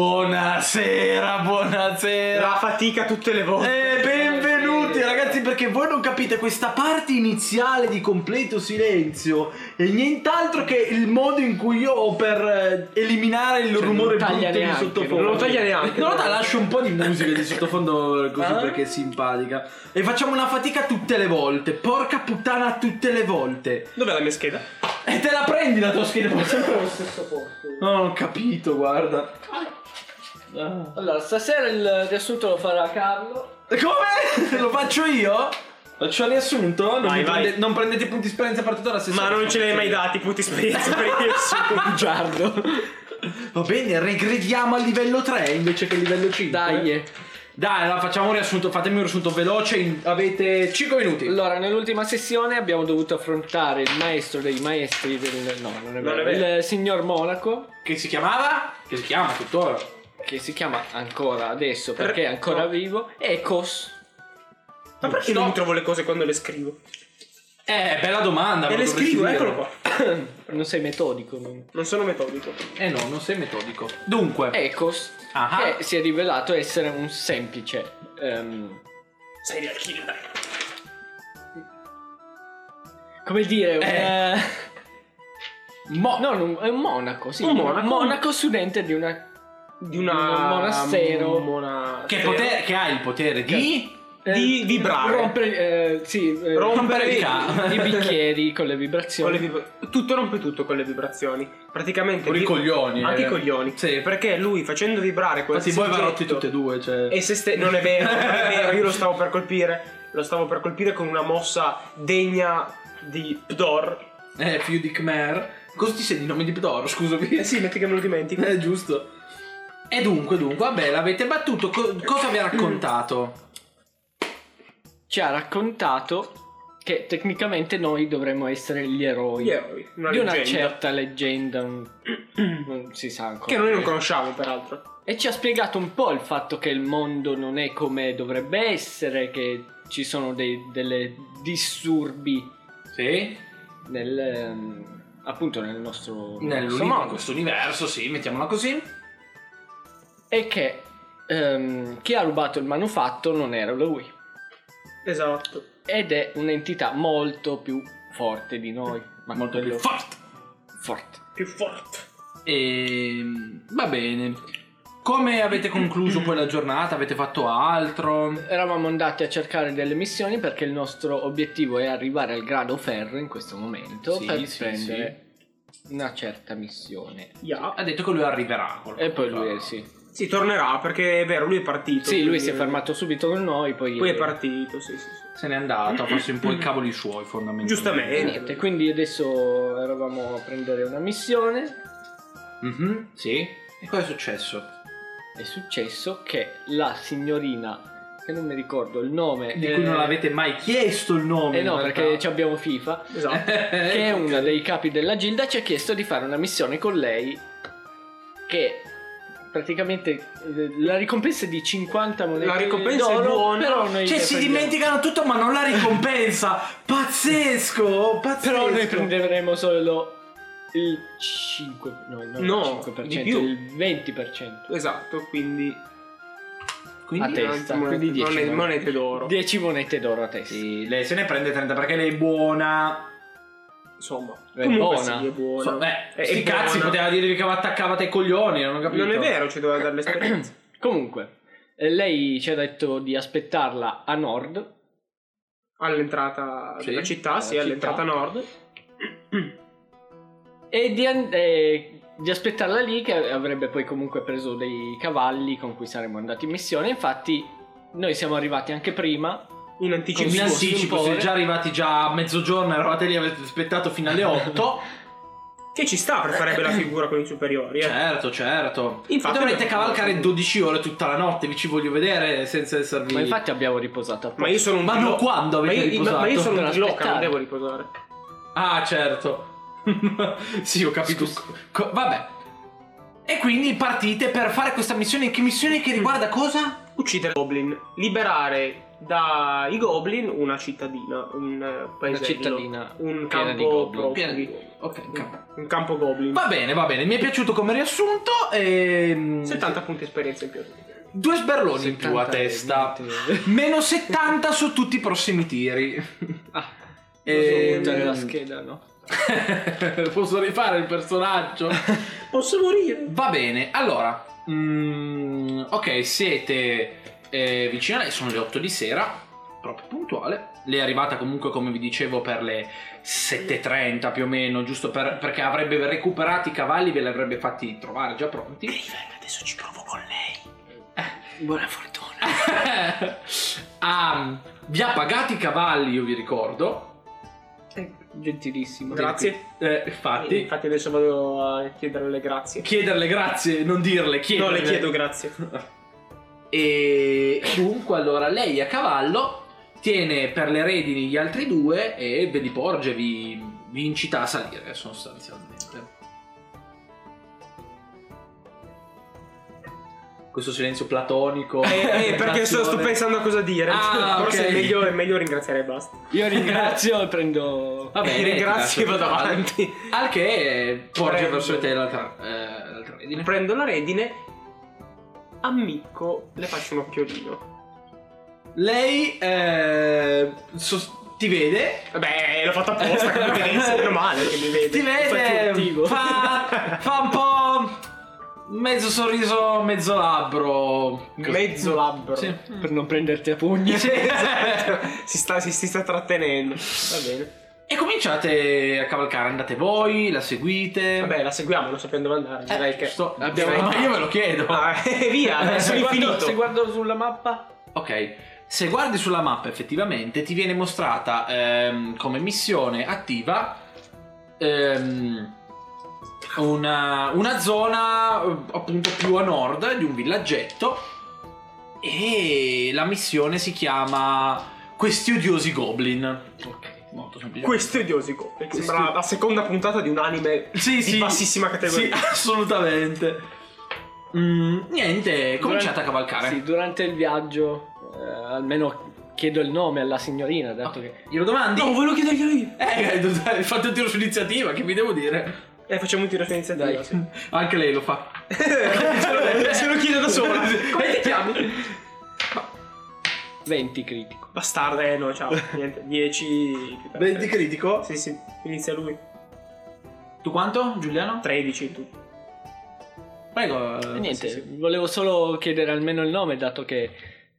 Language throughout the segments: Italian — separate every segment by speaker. Speaker 1: Buonasera, buonasera.
Speaker 2: La fatica tutte le volte.
Speaker 1: E benvenuti ragazzi perché voi non capite questa parte iniziale di completo silenzio è nient'altro che il modo in cui io ho per eh, eliminare il
Speaker 3: Cioè, non
Speaker 1: rumore
Speaker 3: taglia
Speaker 1: brutto di
Speaker 3: neanche,
Speaker 1: sottofondo.
Speaker 2: non lo taglia neanche.
Speaker 1: No, no, lascio un po' di musica di sottofondo eh, così
Speaker 3: Ah.
Speaker 1: perché è simpatica. E facciamo una fatica tutte le volte. Porca puttana tutte le volte.
Speaker 2: Dov'è la mia scheda?
Speaker 1: E te la prendi la tua scheda.
Speaker 3: Sempre allo stesso posto.
Speaker 1: No, non ho capito, guarda. Ah.
Speaker 3: Allora, stasera il riassunto lo farà Carlo.
Speaker 1: Come? Lo faccio io? Faccio il riassunto? Non,
Speaker 2: Vai,
Speaker 1: mi
Speaker 2: vai.
Speaker 1: prende- non prendete punti esperienza per tutta la sessione.
Speaker 2: Ma non ce l'hai mai dati i punti esperienza per il
Speaker 3: Bugiardo.
Speaker 1: Va bene, regrediamo al livello 3 invece che al livello 5.
Speaker 3: Dai.
Speaker 1: Dai, allora facciamo un riassunto, fatemi un riassunto veloce, in- avete 5 minuti.
Speaker 3: Allora, nell'ultima sessione abbiamo dovuto affrontare il maestro dei maestri del... No, non è vero.
Speaker 2: Non è vero.
Speaker 3: Il signor Monaco,
Speaker 1: Che si chiamava? Che si chiama tuttora.
Speaker 3: che si chiama ancora adesso perché è
Speaker 2: Per-
Speaker 3: ancora
Speaker 2: no.
Speaker 3: vivo, e Cos.
Speaker 2: Ma perché non trovo le cose quando le scrivo?
Speaker 1: Eh, bella domanda.
Speaker 2: E
Speaker 1: ma
Speaker 2: le
Speaker 1: dovresti
Speaker 2: scrivo,
Speaker 1: dire.
Speaker 2: eccolo qua.
Speaker 3: Non sei metodico. non-
Speaker 2: Non sono metodico.
Speaker 1: Eh no, non sei metodico. Eh, Dunque,
Speaker 3: Ecos,
Speaker 1: Ah.
Speaker 3: che si è rivelato essere un semplice... ehm,
Speaker 2: Serial killer.
Speaker 3: come dire, un...
Speaker 1: Eh.
Speaker 3: eh,
Speaker 1: mo-
Speaker 3: No, non- è un monaco, sì.
Speaker 2: Un monaco.
Speaker 3: studente di una...
Speaker 2: Di una...
Speaker 3: Un monastero.
Speaker 2: un monastero.
Speaker 1: che, potere- che ha il potere di...
Speaker 2: Di vibrare.
Speaker 3: Eh, Rompere, eh, sì, eh,
Speaker 2: Rompere
Speaker 3: i-
Speaker 2: i ca-
Speaker 3: i bicchieri con le vibrazioni.
Speaker 2: Con le vibra- tutto rompe tutto con le vibrazioni. Praticamente.
Speaker 1: Con i
Speaker 2: vi-
Speaker 1: coglioni,
Speaker 2: Anche
Speaker 1: eh.
Speaker 2: i coglioni.
Speaker 1: Sì.
Speaker 2: Perché lui facendo vibrare
Speaker 1: Infatti
Speaker 2: qualsiasi.
Speaker 1: voi va
Speaker 2: oggetto-
Speaker 1: rotti tutte e due, cioè...
Speaker 2: E se ste- non è vero, non è vero, io lo stavo per colpire. Lo stavo per colpire con una mossa degna di Pdor.
Speaker 1: Eh, figlio di Khmer. Cosa ti sei di nome di Pdoro, scusami?
Speaker 2: Eh sì, metti che me lo dimentico.
Speaker 1: Eh, giusto. E dunque, dunque, vabbè, l'avete battuto. Co- cosa vi ha raccontato?
Speaker 3: Ci ha raccontato che tecnicamente noi dovremmo essere gli eroi.
Speaker 2: Gli eroi. Una
Speaker 3: di una
Speaker 2: leggenda.
Speaker 3: certa leggenda, un- non si sa ancora.
Speaker 2: Che noi non conosciamo, peraltro.
Speaker 3: E ci ha spiegato un po' il fatto che il mondo non è come dovrebbe essere, che ci sono dei delle disturbi
Speaker 1: Sì?
Speaker 3: nel, ehm, appunto nel nostro, nel nostro
Speaker 1: Nell'unico in
Speaker 3: mondo.
Speaker 1: questo universo, sì, mettiamola così.
Speaker 3: E che ehm, chi ha rubato il manufatto non era lui.
Speaker 2: Esatto.
Speaker 3: Ed è un'entità molto più forte di noi. Ma
Speaker 1: Molto più
Speaker 3: quello-
Speaker 1: forte.
Speaker 3: forte.
Speaker 2: Più forte.
Speaker 1: E Ehm, va bene. Come avete concluso poi la giornata? Avete fatto altro?
Speaker 3: Eravamo andati a cercare delle missioni perché il nostro obiettivo è arrivare al grado ferro in questo momento
Speaker 1: Sì,
Speaker 3: per
Speaker 1: sì,
Speaker 3: prendere una certa missione.
Speaker 2: Ya.
Speaker 1: Ah, Ha detto che lui arriverà. col-
Speaker 3: E poi lui, eh, sì.
Speaker 2: Sì, tornerà perché è vero, lui è partito.
Speaker 3: Sì, lui
Speaker 2: quindi-
Speaker 3: si è fermato subito con noi, poi... eh,
Speaker 2: Lui è partito, sì, sì, sì.
Speaker 1: Se n'è andato, ha fatto un po' i cavoli suoi fondamentalmente.
Speaker 3: E
Speaker 2: Giustamente.
Speaker 3: niente, quindi adesso eravamo a prendere una missione.
Speaker 1: Mhm, sì. E cosa è successo?
Speaker 3: È successo che la signorina, che non mi ricordo il nome...
Speaker 1: Di cui
Speaker 3: eh,
Speaker 1: non avete mai chiesto il nome.
Speaker 3: Eh
Speaker 1: in
Speaker 3: no,
Speaker 1: realtà.
Speaker 3: perché ci abbiamo FIFA.
Speaker 2: Esatto.
Speaker 3: che è uno dei capi della Gilda, ci ha chiesto di fare una missione con lei che praticamente eh, la ricompensa è di 50 monete
Speaker 2: La ricompensa è
Speaker 3: d'oro,
Speaker 2: buona.
Speaker 3: però noi
Speaker 1: Cioè,
Speaker 3: ne
Speaker 1: si
Speaker 3: prendiamo-
Speaker 1: dimenticano tutto, ma non la ricompensa. pazzesco, pazzesco.
Speaker 3: però noi prenderemo solo il 5 no, non
Speaker 2: No,
Speaker 3: il 5%,
Speaker 2: di più.
Speaker 3: il 20%
Speaker 2: Esatto, quindi.
Speaker 3: a testa,
Speaker 2: monete,
Speaker 3: quindi 10
Speaker 2: monete,
Speaker 3: monete,
Speaker 2: monete d'oro.
Speaker 3: 10 monete d'oro a testa.
Speaker 1: Sì, lei se ne prende 30 perché lei è buona.
Speaker 2: Insomma,
Speaker 3: È
Speaker 2: comunque
Speaker 3: buona. eh,
Speaker 2: sì, è buona.
Speaker 1: So, beh,
Speaker 2: È- è
Speaker 1: sti
Speaker 2: buona.
Speaker 1: cazzi, poteva dirvi che vi attaccavate ai coglioni, non ho capito.
Speaker 2: Non è vero, ci doveva dare l'esperienza.
Speaker 3: Comunque, eh, lei ci ha detto di aspettarla a nord
Speaker 2: all'entrata
Speaker 1: Sì,
Speaker 2: della città,
Speaker 3: alla
Speaker 2: sì, all'entrata
Speaker 3: Eh, città.
Speaker 2: nord.
Speaker 3: e di, an- eh, di aspettarla lì che avrebbe poi comunque preso dei cavalli con cui saremmo andati in missione. Infatti noi siamo arrivati anche prima,
Speaker 2: In
Speaker 1: Cioè, in
Speaker 2: anticipo.
Speaker 3: Con il suo eh.
Speaker 1: anticipo, siete
Speaker 3: stupore.
Speaker 1: già arrivati già a mezzogiorno, eravate lì, avete aspettato fino alle 8.
Speaker 2: Che ci sta per fare bella figura con i superiori, eh.
Speaker 3: Cioè,
Speaker 1: certo, certo.
Speaker 2: Infatti,
Speaker 1: dovrete
Speaker 2: abbiamo-
Speaker 1: cavalcare 12 ore tutta la notte, vi ci voglio vedere senza esservi...
Speaker 3: ma infatti abbiamo riposato apposta.
Speaker 2: Ma io sono un
Speaker 1: Ma non
Speaker 2: glo-
Speaker 1: quando
Speaker 2: ma
Speaker 1: avete
Speaker 2: io,
Speaker 1: riposato?
Speaker 2: ma io sono un
Speaker 3: Per
Speaker 2: gioca, non
Speaker 3: aspettare.
Speaker 2: devo riposare.
Speaker 1: Ah, certo. sì, ho capito. Co- vabbè. E quindi partite per fare questa missione. Che missione che riguarda cosa?
Speaker 2: Uccidere Goblin, liberare dai Goblin una cittadina, un eh,
Speaker 3: Una
Speaker 2: paesello,
Speaker 3: cittadina.
Speaker 2: un
Speaker 3: piena di
Speaker 2: campo
Speaker 3: goblin.
Speaker 2: profughi,
Speaker 4: Piena di- Ok, capo.
Speaker 2: un campo Goblin.
Speaker 1: Mm. Va bene, va bene, mi è piaciuto come riassunto. E...
Speaker 2: 70 punti esperienza in più.
Speaker 1: Due sberloni in più a
Speaker 3: 70
Speaker 1: testa.
Speaker 3: niente.
Speaker 1: Meno 70 su tutti i prossimi tiri.
Speaker 3: Ah,
Speaker 1: Ehm,
Speaker 3: posso buttare la scheda, no?
Speaker 1: Posso rifare il personaggio?
Speaker 2: Posso morire?
Speaker 1: Va bene, allora. mm, ok, siete eh, vicino a lei, sono le 8 di sera, proprio puntuale. Lei è arrivata comunque, come vi dicevo, per le 7.30 più o meno, giusto per- perché avrebbe recuperato i cavalli, ve li avrebbe fatti trovare già pronti.
Speaker 2: adesso ci provo con lei.
Speaker 3: Buona fortuna.
Speaker 1: Ah, vi ha pagati i cavalli, io vi ricordo.
Speaker 3: Gentilissimo.
Speaker 2: Grazie.
Speaker 1: Eh,
Speaker 2: E
Speaker 1: infatti,
Speaker 2: Infatti adesso vado a chiederle le grazie.
Speaker 1: chiederle grazie, non dirle,
Speaker 2: No,
Speaker 1: chiederle.
Speaker 2: le chiedo grazie.
Speaker 1: E dunque, allora lei a cavallo tiene per le redini gli altri due e ve li porge, vi, vi incita a salire sostanzialmente. Questo silenzio platonico.
Speaker 2: Eh, eh, perché sto, sto pensando a cosa dire.
Speaker 1: Ah,
Speaker 2: Forse
Speaker 1: ok.
Speaker 2: è, meglio, è meglio ringraziare e basta.
Speaker 3: Io ringrazio e prendo...
Speaker 1: Va bene,
Speaker 2: ringrazio e
Speaker 1: ti
Speaker 2: vado
Speaker 1: lascio trovare.
Speaker 2: avanti.
Speaker 1: Al che eh, porge
Speaker 2: Prego.
Speaker 1: verso di te l'altra, eh, l'altra redine.
Speaker 2: Prendo la redine. Ammicco, le faccio un occhiolino.
Speaker 1: Lei eh, sos- ti vede
Speaker 2: Beh, l'ho fatto apposta, come pensi? Meno male che mi vede.
Speaker 1: Ti
Speaker 2: Sono
Speaker 1: vede,
Speaker 2: furtivo.
Speaker 1: fa, fa un po' mezzo sorriso, mezzo labbro.
Speaker 2: Mezzo labbro.
Speaker 1: Sì.
Speaker 3: Per non prenderti a pugni.
Speaker 1: Sì, esatto.
Speaker 2: Si sta, si, si sta trattenendo. Va bene.
Speaker 1: E cominciate a cavalcare, andate voi, la seguite.
Speaker 2: Vabbè, la seguiamo, non sappiamo dove andare.
Speaker 1: Eh,
Speaker 2: Direi che.
Speaker 1: sto-
Speaker 3: abbiamo-
Speaker 1: Ma io ve lo chiedo.
Speaker 2: Ah, eh, via, adesso
Speaker 3: Se
Speaker 2: è
Speaker 3: guardo-
Speaker 2: infinito.
Speaker 3: Se guardo sulla mappa...
Speaker 1: Ok, se guardi sulla mappa effettivamente ti viene mostrata ehm, come missione attiva ehm, una, una zona eh, appunto più a nord di un villaggetto e la missione si chiama Questi odiosi goblin. Ok, molto semplice.
Speaker 2: Questo è odiosi Goblin. Sembra la seconda puntata di un anime
Speaker 1: sì,
Speaker 2: di bassissima categoria.
Speaker 1: Sì, assolutamente. Mm, niente, cominciate a cavalcare.
Speaker 3: Sì, durante il viaggio eh, almeno chiedo il nome alla signorina, dato che...
Speaker 1: Glielo domandi?
Speaker 2: No, volevo chiederglielo io.
Speaker 1: Eh, dai, fate un tiro su iniziativa, che vi devo dire?
Speaker 2: Eh, facciamo un tiro su iniziativa.
Speaker 3: Dai.
Speaker 2: sì.
Speaker 1: Anche lei lo fa.
Speaker 2: Se lo chiedo da sola.
Speaker 1: Come ti chiami?
Speaker 3: 20 critico.
Speaker 2: Bastarda, eh no, ciao. Niente, 10. più tardi.
Speaker 1: critico.
Speaker 2: Sì, sì, inizia lui.
Speaker 1: Tu quanto, Giuliano?
Speaker 2: 13 tu.
Speaker 1: Prego.
Speaker 3: E niente,
Speaker 2: sì,
Speaker 3: volevo solo chiedere almeno il nome, dato che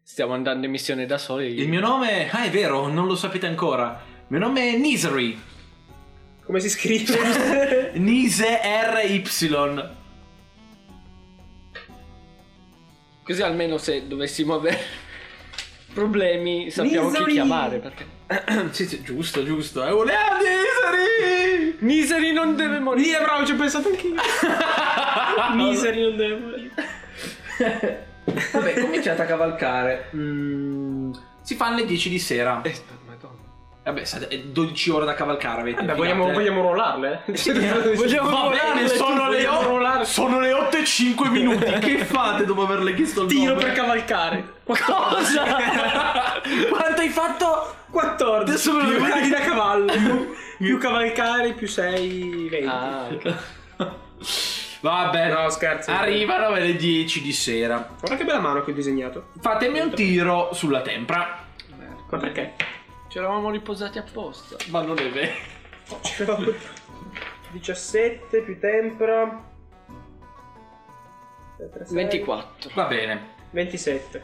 Speaker 3: stiamo andando in missione da soli.
Speaker 1: Il mio nome... Ah, è vero, non lo sapete ancora. Il mio nome è Nisery.
Speaker 2: Come si scrive?
Speaker 1: Nise R-Y.
Speaker 3: Così almeno se dovessimo avere problemi sappiamo
Speaker 2: Misery!
Speaker 3: chi chiamare. Perché...
Speaker 1: sì, sì, giusto, giusto. Eh, voleva Nisery!
Speaker 3: Misery non deve morire.
Speaker 2: Lì, bravo, ci ho pensato anch'io. Miseri non devo.
Speaker 1: Vabbè, cominciate a cavalcare. Mm, si fanno le 10 di sera.
Speaker 3: Eh, madonna.
Speaker 1: Vabbè, sa- è 12 ore da cavalcare avete.
Speaker 2: Vabbè,
Speaker 1: filate.
Speaker 2: vogliamo, vogliamo rollarle? eh?
Speaker 3: vogliamo
Speaker 1: Va bene,
Speaker 3: rollarle,
Speaker 1: sono le,
Speaker 2: vogliamo
Speaker 1: o-
Speaker 2: rollare.
Speaker 1: sono le 8 e 5 minuti. che fate dopo averle chiesto il
Speaker 2: Tiro
Speaker 1: nome?
Speaker 2: per cavalcare.
Speaker 3: Cosa?
Speaker 1: Quanto hai fatto?
Speaker 2: 14.
Speaker 1: Adesso me lo
Speaker 2: più
Speaker 1: ricordo.
Speaker 2: radi da cavallo. Più, più cavalcare, più sei 20.
Speaker 3: ah, ok.
Speaker 1: Vabbè,
Speaker 2: No, scherzo.
Speaker 1: arrivano alle 10 di sera.
Speaker 2: Guarda che bella mano che ho disegnato.
Speaker 1: Fatemi un tiro sulla tempra.
Speaker 2: Ma perché?
Speaker 3: Ci eravamo riposati apposta.
Speaker 1: Ma non è vero.
Speaker 2: Ci avevo- 17 Cioè, più tempra.
Speaker 3: 24.
Speaker 1: Va bene.
Speaker 2: 27.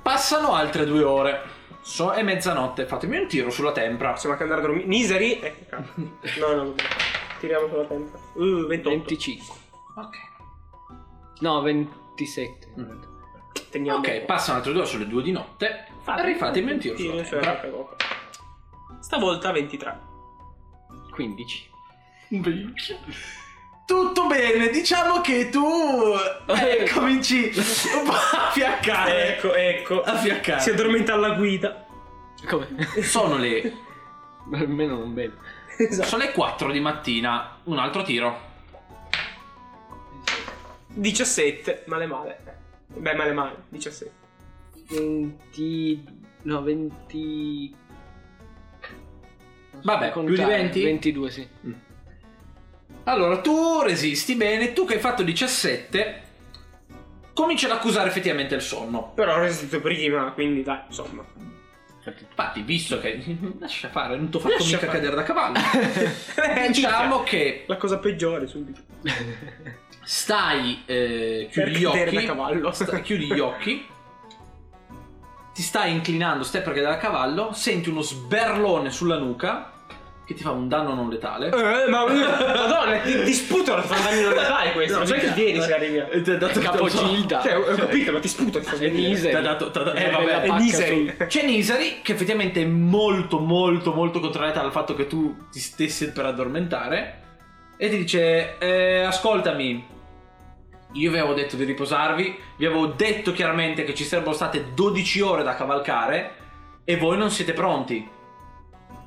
Speaker 1: Passano altre due ore. So, è mezzanotte. Fatemi un tiro sulla tempra.
Speaker 2: Possiamo anche Ah, andare a dormire. Niseri? Ecco, cazzo. No, no, vabbè. Tiriamo sulla tempra. Uh, 28.
Speaker 3: 25.
Speaker 1: Ok.
Speaker 3: No, 27.
Speaker 2: Teniamo.
Speaker 1: Ok, passano altre due ore sulle due di notte. Rifatemi un tiro cioè. sulla tempra.
Speaker 2: Stavolta 23.
Speaker 3: 15.
Speaker 1: Tutto bene, diciamo che tu eh, cominci un po' a fiaccare.
Speaker 2: Ecco, ecco.
Speaker 1: A fiaccare.
Speaker 2: Si addormenta alla guida.
Speaker 3: Come?
Speaker 1: Sono le,
Speaker 3: Almeno non bevo.
Speaker 2: Esatto.
Speaker 1: sono le 4 di mattina, un altro tiro.
Speaker 2: 17, male male. Beh, male male, 17.
Speaker 3: 22. No, 20...
Speaker 1: Vabbè,
Speaker 3: Contare.
Speaker 1: più di 20?
Speaker 3: 22, sì.
Speaker 1: Allora, tu resisti bene, tu che hai fatto 17, cominci ad accusare effettivamente il sonno.
Speaker 2: Però ho resistito prima, quindi dai, insomma.
Speaker 1: Infatti, visto che lascia fare, non ti ho fatto
Speaker 2: Lascia
Speaker 1: mica
Speaker 2: fare.
Speaker 1: cadere da cavallo. diciamo che
Speaker 2: Eh, La cosa peggiore subito.
Speaker 1: stai eh,
Speaker 2: Per
Speaker 1: chiudi gli
Speaker 2: cadere
Speaker 1: occhi,
Speaker 2: da cavallo.
Speaker 1: sta- chiudi gli occhi, ti stai inclinando step per cadere da cavallo, senti uno sberlone sulla nuca che ti fa un danno non letale.
Speaker 2: Eh, ma madonna, ti, ti sputo la fandanino non le dai questo.
Speaker 1: No,
Speaker 2: Non sai che
Speaker 1: mica.
Speaker 2: vieni se arrivi. a-
Speaker 1: Eh, ti ha dato-
Speaker 3: Capogilda.
Speaker 2: Cioè, ho capito, ma ti sputo il
Speaker 3: E
Speaker 2: fandanino.
Speaker 1: Ti
Speaker 3: Nise.
Speaker 1: ha dato- ti ha dato- eh,
Speaker 3: Una
Speaker 1: vabbè,
Speaker 3: bella
Speaker 1: è
Speaker 3: pacca
Speaker 2: miseri.
Speaker 3: sul-
Speaker 1: C'è Nisari che effettivamente è molto molto molto contrariata al fatto che tu ti stessi per addormentare e ti dice "Eh, ascoltami io vi avevo detto di riposarvi vi avevo detto chiaramente che ci sarebbero state 12 ore da cavalcare e voi non siete pronti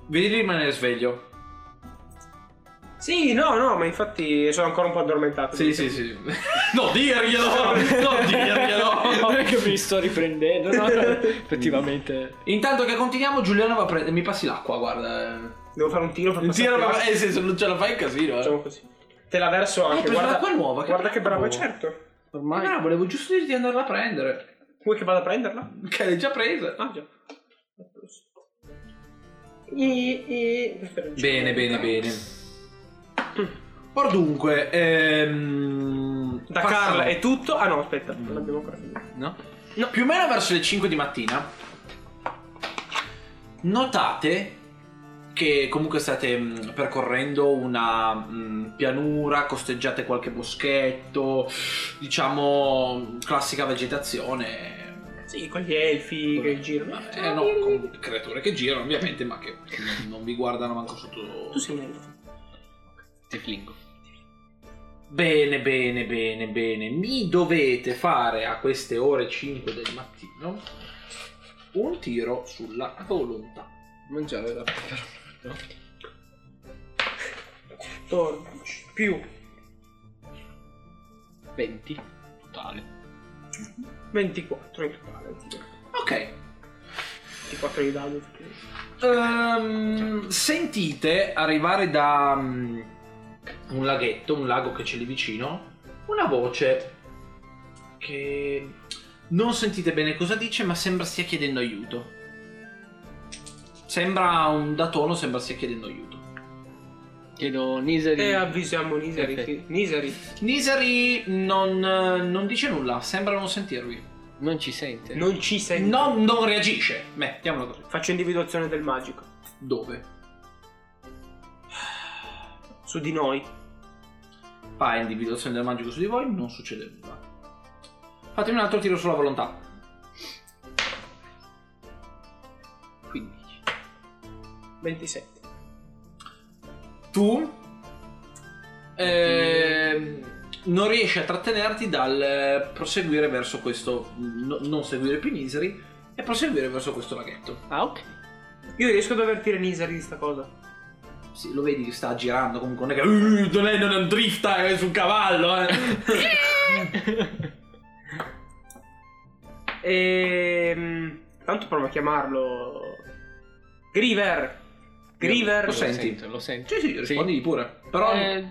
Speaker 1: vedi di rimanere sveglio
Speaker 2: Sì, no, no, ma infatti sono ancora un po' addormentato.
Speaker 1: sì sì sì no dirglielo non
Speaker 3: Non
Speaker 1: dirglielo
Speaker 3: è che mi sto riprendendo, no? Effettivamente.
Speaker 1: intanto che continuiamo Giuliano va a prendere mi passi l'acqua guarda
Speaker 2: Devo fare un tiro per
Speaker 1: Il tiro,
Speaker 2: passarti
Speaker 1: ma
Speaker 2: avanti.
Speaker 1: eh, sì, se non ce la fai è un casino. Eh.
Speaker 2: Facciamo così. Te la verso
Speaker 1: Hai
Speaker 2: anche,
Speaker 1: Eh, preso
Speaker 2: guarda.
Speaker 1: l'acqua nuova, che
Speaker 2: guarda che
Speaker 1: bravo.
Speaker 2: brava, certo.
Speaker 1: Ma
Speaker 3: Ormai...
Speaker 1: volevo giusto dirti di andarla a prendere.
Speaker 2: Vuoi che vada a prenderla?
Speaker 1: Che l'hai già presa.
Speaker 2: Ah, già. E, e...
Speaker 1: Bene, bene, bene. Or dunque, ehm,
Speaker 2: Da
Speaker 1: passano-
Speaker 2: Carla è tutto. Ah no, aspetta,
Speaker 1: Mm.
Speaker 2: non l'abbiamo ancora finito.
Speaker 1: No? No, Più o meno verso le 5 di mattina notate che comunque state mh, percorrendo una mh, pianura, costeggiate qualche boschetto, diciamo classica vegetazione.
Speaker 2: Sì, con gli elfi che girano.
Speaker 1: Eh no, con creature che girano ovviamente, ma che non, non vi guardano manco sotto.
Speaker 2: Tu sei un elfo.
Speaker 3: Ti flingo.
Speaker 1: Bene, bene, bene, bene. Mi dovete fare a queste ore 5 del mattino un tiro sulla volontà.
Speaker 3: Mangiare la No.
Speaker 2: 14 più
Speaker 3: 20. Totale.
Speaker 2: 24 in totale.
Speaker 1: Ok.
Speaker 2: 24 di dado.
Speaker 1: Ehm, sentite arrivare da mm, un laghetto, un lago che c'è lì vicino, una voce che non sentite bene cosa dice, ma sembra stia chiedendo aiuto. Sembra un da tono, sembra stia chiedendo aiuto.
Speaker 3: Chiedo Niseri.
Speaker 2: E avvisiamo Nisari.
Speaker 3: Perfetto.
Speaker 2: sì. Nisari.
Speaker 1: Nisari non, non dice nulla, sembra non sentirvi.
Speaker 3: Non ci sente.
Speaker 2: Non ci senti.
Speaker 1: Non, non reagisce. Mettiamolo così.
Speaker 2: Faccio individuazione del magico.
Speaker 1: Dove?
Speaker 2: Su di noi.
Speaker 1: Fa individuazione del magico su di voi, non succede nulla. Fatemi un altro tiro sulla volontà.
Speaker 3: 15.
Speaker 2: 27.
Speaker 1: Tu ehm, non riesci a trattenerti dal eh, proseguire verso questo. no- non seguire più Nisari e proseguire verso questo laghetto.
Speaker 3: Ah, ok.
Speaker 2: Io riesco ad avvertire Nisari di sta cosa.
Speaker 1: Sì, lo vedi che sta girando comunque. Non è che. "Uh, non è, non è un drifta è su un cavallo. Eh.
Speaker 2: E... Ehm, Tanto provo a chiamarlo. Griever.
Speaker 1: Lo
Speaker 2: Griever.
Speaker 1: senti?
Speaker 3: Lo sento.
Speaker 1: sì, sì, rispondili pure. Però
Speaker 3: Eh,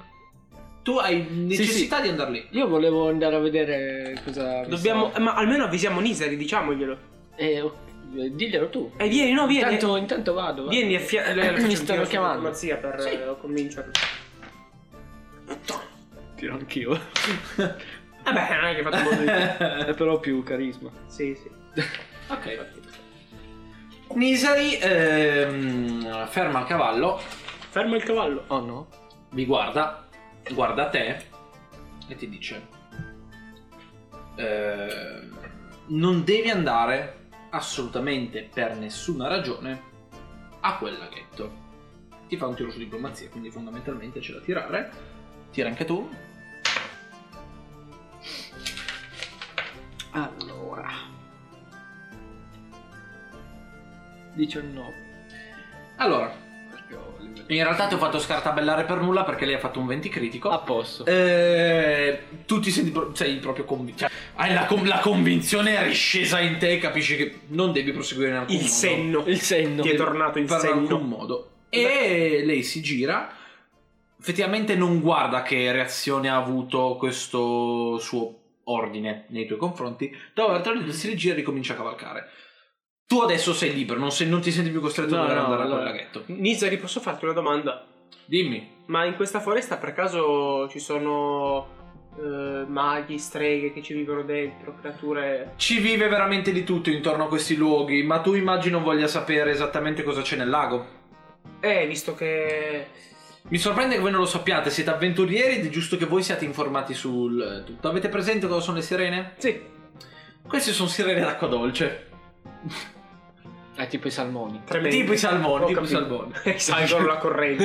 Speaker 1: tu hai necessità di andare lì.
Speaker 3: io volevo andare a vedere cosa... mi
Speaker 2: Dobbiamo.
Speaker 3: sta-
Speaker 2: eh, Ma almeno avvisiamo Nisari, diciamoglielo.
Speaker 3: Eh, ok, eh, diglielo tu.
Speaker 2: E vieni, no, vieni.
Speaker 3: Intanto, intanto vado. vado.
Speaker 2: Vieni a eh, fianco.
Speaker 3: Mi stanno chiamando.
Speaker 2: Diplomazia per
Speaker 1: Sì.
Speaker 2: eh, convincerlo.
Speaker 3: Tiro anch'io.
Speaker 2: Vabbè, Eh non è che hai fatto molto di più.
Speaker 3: È però più carisma.
Speaker 2: Sì, sì.
Speaker 1: ok. Nisari ehm, ferma il cavallo,
Speaker 2: Ferma il cavallo.
Speaker 3: Oh no?
Speaker 1: vi guarda, guarda te e ti dice: ehm, Non devi andare assolutamente per nessuna ragione a quel laghetto. Ti fa un tiro su diplomazia, quindi fondamentalmente c'è da tirare. Tira anche tu.
Speaker 3: Allora. 19.
Speaker 1: Allora,
Speaker 3: proprio
Speaker 1: In realtà ti ho fatto scartabellare per nulla perché lei ha fatto un 20 critico.
Speaker 3: a posto.
Speaker 1: Eh, tu ti senti pro- sei proprio convinto. hai la, con- la convinzione è riscesa in te, capisci che non devi proseguire in alcun
Speaker 2: Il
Speaker 1: modo.
Speaker 2: senno.
Speaker 3: Il senno.
Speaker 2: Ti è tornato il
Speaker 1: Per alcun
Speaker 2: senno.
Speaker 1: modo. E lei si gira. Effettivamente non guarda che reazione ha avuto questo suo ordine nei tuoi confronti. Dopo aver terminato, si rigira e ricomincia a cavalcare. Tu adesso sei libero, non, sei- non ti senti più costretto
Speaker 3: No,
Speaker 1: a dover
Speaker 3: no,
Speaker 1: andare a quel
Speaker 3: allora-
Speaker 1: laghetto.
Speaker 2: Nizari, posso farti una domanda?
Speaker 1: Dimmi.
Speaker 2: Ma in questa foresta per caso ci sono eh, maghi, streghe che ci vivono dentro, creature...
Speaker 1: Ci vive veramente di tutto intorno a questi luoghi, ma tu immagino voglia sapere esattamente cosa c'è nel lago.
Speaker 2: Eh, visto che...
Speaker 1: Mi sorprende che voi non lo sappiate, siete avventurieri ed è giusto che voi siate informati sul tutto. Avete presente cosa sono le sirene?
Speaker 2: Sì,
Speaker 1: Queste sono sirene d'acqua dolce.
Speaker 3: È Ah, tipo i salmoni.
Speaker 2: tremendo.
Speaker 1: Tipo i salmoni,
Speaker 2: Ho
Speaker 1: tipo i
Speaker 2: capito.
Speaker 1: salmoni.
Speaker 2: Salgono la corrente.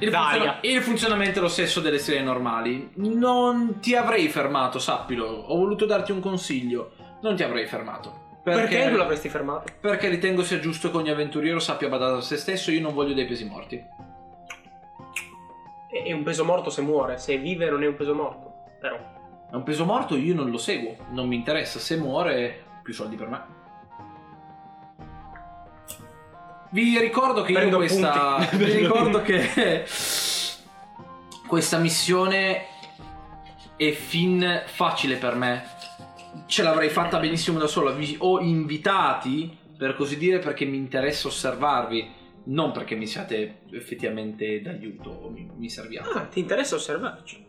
Speaker 1: Il,
Speaker 2: D'aria.
Speaker 1: funziona- il funzionamento è lo stesso delle sirene normali. Non ti avrei fermato, sappilo. Ho voluto darti un consiglio. Non ti avrei fermato.
Speaker 2: Perché non l'avresti fermato?
Speaker 1: perché ritengo sia giusto che ogni avventuriero sappia badare a se stesso. Io non voglio dei pesi morti.
Speaker 2: È è un peso morto se muore, se vive non è un peso morto. Però...
Speaker 1: È un peso morto, io non lo seguo. Non mi interessa. Se muore, più soldi per me. Vi ricordo che
Speaker 2: Prendo
Speaker 1: io questa.
Speaker 2: appunti.
Speaker 1: Vi ricordo che. Questa missione è fin facile per me. Ce l'avrei fatta benissimo da sola. Vi ho invitati, per così dire, perché mi interessa osservarvi. Non perché mi siate effettivamente d'aiuto o mi, mi serviate.
Speaker 2: Ah, ti interessa osservarci?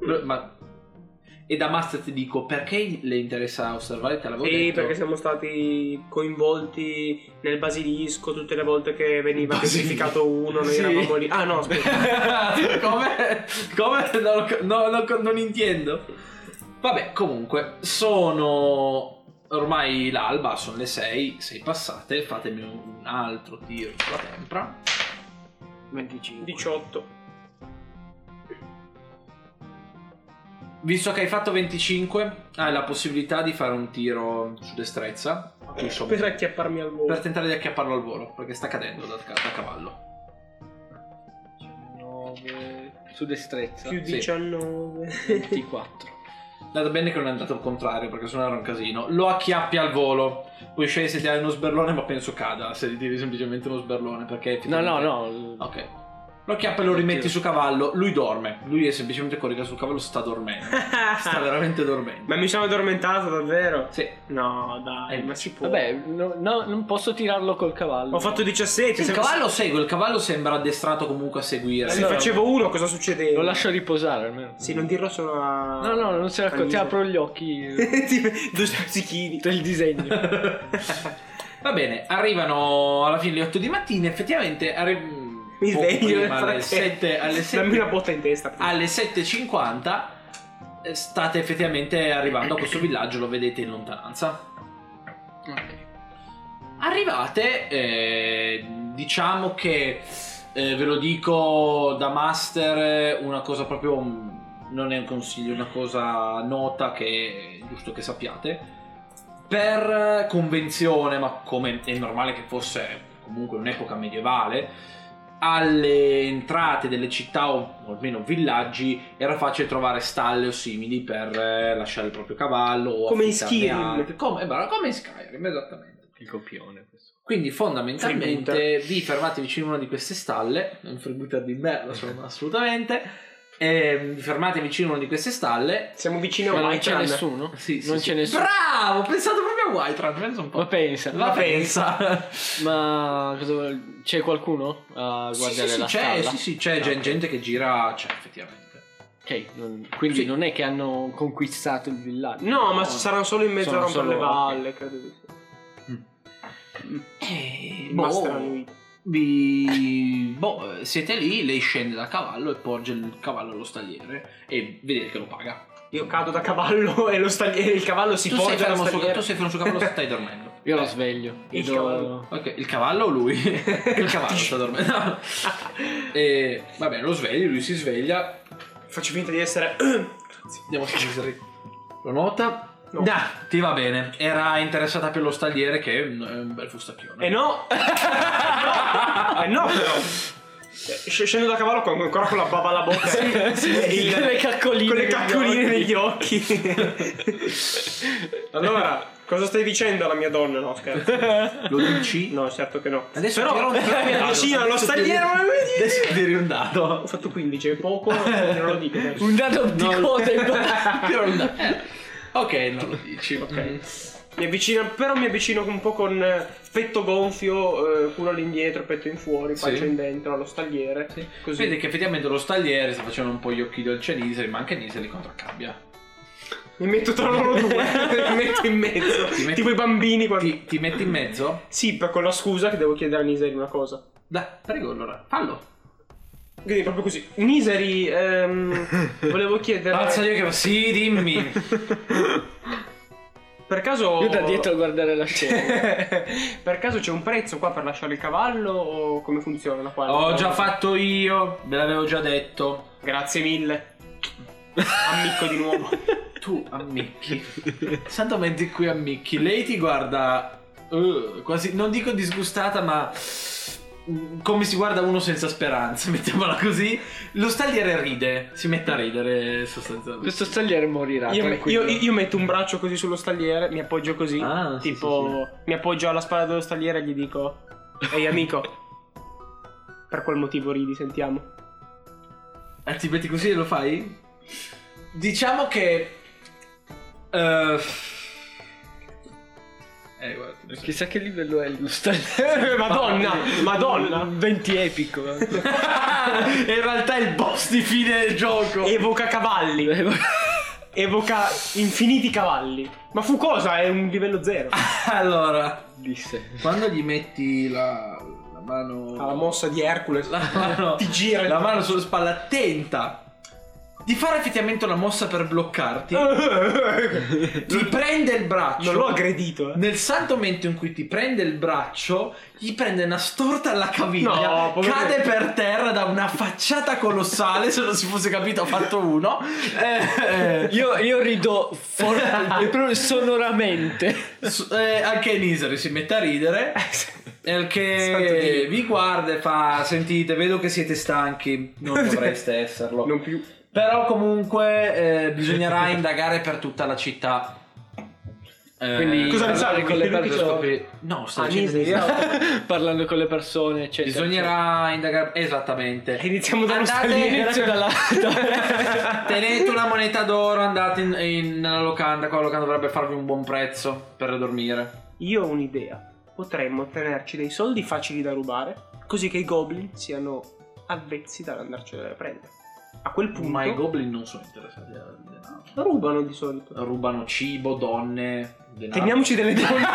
Speaker 1: Però- Ma... E da Master ti dico perché le interessa osservare te l'avevo
Speaker 2: Sì,
Speaker 1: detto.
Speaker 2: perché siamo stati coinvolti nel basilisco tutte le volte che veniva
Speaker 1: Basilisco.
Speaker 2: sacrificato uno, noi
Speaker 1: Sì.
Speaker 2: eravamo lì. Ah no, scusa.
Speaker 1: Come? Come? Non, lo- no, no, non intendo. Vabbè, comunque, sono ormai l'alba, sono le 6, 6 passate, fatemi un un altro tiro sulla tempra.
Speaker 3: 25.
Speaker 2: 18.
Speaker 1: Visto che hai fatto 25, hai la possibilità di fare un tiro su destrezza. a cui sono-
Speaker 2: Per acchiapparmi al volo.
Speaker 1: per tentare di acchiapparlo al volo, perché sta cadendo da, ca- da cavallo.
Speaker 3: 19. Su destrezza.
Speaker 2: Più
Speaker 1: Sì.
Speaker 2: 19.
Speaker 3: 24.
Speaker 1: Dato bene che non è andato al contrario, perché sennò era un casino. Lo acchiappi al volo. Puoi scegliere se ti hai uno sberlone, ma penso cada se gli tiri semplicemente uno sberlone, perché...
Speaker 3: No, no,
Speaker 1: effettivamente-
Speaker 3: no.
Speaker 1: Ok. Lo acchiappa e lo rimetti su cavallo. Lui dorme. Lui è semplicemente collegato sul cavallo, sta dormendo. Sta veramente dormendo.
Speaker 2: Ma mi sono addormentato davvero?
Speaker 1: Sì.
Speaker 2: No, dai,
Speaker 1: Eh,
Speaker 2: ma si può.
Speaker 3: Vabbè, no, no, non posso tirarlo col cavallo.
Speaker 2: Ho fatto 17.
Speaker 1: Il
Speaker 2: se,
Speaker 1: cavallo segue, il cavallo sembra addestrato comunque a seguire.
Speaker 2: se
Speaker 3: Allora-
Speaker 2: facevo uno, cosa succedeva?
Speaker 3: Lo lascio riposare almeno.
Speaker 2: Sì, non dirlo solo a.
Speaker 3: No, no, non se la Ti
Speaker 2: Anisa.
Speaker 3: apro gli occhi
Speaker 2: Ti- Due stuzzichini.
Speaker 3: del disegno.
Speaker 1: Va bene, arrivano alla fine le 8 di mattina. Effettivamente, arri-
Speaker 2: Mi
Speaker 1: poco
Speaker 2: sveglio.
Speaker 1: prima,
Speaker 2: nel
Speaker 1: alle
Speaker 2: frattempo.
Speaker 1: 7, alle 7
Speaker 2: Dammi una botta in testa. prima.
Speaker 1: alle 7.50 eh, state effettivamente arrivando a questo villaggio, lo vedete in lontananza. Arrivate, eh, diciamo che eh, ve lo dico da master, eh, una cosa proprio mm, non è un consiglio, è una cosa nota che è giusto che sappiate. Per eh, convenzione, ma come è normale che fosse comunque un'epoca medievale, alle entrate delle città o o almeno villaggi era facile trovare stalle o simili per eh, lasciare il proprio cavallo o
Speaker 2: Come in
Speaker 1: affittarne
Speaker 2: Skyrim.
Speaker 1: altri. come, eh, bravo, come in Skyrim esattamente
Speaker 3: Il copione questo.
Speaker 1: quindi fondamentalmente
Speaker 2: Freebooter.
Speaker 1: vi fermate vicino a una di queste stalle, non freebooter di merda sono assolutamente, e vi fermate vicino a una di queste stalle.
Speaker 2: Siamo vicini a
Speaker 3: Ma
Speaker 2: un
Speaker 3: non c'è
Speaker 2: Whiterun.
Speaker 3: nessuno?
Speaker 1: Sì, sì,
Speaker 3: non
Speaker 1: sì.
Speaker 3: c'è nessuno.
Speaker 1: Bravo, pensate proprio a Whiterun, pensa un po'.
Speaker 3: Ma pensa.
Speaker 1: La pensa.
Speaker 3: Ma cosa vuol- c'è qualcuno a
Speaker 1: Sì,
Speaker 3: guardare
Speaker 1: sì, sì,
Speaker 3: la
Speaker 1: c'è,
Speaker 3: stalla?
Speaker 1: sì, sì, c'è
Speaker 3: Ah,
Speaker 1: gen-
Speaker 3: ok.
Speaker 1: gente che gira, c'è effettivamente.
Speaker 3: Ok, non- quindi
Speaker 1: Sì.
Speaker 3: non è che hanno conquistato il villaggio.
Speaker 2: No, ma saranno solo in mezzo
Speaker 3: Sono
Speaker 2: a rompere le
Speaker 3: solo-
Speaker 2: valle, credo di sì.
Speaker 1: E
Speaker 2: Il Master
Speaker 1: boh,
Speaker 2: Anui.
Speaker 1: vi- boh, eh, siete lì, lei scende da cavallo e porge il cavallo allo stagliere e vedete che lo paga.
Speaker 2: Io cado da cavallo e, lo stag- e il cavallo si
Speaker 1: tu, sei
Speaker 2: poggia alla
Speaker 1: fermo sul,
Speaker 2: stagliera.
Speaker 1: tu sei fermo sul cavallo e stai dormendo. Eh.
Speaker 3: Io lo sveglio.
Speaker 2: Il
Speaker 3: Gli do-
Speaker 2: cavallo.
Speaker 1: Ok, il cavallo o lui? il cavallo sta dormendo. No. E va bene, lo sveglio, lui si sveglia.
Speaker 2: Faccio finta di essere... Grazie.
Speaker 1: Andiamo a chiudere. Lo nota.
Speaker 2: No.
Speaker 1: Nah, ti va bene. Era interessata più allo stagliere che mm, è un bel fustacchione.
Speaker 2: E Eh no! Eh no, però! Eh, sc- Scendo da cavallo con, ancora con la bava alla bocca. E il-
Speaker 3: con le caccoline
Speaker 2: Con le
Speaker 3: negli
Speaker 2: caccoline
Speaker 3: occhi.
Speaker 2: negli occhi. allora, cosa stai dicendo alla mia donna? No, scherzo.
Speaker 1: Lo dici?
Speaker 2: No, certo che no.
Speaker 1: Adesso
Speaker 2: però,
Speaker 1: tiro un dado.
Speaker 2: mi avvicino allo
Speaker 1: Adesso
Speaker 2: stagliere.
Speaker 1: tiri-
Speaker 2: ma mi dici-
Speaker 1: Adesso tiri un
Speaker 2: Ho
Speaker 1: dado.
Speaker 2: fatto 15, è poco, non lo dico.
Speaker 3: un dado di
Speaker 1: No.
Speaker 3: coda in
Speaker 1: Tiro un dado. Ok, non lo dici.
Speaker 2: Eh.
Speaker 1: Mm.
Speaker 2: Ok. Mi avvicino, però mi avvicino un po' con eh, petto gonfio, eh, culo all'indietro, petto in fuori,
Speaker 1: Sì.
Speaker 2: faccia in dentro, allo stagliere.
Speaker 1: Sì.
Speaker 2: Così.
Speaker 1: Vedi che effettivamente lo stagliere sta facendo un po' gli occhi dolci a Niseli, ma anche Niseli contraccambia.
Speaker 2: Mi metto tra loro due, mi metto in mezzo.
Speaker 1: Ti metti-
Speaker 2: Tipo i bambini quando...
Speaker 1: Ti, ti metti in mezzo?
Speaker 2: Sì, per- con la scusa che devo chiedere a Niseri una cosa.
Speaker 1: Dai, prego allora, fallo.
Speaker 2: Quindi proprio così. Niseri, ehm, volevo chiedere...
Speaker 1: Alza io che... Sì, dimmi.
Speaker 2: Per caso...
Speaker 3: io da dietro a guardare la scena
Speaker 2: per caso c'è un prezzo qua per lasciare il cavallo o come funziona qua?
Speaker 1: Ho già fatto io, ve l'avevo già detto.
Speaker 2: Grazie mille. Ammicco di nuovo.
Speaker 1: Tu ammicchi. Santo menti qui ammicchi. Lei ti guarda eh, quasi, non dico disgustata, ma mm, come si guarda uno senza speranza, mettiamola così. Lo stagliere ride, si mette a ridere sostanzialmente.
Speaker 3: questo stagliere morirà
Speaker 2: Io,
Speaker 3: tranquillo.
Speaker 2: io- io metto un braccio così sullo stagliere, mi appoggio così.
Speaker 1: Ah, sì,
Speaker 2: tipo, mi appoggio alla spalla dello stagliere e gli dico: Ehi amico, per quel motivo ridi, sentiamo.
Speaker 1: Ah, ti metti così e lo fai? Diciamo che... eh, eh, guarda, ti messo-
Speaker 3: chissà che livello è lo stagliere
Speaker 2: Madonna, madonna.
Speaker 3: 20 epico
Speaker 1: in realtà è il boss di fine del gioco.
Speaker 2: Evoca cavalli, evoca infiniti cavalli. Ma fu cosa? È un livello zero.
Speaker 1: Allora,
Speaker 3: disse
Speaker 1: quando gli metti la, la mano
Speaker 2: Alla Ah, mossa di Hercules.
Speaker 1: la mano
Speaker 2: Ti gira il
Speaker 1: la mano sulla spalla tenta di fare effettivamente una mossa per bloccarti ti prende il braccio
Speaker 2: Ah. Non l'ho aggredito, eh.
Speaker 1: nel santo momento in cui ti prende il braccio gli prende una storta alla caviglia
Speaker 2: No, poverino.
Speaker 1: cade per terra da una facciata colossale se non si fosse capito ha fatto uno Eh, eh,
Speaker 3: io, io rido for- proprio sonoramente
Speaker 1: S- eh, anche Nisari si mette a ridere
Speaker 2: Eh, Santo
Speaker 1: perché
Speaker 2: Dio.
Speaker 1: vi guarda e fa sentite vedo che siete stanchi non dovreste esserlo
Speaker 2: Non più.
Speaker 1: però comunque eh, bisognerà indagare per tutta la città Eh,
Speaker 3: Quindi
Speaker 2: Cosa ne sa?
Speaker 3: parlare con le
Speaker 2: Quello che
Speaker 1: per
Speaker 3: persone-
Speaker 1: scoprire- no sta
Speaker 2: Ah,
Speaker 1: dicendo
Speaker 2: Nisari,
Speaker 1: Nisari.
Speaker 3: parlando con le persone eccetera
Speaker 1: bisognerà indagare esattamente
Speaker 2: Iniziamo dallo
Speaker 1: Andate-
Speaker 2: stagliere.
Speaker 3: Inizio dalla...
Speaker 1: tenete una moneta d'oro andate in, in- nella locanda qua la locanda dovrebbe farvi un buon prezzo per dormire
Speaker 2: Io ho un'idea. Potremmo tenerci dei soldi facili da rubare, così che i goblin siano avvezzi dall'andarcene a prendere. A quel punto
Speaker 1: ma i goblin non sono interessati al denaro
Speaker 2: rubano di solito.
Speaker 1: rubano cibo, donne, denaro.
Speaker 2: Teniamoci delle donne.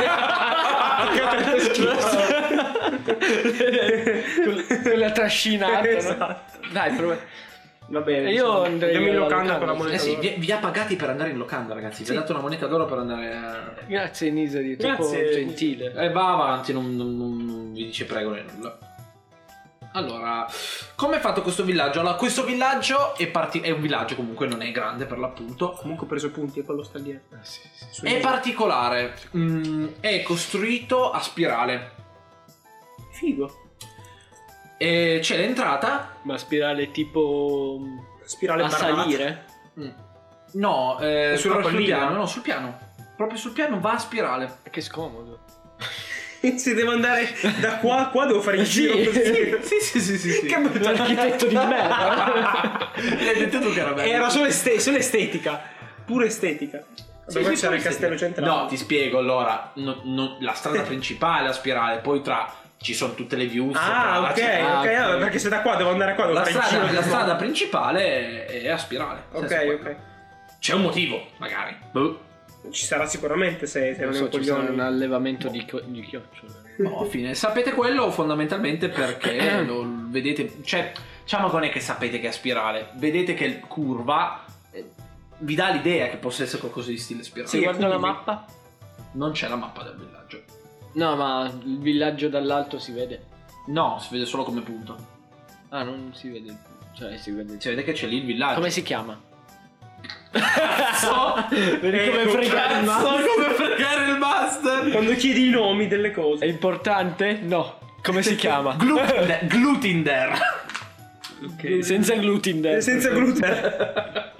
Speaker 3: Quella- quella trascinata, no?
Speaker 2: Esatto.
Speaker 3: Dai, prova.
Speaker 2: Va bene.
Speaker 3: E io
Speaker 2: insomma,
Speaker 3: andrei
Speaker 2: andiamo in
Speaker 3: alla
Speaker 2: locanda
Speaker 3: locanda.
Speaker 2: con la
Speaker 1: Eh
Speaker 2: moneta.
Speaker 1: sì,
Speaker 2: d'oro.
Speaker 1: vi, vi ha pagati per andare in locanda, ragazzi. Vi ha dato una moneta d'oro per andare a...
Speaker 3: Grazie Nisa di troppo
Speaker 2: Grazie.
Speaker 3: gentile.
Speaker 1: E va avanti, non, non- non- non vi dice prego né nulla. Allora, come è fatto questo villaggio? Allora, questo villaggio è, parti- è un villaggio comunque, non è grande per l'appunto.
Speaker 2: Comunque ho preso punti e quello sta lì. Su-
Speaker 1: È particolare, Mm, è costruito a spirale.
Speaker 2: Figo.
Speaker 1: E c'è l'entrata
Speaker 3: Ma spirale tipo
Speaker 2: Spirale
Speaker 3: a
Speaker 2: barrata.
Speaker 3: salire?
Speaker 1: Mm. No, eh,
Speaker 2: Sulla
Speaker 1: proprio sul
Speaker 2: collina?
Speaker 1: piano, no, sul piano. Proprio sul piano va a spirale.
Speaker 3: Che scomodo.
Speaker 2: Se devo andare da qua a qua devo fare il
Speaker 3: Sì.
Speaker 2: giro così.
Speaker 1: Sì, sì, sì, sì. sì.
Speaker 2: Che brutto
Speaker 3: L'architetto di merda.
Speaker 1: L'hai detto tu che era bello.
Speaker 2: Era solo, este- solo estetica, pure estetica.
Speaker 1: Sì,
Speaker 2: Vabbè, qua
Speaker 1: sì,
Speaker 2: c'era
Speaker 1: poi
Speaker 2: il
Speaker 1: se-
Speaker 2: castello centrale.
Speaker 1: No, ti spiego allora. no- no, la strada principale a spirale, poi tra ci sono tutte le views.
Speaker 2: Ah,
Speaker 1: tra-
Speaker 2: ok,
Speaker 1: c'è-
Speaker 3: ah,
Speaker 2: ok,
Speaker 3: ok.
Speaker 2: allora, perché se da qua devo andare qua, devo
Speaker 1: La
Speaker 2: fare il
Speaker 1: strada,
Speaker 2: giro
Speaker 1: la
Speaker 2: di
Speaker 1: strada principale è, è a spirale. nel
Speaker 2: nuovo.
Speaker 1: senso,
Speaker 2: Ok,
Speaker 1: C'è un motivo, magari. Boh.
Speaker 2: ok. Ci sarà sicuramente se, se non
Speaker 3: Non
Speaker 2: è
Speaker 3: so,
Speaker 2: un
Speaker 3: ci sarà
Speaker 2: coglione.
Speaker 3: un allevamento di, co- di chiocciole.
Speaker 1: No, fine. Sapete quello fondamentalmente perché lo vedete, cioè, diciamo che non è che sapete che è a spirale, vedete che il curva eh, vi dà l'idea che possa essere qualcosa di stile spirale.
Speaker 3: Se
Speaker 2: Sì,
Speaker 3: guardo la
Speaker 2: quindi-
Speaker 3: mappa?
Speaker 1: Non c'è la mappa del villaggio.
Speaker 3: No, ma il villaggio dall'alto si vede.
Speaker 1: No, si vede solo come punto.
Speaker 3: Ah, non si vede. Cioè, si vede.
Speaker 1: Si vede che c'è lì il villaggio.
Speaker 3: Come si chiama?
Speaker 1: Cazzo! Eh,
Speaker 3: Vedi come
Speaker 2: Ecco,
Speaker 3: fregare il
Speaker 1: Cazzo,
Speaker 3: master?
Speaker 1: come fregare il master?
Speaker 2: Quando chiedi i nomi delle
Speaker 3: È
Speaker 2: cose.
Speaker 3: importante? No. Come si chiama?
Speaker 1: Glutinder. Glutinder.
Speaker 3: Ok, Senza gluten. dentro.
Speaker 2: Senza gluten.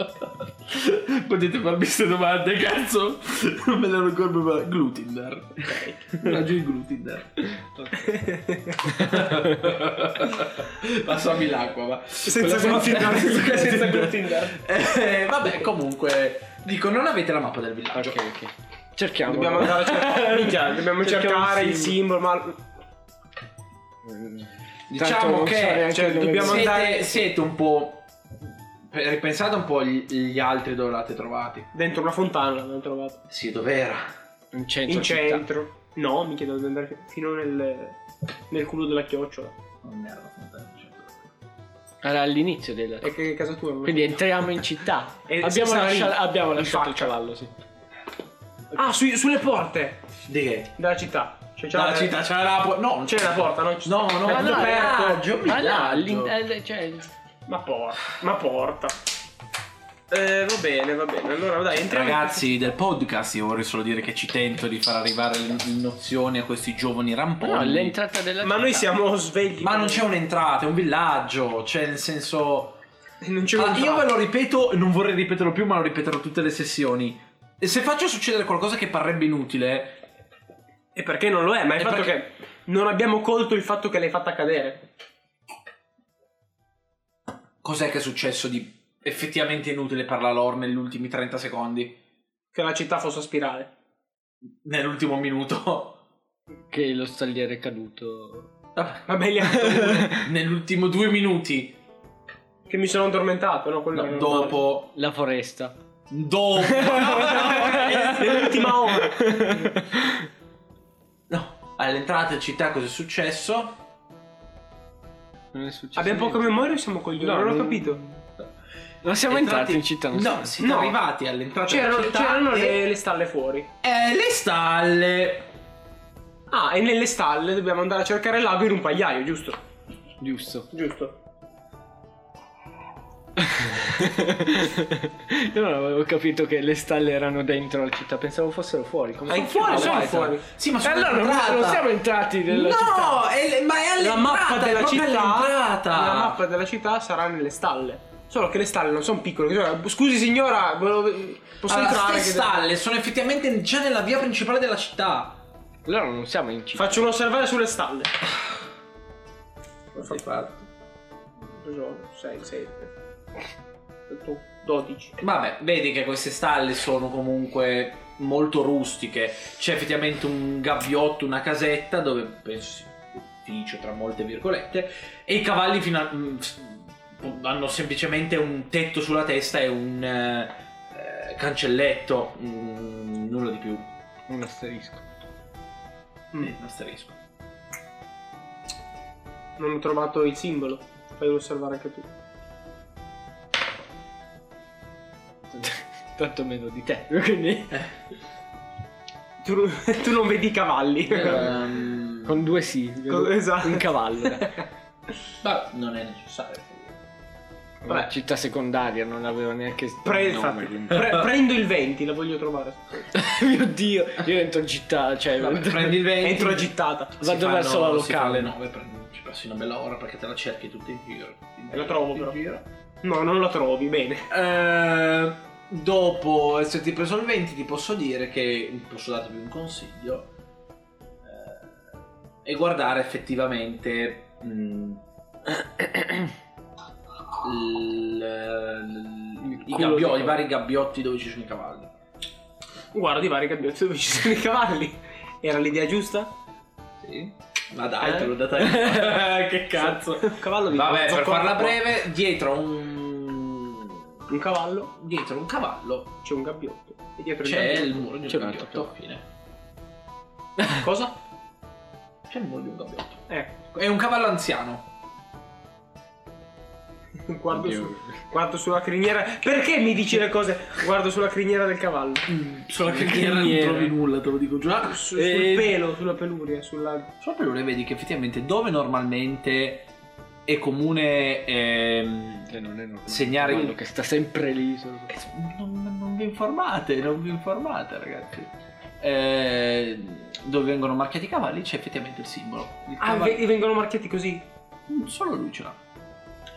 Speaker 1: Potete farmi queste domande, cazzo. Non me le ero ancora preparate. Glutinder. Raggio di Glutinder. Passami l'acqua, va.
Speaker 2: Senza
Speaker 1: Quella
Speaker 2: glutine,
Speaker 1: senza-
Speaker 2: senza glutine.
Speaker 1: Eh, vabbè, comunque. Dico, non avete la mappa del villaggio.
Speaker 3: Ok, ok. Cerchiamo.
Speaker 2: Dobbiamo andare a cercare. Minchia, dobbiamo
Speaker 3: Cerchiamo
Speaker 2: cercare
Speaker 3: il
Speaker 2: il simbolo, ma.
Speaker 1: Diciamo che,
Speaker 2: cioè, dobbiamo
Speaker 1: Siete,
Speaker 2: andare-
Speaker 1: siete un po'. Ripensate un po' gli, gli altri dove l'avete trovati.
Speaker 2: Dentro una fontana l'abbiamo trovato.
Speaker 1: Sì, dov'era?
Speaker 3: in centro.
Speaker 2: In centro. No, mi chiedo di andare fi- fino nel. nel culo della chiocciola.
Speaker 1: Non era la fontana. cioè,
Speaker 3: città. Era all'inizio della.
Speaker 2: E che casa tua? non-
Speaker 3: Quindi entriamo in città.
Speaker 2: E
Speaker 3: abbiamo,
Speaker 2: sta
Speaker 3: lascia-
Speaker 2: lì,
Speaker 3: abbiamo
Speaker 2: in
Speaker 3: lasciato il
Speaker 2: faccia.
Speaker 3: cavallo, sì.
Speaker 2: Ah, sui- sulle porte
Speaker 1: Di che?
Speaker 2: della città. Cioè, c'è
Speaker 1: Dalla
Speaker 2: la-
Speaker 1: città c'era la porta. No, non
Speaker 2: C'è la porta, non c'è.
Speaker 1: No, no,
Speaker 3: Ah,
Speaker 1: tutto aperto.
Speaker 3: no, ah, ah, no, all'in-
Speaker 1: villaggio.
Speaker 3: eh, cioè,
Speaker 2: Ma porta. Ma porta. Eh, va bene, va bene. Allora, dai, entriamo.
Speaker 1: Ragazzi del podcast, io vorrei solo dire che ci tento di far arrivare le nozioni a questi giovani ramponi.
Speaker 3: no, l'entrata della
Speaker 2: Ma
Speaker 3: città.
Speaker 2: noi siamo svegli.
Speaker 1: Ma non c'è un'entrata, è un villaggio. Cioè, nel senso.
Speaker 2: Non c'è
Speaker 1: Ah,
Speaker 2: un-
Speaker 1: io ve lo ripeto, non vorrei ripeterlo più, ma lo ripeterò tutte le sessioni. E se faccio succedere qualcosa che parrebbe inutile,
Speaker 2: E perché non lo è? Ma è
Speaker 1: E
Speaker 2: il fatto
Speaker 1: perché-
Speaker 2: che non abbiamo colto il fatto che l'hai fatta cadere.
Speaker 1: cos'è che è successo di effettivamente inutile per la lore negli ultimi 30 secondi?
Speaker 2: Che la città fosse a spirale.
Speaker 1: Nell'ultimo minuto?
Speaker 3: Che lo stagliere è caduto.
Speaker 1: Vabbè,
Speaker 2: Vabbè, gli altri-
Speaker 1: Nell'ultimo due minuti?
Speaker 2: che mi sono addormentato, no? Quello
Speaker 1: No,
Speaker 2: era normale.
Speaker 1: dopo.
Speaker 3: La foresta.
Speaker 1: Dopo.
Speaker 2: Nell'ultima ora.
Speaker 1: No. All'entrata in città cosa è successo?
Speaker 3: Non è successo.
Speaker 2: Abbiamo poca
Speaker 3: niente.
Speaker 2: memoria o siamo coglioni?
Speaker 3: No,
Speaker 2: non ho
Speaker 3: non-
Speaker 2: capito.
Speaker 3: Non siamo entrati in città. Non
Speaker 1: No,
Speaker 3: so.
Speaker 1: siete
Speaker 2: No.
Speaker 1: arrivati all'entrata
Speaker 2: C'erano,
Speaker 1: in Cioè, città.
Speaker 2: c'erano
Speaker 1: e-
Speaker 2: le, le stalle fuori.
Speaker 1: eh, le stalle.
Speaker 2: Ah, e nelle stalle dobbiamo andare a cercare il lago in un pagliaio, giusto?
Speaker 3: Giusto.
Speaker 2: Giusto.
Speaker 3: Io non avevo capito che le stalle erano dentro la città, pensavo fossero fuori. Come
Speaker 2: Ah,
Speaker 1: Sono
Speaker 2: in
Speaker 1: fuori,
Speaker 2: chiaro,
Speaker 1: sono
Speaker 2: vai,
Speaker 1: fuori. Sì, ma
Speaker 3: E
Speaker 1: sono
Speaker 3: Eh, allora non,
Speaker 1: entrata.
Speaker 3: non siamo entrati nella
Speaker 1: no,
Speaker 3: città.
Speaker 1: è- ma è
Speaker 2: La
Speaker 1: all'entrata,
Speaker 2: mappa
Speaker 1: è
Speaker 2: della
Speaker 1: proprio
Speaker 2: città.
Speaker 1: all'entrata.
Speaker 2: La mappa della città sarà nelle stalle. Solo che le stalle non sono piccole. cioè, Scusi signora, volevo- posso
Speaker 1: Allora,
Speaker 2: entrare?
Speaker 1: ste
Speaker 2: che-
Speaker 1: stalle sono effettivamente già nella via principale della città.
Speaker 3: Allora non siamo in città.
Speaker 2: Faccio un osservare sulle stalle. Ho preso 6, 7, 12.
Speaker 1: Vabbè, vedi che queste stalle sono comunque molto rustiche. C'è effettivamente un gabbiotto, una casetta dove penso si ufficio tra molte virgolette e i cavalli fino a- mm, s- hanno semplicemente un tetto sulla testa e un eh, eh, cancelletto, Mm, nulla di più.
Speaker 3: Un asterisco.
Speaker 1: Mm, un asterisco.
Speaker 2: Non ho trovato il simbolo. Fai osservare anche tu.
Speaker 3: Tanto meno di te. Quindi
Speaker 2: Tu, tu non vedi i cavalli.
Speaker 1: Ehm,
Speaker 3: con due sì. vedo
Speaker 2: Con- esatto.
Speaker 3: Un cavallo. dai.
Speaker 1: ma non è necessario.
Speaker 3: Una città secondaria, non aveva neanche
Speaker 2: Pre-
Speaker 3: il nome,
Speaker 2: infatti,
Speaker 3: quindi.
Speaker 2: pre- prendo il 20, la voglio trovare.
Speaker 3: Mio dio, io entro in città, cioè
Speaker 1: Vabbè, prendi il vento.
Speaker 2: Entro agitata.
Speaker 1: Si
Speaker 3: vado verso la
Speaker 1: fanno- si
Speaker 3: locale.
Speaker 1: fanno le 9, prendi- ci passi una bella ora perché te la cerchi tutti in giro.
Speaker 2: E la trovo,
Speaker 1: In
Speaker 2: però.
Speaker 1: giro.
Speaker 2: No, non la trovi, bene.
Speaker 1: Eh, dopo esserti preso il 20 ti posso dire che posso darti un consiglio eh, e guardare effettivamente mm, il- il- i,
Speaker 3: culo
Speaker 1: gabbio-
Speaker 3: dei
Speaker 1: i
Speaker 3: cavalli.
Speaker 1: vari gabbiotti dove ci sono i cavalli.
Speaker 2: Guarda i vari gabbiotti dove ci sono i cavalli. Era l'idea giusta?
Speaker 1: Sì. Ma dai,
Speaker 2: Eh?
Speaker 1: te l'ho data io. che cazzo.
Speaker 2: Un cavallo mi
Speaker 1: Vabbè,
Speaker 2: fa-
Speaker 1: per
Speaker 2: zoccola
Speaker 1: farla
Speaker 2: qua.
Speaker 1: breve, dietro un
Speaker 2: Un cavallo,
Speaker 1: dietro un cavallo
Speaker 2: c'è un gabbiotto. E dietro il
Speaker 1: c'è
Speaker 2: gabbiotto-
Speaker 1: il muro di
Speaker 3: C'è
Speaker 1: un
Speaker 3: un altro
Speaker 1: gabbiotto. Fine.
Speaker 2: Cosa?
Speaker 1: C'è il muro di un gabbiotto.
Speaker 2: Eh,
Speaker 1: È un cavallo anziano.
Speaker 2: guardo
Speaker 3: Oddio.
Speaker 2: su. Guardo sulla criniera. Perché mi dici le cose? Guardo sulla criniera del cavallo.
Speaker 1: Mm, Sulla
Speaker 3: che criniera.
Speaker 1: nulla, te lo dico già.
Speaker 2: Su-
Speaker 1: Eh,
Speaker 2: Sul pelo, sulla peluria, sulla.
Speaker 1: Solo per ora vedi che effettivamente dove normalmente è comune ehm,
Speaker 3: Che Eh, non è normale.
Speaker 1: Segnare-
Speaker 3: Quello che sta sempre lì. solo-
Speaker 1: non, non vi informate, non vi informate ragazzi. Eh, dove vengono marchiati i cavalli c'è effettivamente il simbolo. Il
Speaker 2: Ah,
Speaker 1: cavallo-
Speaker 2: ve- vengono marchiati così.
Speaker 1: Mm, Solo lui ce l'ha.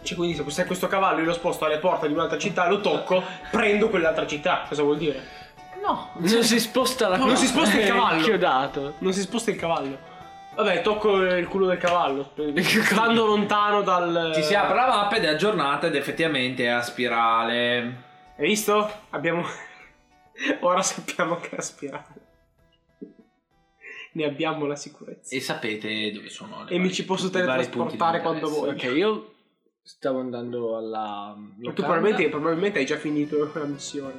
Speaker 2: Cioè, quindi se se questo cavallo io lo sposto alle porte di un'altra città, lo tocco, prendo quell'altra città. Cosa vuol dire?
Speaker 1: No,
Speaker 3: Non si sposta la
Speaker 2: Non si sposta il
Speaker 3: è
Speaker 2: cavallo.
Speaker 3: Chiodato.
Speaker 2: Non si sposta il cavallo. Vabbè, tocco eh, il culo del cavallo. Quando lontano dal.
Speaker 1: Ci si apre la mappa ed è aggiornata ed effettivamente è a spirale.
Speaker 2: Hai visto? Abbiamo. Ora sappiamo che aspirare. Ne abbiamo la sicurezza.
Speaker 1: E sapete dove sono le
Speaker 2: E mi
Speaker 1: varie-
Speaker 2: ci posso
Speaker 1: tutti i vari punti di
Speaker 2: teletrasportare quando
Speaker 1: interesse.
Speaker 2: voglio.
Speaker 3: Ok, io stavo andando alla.
Speaker 2: Tu
Speaker 3: locanda.
Speaker 2: probabilmente, probabilmente hai già finito la missione.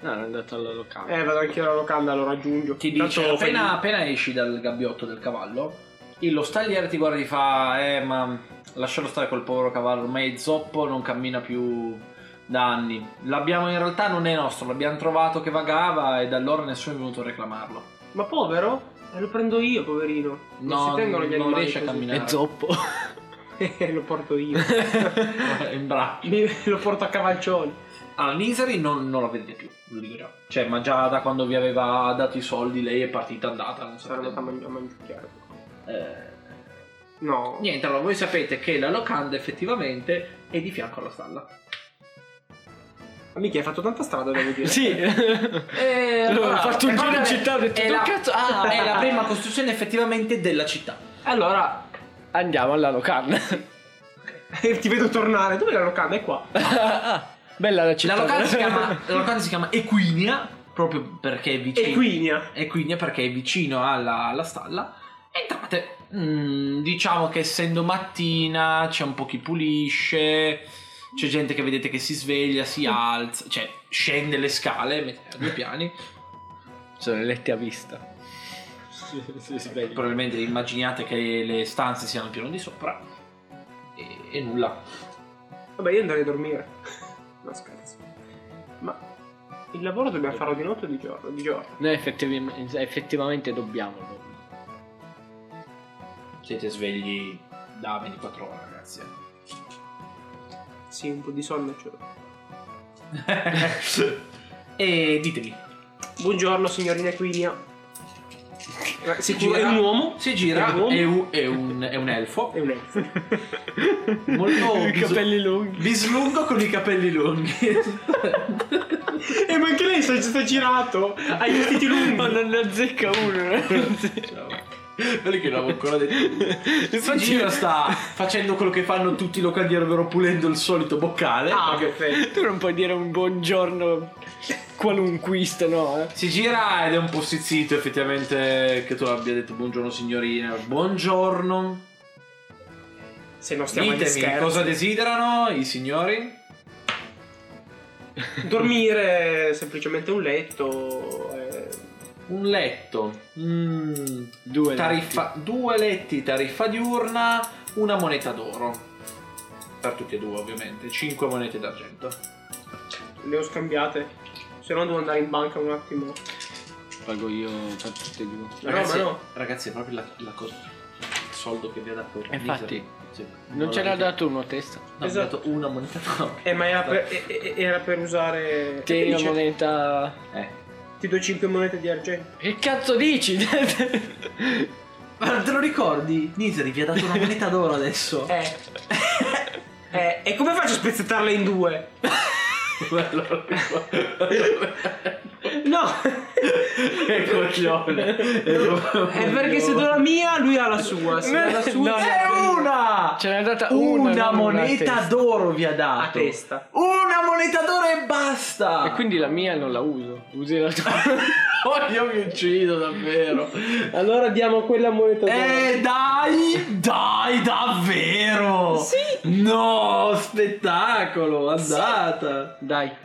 Speaker 3: No, ero andato alla locanda.
Speaker 2: Eh, vado anche alla locanda, lo raggiungio.
Speaker 1: Ti
Speaker 2: Tanto
Speaker 1: dice,
Speaker 2: fai-
Speaker 1: appena, appena esci dal gabbiotto del cavallo, il- lo stagliere ti guarda e ti fa, eh ma lascialo stare quel povero cavallo, ormai è zoppo, non cammina più da anni. L'abbiamo in realtà non è nostro, l'abbiamo trovato che vagava e da allora nessuno è venuto a reclamarlo.
Speaker 2: Ma povero? Eh, lo prendo io, poverino.
Speaker 1: No,
Speaker 2: non si tengono gli
Speaker 1: non
Speaker 2: animali
Speaker 1: riesce a
Speaker 2: così.
Speaker 1: camminare.
Speaker 3: È zoppo.
Speaker 2: Eh, lo porto io.
Speaker 1: in braccio.
Speaker 2: Mi- lo porto a cavalcioni.
Speaker 1: Allora, Ah, Nisari non, non la vedete più, ve lo dico già. Cioè, ma già da quando vi aveva dato i soldi lei è partita andata, non
Speaker 2: Sarà andata a,
Speaker 1: sapete.
Speaker 2: man- a mangiucchiare.
Speaker 1: Eh,
Speaker 2: No.
Speaker 1: Niente, allora voi sapete che la locanda effettivamente è di fianco alla stalla.
Speaker 2: Ma Mica, hai fatto tanta strada, devo dire.
Speaker 3: sì.
Speaker 1: E
Speaker 3: allora, ho fatto un
Speaker 1: è
Speaker 3: giro in
Speaker 1: proprio-
Speaker 3: città, ho detto,
Speaker 1: è eh,
Speaker 3: "Dove
Speaker 1: la, eh.
Speaker 3: cazzo- ah!"
Speaker 1: è la prima costruzione effettivamente della città.
Speaker 2: Allora,
Speaker 3: Andiamo alla locanda.
Speaker 2: ti vedo tornare. Dove è la locanda? È qua.
Speaker 3: Ah, Bella la città.
Speaker 1: La locanda, si chiama, la locanda si chiama Equinia, proprio perché è vicino.
Speaker 2: Equinia.
Speaker 1: Equinia perché è vicino alla, alla stalla. Entrate. Mm, diciamo che essendo mattina c'è un po' chi pulisce. C'è gente che vedete che si sveglia, si alza, cioè scende le scale, mette a due piani.
Speaker 3: Sono i letti a vista.
Speaker 1: Probabilmente immaginate che le stanze siano al piano di sopra. E, e nulla.
Speaker 2: Vabbè, io andrei a dormire. No, scherzo. Ma il lavoro dobbiamo farlo di notte o di giorno? Di giorno.
Speaker 3: Noi effettivamente, effettivamente dobbiamo.
Speaker 1: Siete svegli da 24 ore, ragazzi.
Speaker 2: Sì, un po' di sonno ce l'ho.
Speaker 1: e ditemi.
Speaker 2: Buongiorno, signorina Equinia. Eh, Si gira. È un uomo?
Speaker 1: Si gira.
Speaker 2: È un uomo?
Speaker 1: È un, è un- è un elfo.
Speaker 2: È un elfo.
Speaker 1: Molto
Speaker 3: I
Speaker 1: biso-
Speaker 3: capelli lunghi.
Speaker 1: Bislungo con i capelli lunghi.
Speaker 2: e Eh, ma anche lei si è sta girato. Ha i vestiti
Speaker 3: Ma
Speaker 2: lunghi.
Speaker 3: non ne azzecca uno.
Speaker 1: Quelli che non avevo ancora detto. Sta gira sta facendo quello che fanno tutti i locandieri, ovvero pulendo il solito boccale.
Speaker 2: Ah,
Speaker 1: Perché-
Speaker 2: perfetto.
Speaker 3: Tu non puoi dire un buongiorno qualunquista, no? eh?
Speaker 1: Si gira ed è un po' stizzito effettivamente che tu abbia detto buongiorno signorina. Buongiorno.
Speaker 2: Se non stiamo agli
Speaker 1: Ditemi
Speaker 2: scherzi.
Speaker 1: cosa desiderano i signori.
Speaker 2: Dormire, semplicemente un letto. eh,
Speaker 1: Un letto. Mm,
Speaker 3: Due.
Speaker 1: tariffa- due letti, tariffa diurna, una moneta d'oro. Per tutti e due ovviamente. Cinque monete d'argento.
Speaker 2: le ho scambiate. Se no devo andare in banca un attimo.
Speaker 3: Pago io per tutte e due.
Speaker 2: Ma no, ma no.
Speaker 1: Ragazzi, è proprio la, la cosa. Il soldo che vi ha dato.
Speaker 3: Eh, infatti.
Speaker 1: Miser- sì,
Speaker 3: Non ce l'ha
Speaker 1: l'avete-
Speaker 3: dato uno a testa.
Speaker 1: No, mi ha dato una moneta d'oro.
Speaker 2: Eh, ma era per, eh, eh, era per usare.
Speaker 3: Tieni la
Speaker 2: Dice,
Speaker 3: moneta.
Speaker 1: Eh.
Speaker 2: Ti do 5 monete di argento.
Speaker 3: Che cazzo dici?
Speaker 1: Ma te lo ricordi? Niseri vi ha dato una moneta d'oro adesso.
Speaker 2: Eh. eh. E come faccio a spezzettarla in due? No!
Speaker 1: Che coglione.
Speaker 2: È perché se do la mia, lui ha la sua. Se ha la sua,
Speaker 3: No,
Speaker 1: È Eh, una!
Speaker 3: Ce n'è data una,
Speaker 1: una,
Speaker 3: non una a
Speaker 1: moneta
Speaker 3: testa.
Speaker 1: d'oro vi ha dato.
Speaker 2: a testa.
Speaker 1: Una moneta d'oro e basta!
Speaker 3: e quindi la mia non la uso. Usi la tua.
Speaker 1: Oh, io mi uccido davvero.
Speaker 2: Allora diamo quella moneta.
Speaker 1: Eh dai, dai, davvero!
Speaker 2: Sì.
Speaker 1: No, spettacolo, andata!
Speaker 3: Dai.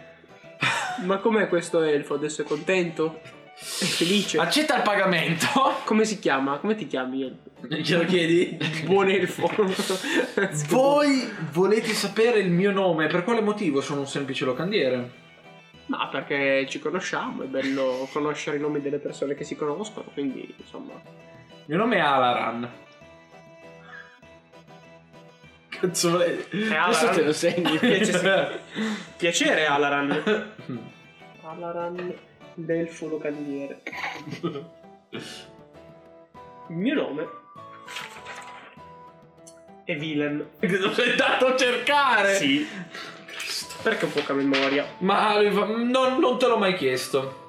Speaker 2: Ma com'è questo elfo? Adesso è contento? È felice?
Speaker 1: Accetta il pagamento.
Speaker 2: Come si chiama? Come ti chiami? elfo?
Speaker 1: Ce lo chiedi?
Speaker 2: Buon elfo.
Speaker 1: Voi volete sapere il mio nome? Per quale motivo sono un semplice locandiere?
Speaker 2: Ma perché ci conosciamo, è bello conoscere i nomi delle persone che si conoscono, quindi insomma.
Speaker 1: Il mio nome è Alaran. cazzo vuole-
Speaker 3: Adesso te lo segni.
Speaker 2: Invece sì. Eh, Piacere Alaran. Alaran Delfo Locandiere. Il mio nome è Vilem.
Speaker 1: Lo sei andato a cercare!
Speaker 2: Sì. Perché ho poca memoria?
Speaker 1: Ma lui fa, "Non- non te l'ho mai chiesto.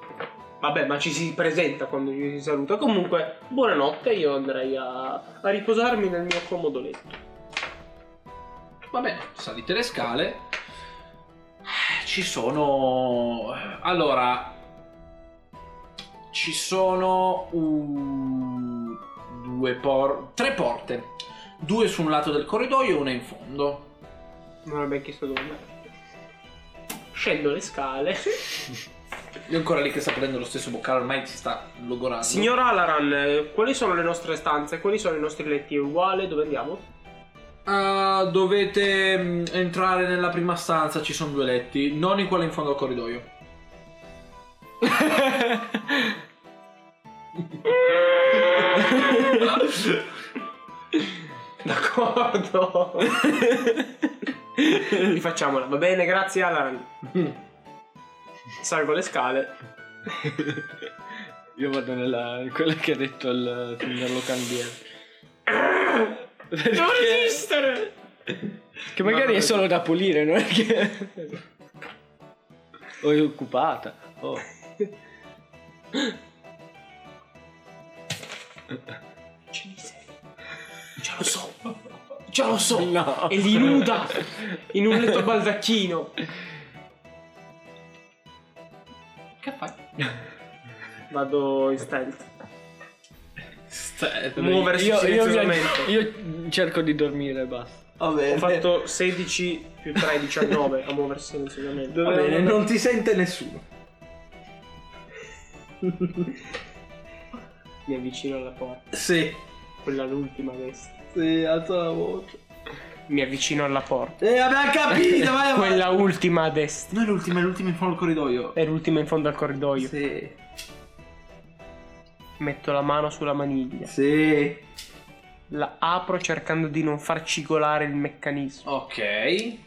Speaker 2: Vabbè, ma ci si presenta quando ci si saluta. Comunque, buonanotte, io andrei a, a riposarmi nel mio comodo letto.
Speaker 1: Va bene, salite le scale. Eh, Ci sono. Allora. Ci sono un- due por... tre porte. Due su un lato del corridoio e una in fondo.
Speaker 2: Non ho mai chiesto dove andare. Scendo le scale.
Speaker 1: Io ancora lì che sta prendendo lo stesso boccale, ormai si sta logorando.
Speaker 2: Signor Alaran, eh, quali sono le nostre stanze? Quali sono i nostri letti? È uguale? Dove andiamo?
Speaker 1: Ah, dovete mm, entrare nella prima stanza, ci sono due letti, non in quella in fondo al corridoio.
Speaker 2: D'accordo. Rifacciamola. Va bene, grazie Alaran. Salgo le scale.
Speaker 3: Io vado nella. quella che ha detto il signor Locandiere.
Speaker 2: Non resistere!
Speaker 3: Che magari
Speaker 2: No, no,
Speaker 3: è solo da pulire, non è che. O è occupata. Oh.
Speaker 2: Ce ne sei. Ce lo so. Ce lo so.
Speaker 3: No.
Speaker 2: E li nuda in un letto a baldacchino.
Speaker 1: Che fai?
Speaker 2: Vado in stealth.
Speaker 1: Stai-
Speaker 2: Muoversi
Speaker 3: Io, io,
Speaker 2: silenziosamente.
Speaker 3: io cerco di dormire e basta.
Speaker 1: Va bene.
Speaker 2: Ho fatto 16 più 3, 19 a muoversi silenziosamente.
Speaker 1: Va bene, non ti sente nessuno.
Speaker 2: Mi avvicino alla porta.
Speaker 1: Sì,
Speaker 2: Quella l'ultima questa.
Speaker 1: sì, alza la voce.
Speaker 2: Mi avvicino alla porta.
Speaker 1: Eh, abbiamo capito, vai avanti.
Speaker 2: Quella ultima a destra.
Speaker 1: No, è l'ultima, è l'ultima in fondo al corridoio.
Speaker 2: È l'ultima in fondo al corridoio.
Speaker 1: Sì.
Speaker 2: Metto la mano sulla maniglia.
Speaker 1: Sì.
Speaker 2: La apro cercando di non far cigolare il meccanismo.
Speaker 1: Ok. Ce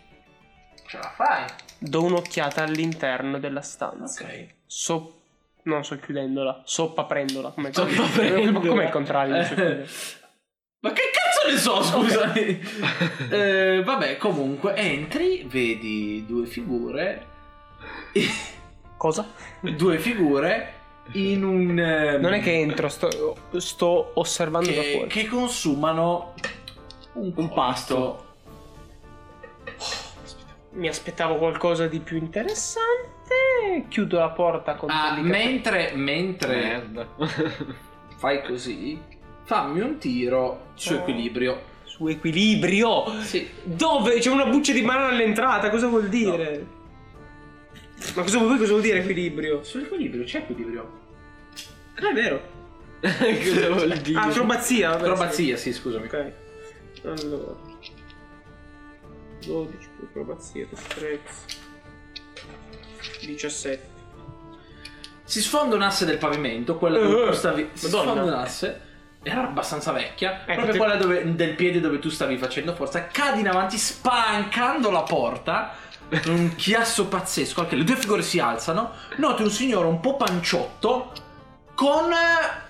Speaker 1: la fai.
Speaker 2: Do un'occhiata all'interno della stanza.
Speaker 1: Ok.
Speaker 2: So... Non sto chiudendola. Soppaprendola. Come
Speaker 3: Soppaprendola.
Speaker 2: Come il contrario?
Speaker 1: Eh.
Speaker 2: Cioè, di sopprendere?
Speaker 1: Ma che cazzo ne so, scusami. Eh, vabbè, comunque, entri, vedi due figure.
Speaker 2: Cosa?
Speaker 1: due figure in un... ehm,
Speaker 2: Non è che entro, sto, sto osservando da
Speaker 1: che,
Speaker 2: fuori.
Speaker 1: che consumano un,
Speaker 3: Un
Speaker 1: pasto.
Speaker 2: Mi aspettavo qualcosa di più interessante. Chiudo la porta con
Speaker 1: Ah,
Speaker 2: delicato-
Speaker 1: mentre,
Speaker 2: Eh.
Speaker 1: mentre fai così, fammi un tiro su
Speaker 2: Oh.
Speaker 1: equilibrio.
Speaker 2: su equilibrio.
Speaker 1: Sì.
Speaker 2: Dove? C'è una buccia di banana all'entrata, cosa vuol dire? Ma cosa vuol, cosa vuol dire equilibrio?
Speaker 1: Su equilibrio, c'è equilibrio.
Speaker 2: Non è vero.
Speaker 3: Cosa vuol dire?
Speaker 2: Ah, acrobazia, vabbè.
Speaker 1: Acrobazia, sì,
Speaker 2: sì.
Speaker 1: scusami.
Speaker 2: Ok. Allora. 12 più acrobazia, destrezza. 17.
Speaker 1: Si sfonda un asse del pavimento, quella dove
Speaker 2: Eh,
Speaker 1: tu stavi. Si
Speaker 2: Madonna. Eh,
Speaker 1: sfonda un asse. Era abbastanza vecchia, proprio
Speaker 2: te-
Speaker 1: quella dove- del piede dove tu stavi facendo forza, cadi in avanti spalancando la porta. con Un chiasso pazzesco, anche le due figure si alzano. Noti un signore un po' panciotto con.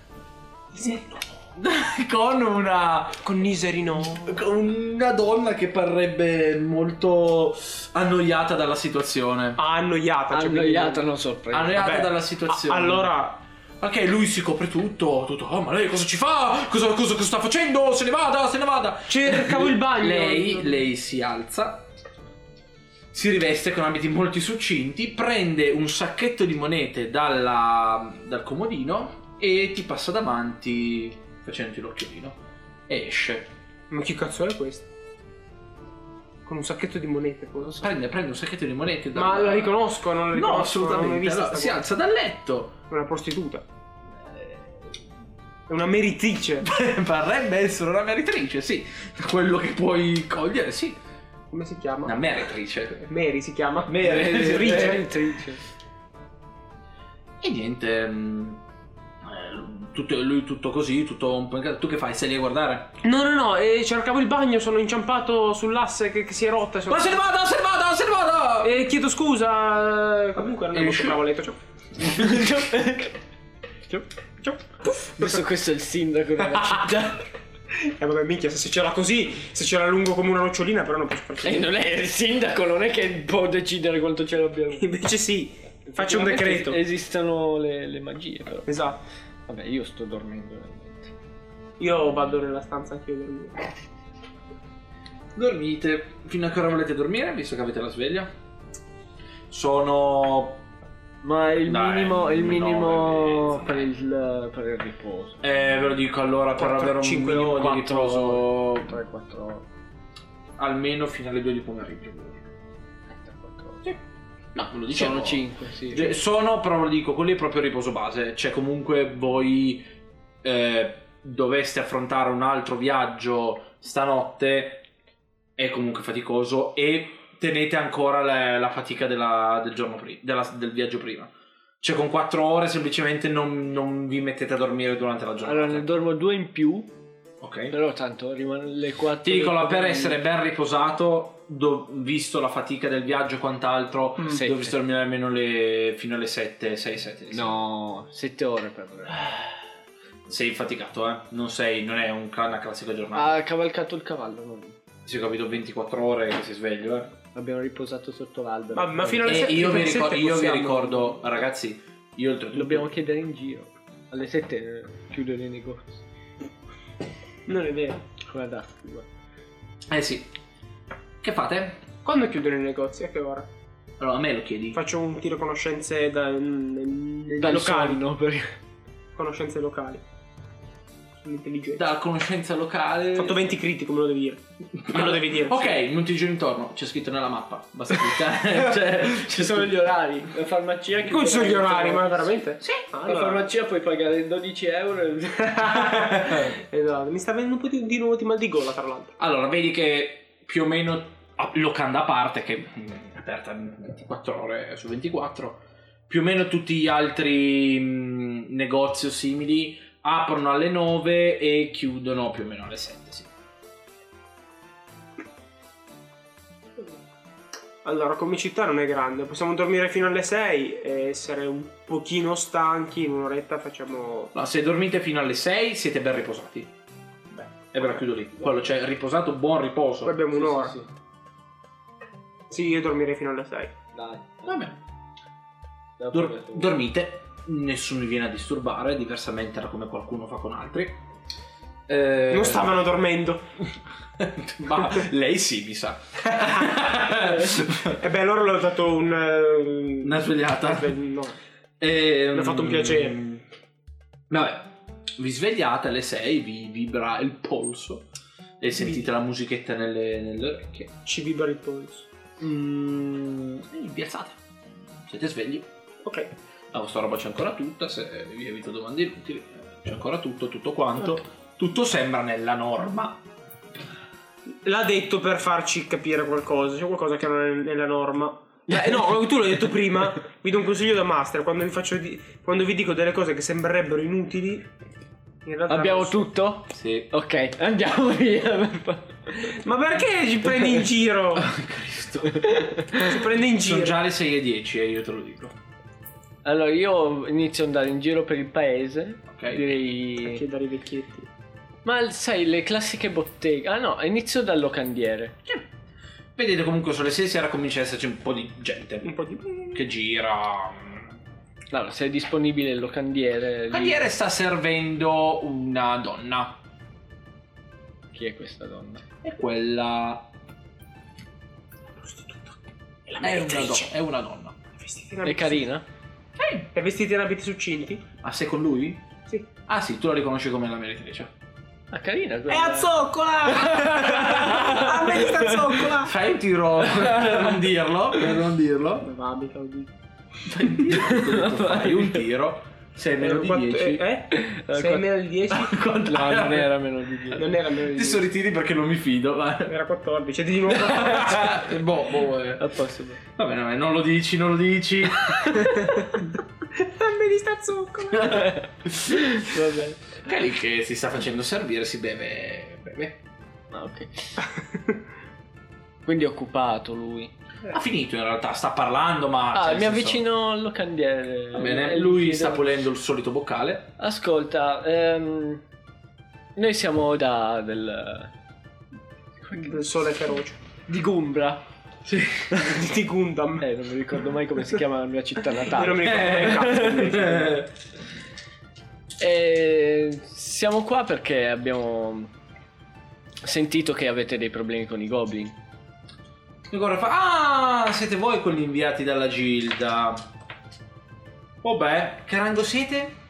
Speaker 1: con una.
Speaker 2: Con Niserino.
Speaker 1: una donna che parrebbe molto annoiata dalla situazione.
Speaker 2: Ah, annoiata. cioè, quindi-
Speaker 3: Annoiato, non sorpreso.
Speaker 1: Annoiata
Speaker 2: vabbè.
Speaker 1: dalla
Speaker 2: A-
Speaker 1: situazione.
Speaker 2: allora,
Speaker 1: Ok, lui si copre tutto, tutto, oh ma lei cosa ci fa? Cosa, cosa- cosa sta facendo? Se ne vada, se ne vada!
Speaker 2: cercavo il bagno.
Speaker 1: Lei, lei si alza, si riveste con abiti molto succinti, prende un sacchetto di monete dalla- dal comodino e ti passa davanti facendoti l'occhiolino e esce.
Speaker 2: Ma che cazzo è questo? Con un sacchetto di monete, cosa so.
Speaker 1: Prende, prende un sacchetto di monete dalla-
Speaker 2: Ma la riconosco, non la riconosco.
Speaker 1: Eh, No,
Speaker 2: Non l'ho mai
Speaker 1: assolutamente.
Speaker 2: vista
Speaker 1: Allora, si
Speaker 2: sta
Speaker 1: alza dal letto.
Speaker 2: qua. È una prostituta. È una meritrice.
Speaker 1: Parrebbe Eh, essere una meritrice, sì. Da quello che puoi cogliere, sì.
Speaker 2: Come si chiama?
Speaker 1: Una meritrice.
Speaker 2: Mary si chiama.
Speaker 1: Mary. eh,
Speaker 3: Eh,
Speaker 2: Meritrice.
Speaker 3: Attrice.
Speaker 1: E niente, mm, eh, tutto- lui tutto così, tutto un po' inca- Tu che fai? Sei lì a guardare?
Speaker 2: No, no, no, eh, cercavo il bagno, sono inciampato sull'asse che, che si è rotta. sono-
Speaker 1: Ma se ne vado, se ne vado, se ne vado!
Speaker 2: Eh, chiedo scusa. eh, Comunque andavo
Speaker 1: Esci.
Speaker 2: sul tavoletto. ciao.
Speaker 3: Eh, Ciao.
Speaker 2: Ciao. Puff.
Speaker 3: Adesso questo è il sindaco della città.
Speaker 2: Eh vabbè, minchia, se c'era così, se c'era lungo come una nocciolina, però non posso farci.
Speaker 3: E Eh, non è il sindaco, non è che può decidere quanto ce l'abbiamo.
Speaker 2: Invece sì, faccio un
Speaker 3: Effettivamente
Speaker 2: decreto.
Speaker 3: Esistono le, le magie, però.
Speaker 2: Esatto.
Speaker 3: Vabbè, io sto dormendo veramente.
Speaker 2: Io vado nella stanza anch'io a dormire.
Speaker 1: Dormite fino a che ora volete dormire, visto che avete la sveglia? Sono.
Speaker 3: Ma il
Speaker 1: Dai,
Speaker 3: minimo, il
Speaker 1: nove,
Speaker 3: minimo
Speaker 1: mezzo,
Speaker 3: per
Speaker 1: dai.
Speaker 3: il, per il riposo.
Speaker 1: Eh, ve lo dico allora per
Speaker 2: Quattro,
Speaker 1: avere un
Speaker 2: cinque,
Speaker 1: minimo di
Speaker 2: quattro
Speaker 1: riposo
Speaker 3: 3-4 ore.
Speaker 1: almeno fino alle 2 di pomeriggio. ve lo dico. No, ve lo dicevo.
Speaker 3: Sono 5, sì.
Speaker 1: Cioè, Sono, però ve lo dico, quello è proprio il riposo base. Cioè, comunque voi eh, doveste affrontare un altro viaggio stanotte, è comunque faticoso e tenete ancora la, la fatica della- del, giorno pri- della- del viaggio prima. Cioè, con 4 ore semplicemente non, non vi mettete a dormire durante la giornata.
Speaker 3: Allora ne dormo due in più,
Speaker 1: ok.
Speaker 3: però tanto rimane le 4.
Speaker 1: Ti dico, allora, per essere ben riposato, do- visto la fatica del viaggio e quant'altro,
Speaker 2: Mm.
Speaker 3: Sette.
Speaker 1: dovreste dormire almeno le- fino alle 7, 6, 7.
Speaker 3: No, 7 ore per dormire.
Speaker 1: Sei faticato, eh? Non sei, non è un, una classica
Speaker 2: Ah.
Speaker 1: giornata.
Speaker 3: Ha cavalcato il cavallo, non-
Speaker 1: Si è capito 24 ore che si sveglio, eh?
Speaker 3: Abbiamo riposato sotto l'albero. Eh,
Speaker 2: Ma- ma fino alle
Speaker 1: E
Speaker 2: sette-
Speaker 1: io, vi
Speaker 2: alle
Speaker 1: ricor-
Speaker 2: sette
Speaker 1: io vi
Speaker 2: possiamo-
Speaker 1: ricordo, ragazzi, io oltretutto...
Speaker 3: Dobbiamo chiedere in giro. Alle 7 chiudono i negozi.
Speaker 2: Non è vero.
Speaker 3: Guardate, guarda.
Speaker 1: Eh sì. Che fate?
Speaker 2: Quando chiudono i negozi? A che ora?
Speaker 1: Allora, a me lo chiedi.
Speaker 2: Faccio un tiro conoscenze da, nei
Speaker 3: Dal
Speaker 2: locali.
Speaker 3: sonno, perché-
Speaker 2: Conoscenze locali. Sono intelligente.
Speaker 1: Da conoscenza locale...
Speaker 2: Ho fatto 20 critico, me lo devi dire. Me lo devi dire.
Speaker 1: Ok, non ti giro intorno, c'è scritto nella mappa, basta cliccare. cioè,
Speaker 3: Ci sono gli orari. La farmacia che
Speaker 2: Come ci sono gli orari, ma veramente?
Speaker 1: Sì.
Speaker 3: La
Speaker 2: Allora.
Speaker 3: farmacia puoi pagare 12 euro.
Speaker 2: esatto, mi sta venendo un po' di, di nuovo di mal di gola, tra l'altro.
Speaker 1: Allora, vedi che più o meno a- locanda a parte, che mm, è aperta 24 ore su 24, più o meno tutti gli altri mm, negozi o simili aprono alle 9 e chiudono più o meno alle 7. Sì.
Speaker 2: Allora, come città non è grande, possiamo dormire fino alle 6 e essere un pochino stanchi, in un'oretta facciamo...
Speaker 1: Ma se dormite fino alle 6 siete ben riposati. Beh, e ve la chiudo lì. Quello, cioè, riposato, buon riposo.
Speaker 2: Poi abbiamo un'ora. Sì,
Speaker 3: Sì, sì,
Speaker 2: io dormirei fino alle 6.
Speaker 3: sì. Dai.
Speaker 1: Va bene.
Speaker 3: Dopo
Speaker 1: Dor-
Speaker 3: adesso-
Speaker 1: dormite, nessuno vi viene a disturbare, diversamente da come qualcuno fa con altri. Eh,
Speaker 2: Non stavano dormendo.
Speaker 1: Ma lei sì, mi sa.
Speaker 2: E beh, allora l'ho dato un... eh,
Speaker 1: Una svegliata.
Speaker 2: Beh, No.
Speaker 1: Ehm,
Speaker 2: Mi ha fatto un piacere.
Speaker 1: Vabbè, vi svegliate alle 6, vi vibra il polso e sentite la musichetta nelle, nelle orecchie.
Speaker 2: Ci vibra il polso.
Speaker 1: Mm, e vi alzate. Siete svegli.
Speaker 2: Ok.
Speaker 1: La vostra roba c'è ancora tutta, se vi evito domande inutili, c'è ancora tutto, tutto quanto. Tutto sembra nella norma.
Speaker 2: L'ha detto per farci capire qualcosa, c'è qualcosa che non è nella norma. Eh, no, tu l'hai detto prima, vi do un consiglio da master, quando vi, faccio di- quando vi dico delle cose che sembrerebbero inutili, in realtà...
Speaker 3: Abbiamo
Speaker 2: non so.
Speaker 3: tutto?
Speaker 1: Sì.
Speaker 3: Ok, andiamo via. per fa-
Speaker 2: Ma perché ci prendi in giro?
Speaker 1: Cristo.
Speaker 2: Ci prende in
Speaker 1: Sono
Speaker 2: giro.
Speaker 1: già le 6 e 10 e io te lo dico.
Speaker 3: Allora, io inizio ad andare in giro per il paese.
Speaker 1: Ok.
Speaker 2: A
Speaker 3: Direi.
Speaker 2: chiedere ai vecchietti.
Speaker 3: Ma sai, le classiche botteghe. Ah no, inizio dal locandiere.
Speaker 1: Vedete comunque sulle 6 sera comincia ad esserci un po' di gente
Speaker 2: Un po' di...
Speaker 1: che gira. mm.
Speaker 3: Allora, se è disponibile il locandiere. lì-
Speaker 1: Cavaliere sta servendo una donna.
Speaker 3: Chi è questa donna?
Speaker 1: E quella
Speaker 2: Prostituta. È la
Speaker 1: è una, do-
Speaker 2: meritrice.
Speaker 1: è una donna.
Speaker 2: Vestita in
Speaker 3: È
Speaker 2: abiti-
Speaker 3: carina?
Speaker 1: Ehi,
Speaker 2: È vestita in abiti succinti?
Speaker 1: Ah, sei con lui?
Speaker 2: Sì.
Speaker 1: Ah sì, tu la riconosci come la meretrice.
Speaker 3: Ah, carina
Speaker 2: È
Speaker 3: quella.
Speaker 2: a zoccola! A me sta zoccola!
Speaker 1: Fai un tiro per non dirlo. Per non dirlo.
Speaker 2: Ma va, mica lo dico.
Speaker 1: Fai un tiro. Fai un tiro. Sei meno di
Speaker 2: Quattro-
Speaker 1: 10.
Speaker 2: Eh?
Speaker 3: Eh,
Speaker 2: Sei
Speaker 3: quatt-
Speaker 2: meno di 10?
Speaker 3: No, non era meno di dieci.
Speaker 2: Non era meno
Speaker 1: eh, Ti
Speaker 2: di 10.
Speaker 1: sorritiri perché non mi fido. Ma...
Speaker 2: Era 14, di nuovo.
Speaker 1: Eh, boh, boh. eh.
Speaker 3: A posto.
Speaker 1: Va bene, va bene, non lo dici, non lo dici.
Speaker 2: Dammi di sta zuccola.
Speaker 3: Vabbè.
Speaker 1: Kelly che si sta facendo servire si beve... beve.
Speaker 3: Ah, ok. Quindi è occupato lui.
Speaker 1: Ha finito in realtà, sta parlando ma...
Speaker 3: Ah,
Speaker 1: cioè, nel
Speaker 3: mi
Speaker 1: senso-
Speaker 3: avvicino al locandiere.
Speaker 1: Va bene,
Speaker 3: E
Speaker 1: lui
Speaker 3: chiedo-
Speaker 1: sta pulendo il solito boccale.
Speaker 3: Ascolta, ehm, noi siamo da del
Speaker 2: Il sole è feroce.
Speaker 3: di Gumbra. Sì.
Speaker 2: Di Gundam.
Speaker 3: Eh, non mi ricordo mai come si chiama la mia città
Speaker 2: Io non
Speaker 3: natale.
Speaker 2: mi ricordo mai cazzo.
Speaker 3: Eh, siamo qua perché abbiamo sentito che avete dei problemi con i goblin.
Speaker 1: Ancora fa... Ah, siete voi quelli inviati dalla Gilda. Vabbè, che rango siete?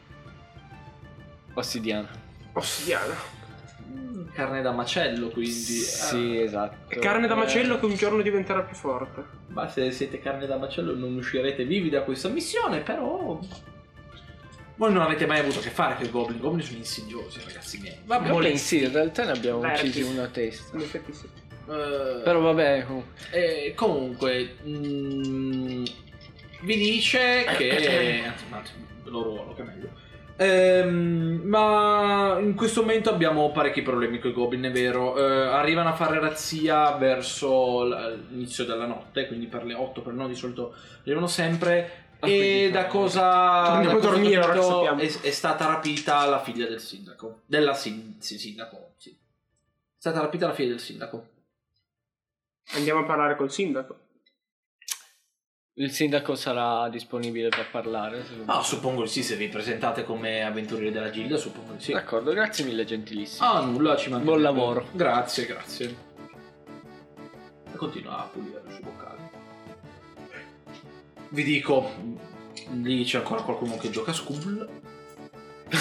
Speaker 3: Ossidiana.
Speaker 2: Oh, Ossidiana.
Speaker 1: Mm, Carne da macello, quindi...
Speaker 3: Sì,
Speaker 1: Ah.
Speaker 3: esatto.
Speaker 2: Carne da
Speaker 3: Eh,
Speaker 2: macello che un giorno diventerà più forte.
Speaker 1: Ma se siete carne da macello non uscirete vivi da questa missione, però... Voi non avete mai avuto a che fare con i goblin, i goblin sono insidiosi, ragazzi miei. Vabbè,
Speaker 3: Goblin, sì, in realtà ne abbiamo
Speaker 2: Verdi.
Speaker 3: uccisi una a testa.
Speaker 2: In effetti sì.
Speaker 1: eh,
Speaker 3: Però vabbè, comunque.
Speaker 1: eh, comunque... mm, vi dice che... Anzi, un attimo, ve lo ruolo, che è meglio. Ehm, ma in questo momento abbiamo parecchi problemi con i goblin, è vero. Eh, arrivano a fare razzia verso l- l'inizio della notte, quindi per le 8, per le 9 di solito arrivano sempre.
Speaker 2: Ah,
Speaker 1: E
Speaker 2: quindi
Speaker 1: da
Speaker 2: fa-
Speaker 1: cosa,
Speaker 2: Torniamo
Speaker 1: da
Speaker 2: a
Speaker 1: cosa ho
Speaker 2: dormire, ora che
Speaker 1: capito,
Speaker 2: sappiamo.
Speaker 1: è, è stata rapita la figlia del sindaco. Della sin- sì, sindaco, sì. È stata rapita la figlia del sindaco.
Speaker 2: Andiamo a parlare col sindaco.
Speaker 3: Il sindaco sarà disponibile per parlare. secondo
Speaker 1: Ah,
Speaker 3: me.
Speaker 1: suppongo di sì, se vi presentate come avventurieri della Gilda, suppongo di sì.
Speaker 2: Ecco.
Speaker 3: D'accordo, grazie mille, gentilissimo.
Speaker 1: Ah, nulla, ci manca.
Speaker 3: Buon lavoro.
Speaker 1: Grazie, grazie. E continua a pulire il suo boccale. Vi dico, lì c'è ancora qualcuno che gioca a school.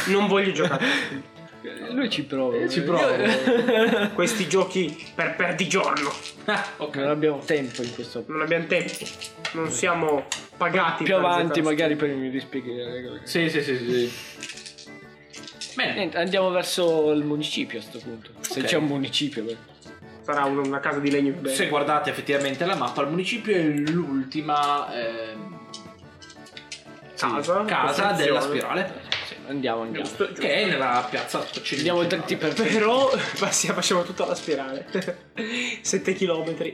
Speaker 2: Non voglio giocare.
Speaker 3: Eh, Lui ci prova.
Speaker 1: Eh, ci prova.
Speaker 3: Io-
Speaker 2: Questi giochi per perdigiorno.
Speaker 1: Ah, ok.
Speaker 3: non abbiamo tempo in questo.
Speaker 2: Non abbiamo tempo. Non siamo pagati.
Speaker 3: Più
Speaker 2: per
Speaker 3: avanti,
Speaker 2: giocare.
Speaker 3: magari per mi rispiegare.
Speaker 1: Sì, sì, sì, sì. Bene.
Speaker 3: Niente, andiamo verso il municipio a sto punto. Se
Speaker 1: Ok.
Speaker 3: c'è un municipio. beh.
Speaker 2: Sarà un- una casa di legno più bella.
Speaker 1: Se guardate effettivamente la mappa, il municipio è l'ultima ehm, sì,
Speaker 2: Casa?
Speaker 1: casa
Speaker 2: Costruzione.
Speaker 1: della spirale,
Speaker 3: Sì, andiamo, andiamo.
Speaker 2: Giusto, giusto.
Speaker 1: che è nella piazza Centrale.
Speaker 3: Andiamo dritti per
Speaker 2: Però passi- facciamo tutta la spirale. 7 km.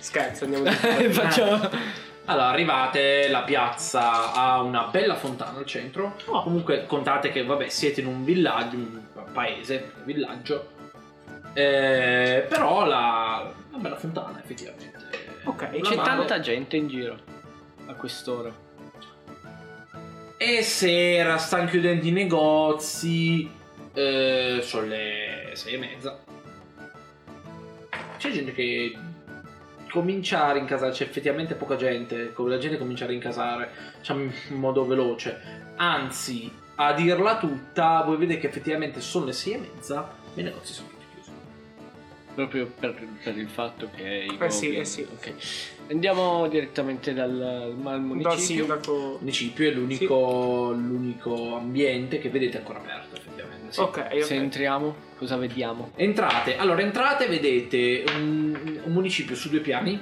Speaker 2: Scherzo, andiamo
Speaker 3: Eh,
Speaker 2: di
Speaker 3: Facciamo.
Speaker 1: Allora, arrivate, la piazza ha una bella fontana al centro.
Speaker 3: Ah.
Speaker 2: Oh.
Speaker 1: Comunque, contate che, vabbè, siete in un villaggio, un paese, un villaggio. Eh, però la. Una bella fontana, effettivamente.
Speaker 2: Ok,
Speaker 1: La
Speaker 3: C'è
Speaker 1: mano-
Speaker 3: tanta gente in giro a quest'ora.
Speaker 1: E sera, stanno chiudendo i negozi. eh, sono le sei e mezza. C'è gente che comincia a rincasare, c'è effettivamente poca gente. co- La gente comincia a rincasare diciamo, in modo veloce. Anzi, a dirla tutta, voi vedete che effettivamente sono le sei e mezza e i negozi sono tutti chiusi.
Speaker 3: Proprio per, per il fatto che i
Speaker 2: Eh sì,
Speaker 3: goblin-
Speaker 2: eh sì.
Speaker 3: ok. Andiamo direttamente dal, al
Speaker 2: Ah, Dal
Speaker 3: municipio.
Speaker 2: sindaco.
Speaker 1: Il municipio è l'unico, l'unico ambiente che vedete ancora aperto, effettivamente. sì.
Speaker 2: Ok, ok.
Speaker 3: Se entriamo, cosa vediamo?
Speaker 1: Entrate, allora entrate, vedete un, un municipio su due piani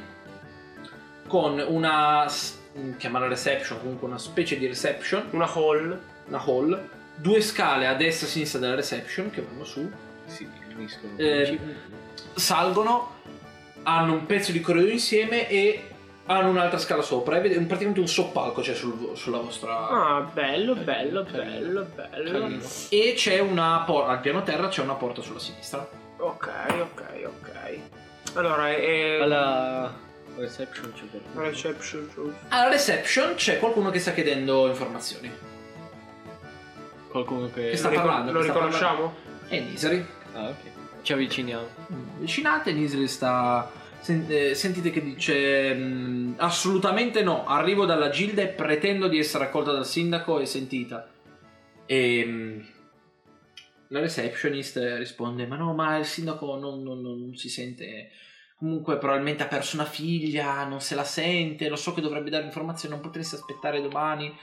Speaker 1: con una, s- chiamala reception, comunque una specie di reception,
Speaker 2: Una hall.
Speaker 1: una hall, due scale a destra e a sinistra della reception che vanno su,
Speaker 3: Si riuniscono.
Speaker 1: eh, salgono, hanno un pezzo di corridoio insieme e hanno un'altra scala sopra, e vedete praticamente un soppalco c'è sul- sulla vostra...
Speaker 2: Ah, bello, bello,
Speaker 3: Carino.
Speaker 2: bello, bello.
Speaker 1: E c'è una porta, al piano terra c'è una porta sulla sinistra.
Speaker 2: Ok, ok, ok. Allora,
Speaker 1: eh,
Speaker 2: è...
Speaker 3: Alla reception c'è qualcuno.
Speaker 2: Reception.
Speaker 1: Alla reception c'è qualcuno che sta chiedendo informazioni.
Speaker 3: Qualcuno che...
Speaker 1: Che sta
Speaker 2: Lo ricon-
Speaker 1: parlando,
Speaker 2: Lo
Speaker 1: sta parlando.
Speaker 2: riconosciamo?
Speaker 1: È Nisari.
Speaker 3: Ah, ok. Ci avviciniamo.
Speaker 1: Avvicinate, Nisri sta. sen- eh, sentite che dice: mm, Assolutamente no. Arrivo dalla Gilda e pretendo di essere accolta dal sindaco e sentita. E. mm, La receptionist risponde: Ma no, ma il sindaco non, non- non- non si sente. Comunque, probabilmente ha perso una figlia, non se la sente. Lo so che dovrebbe dare informazioni, non potreste aspettare domani.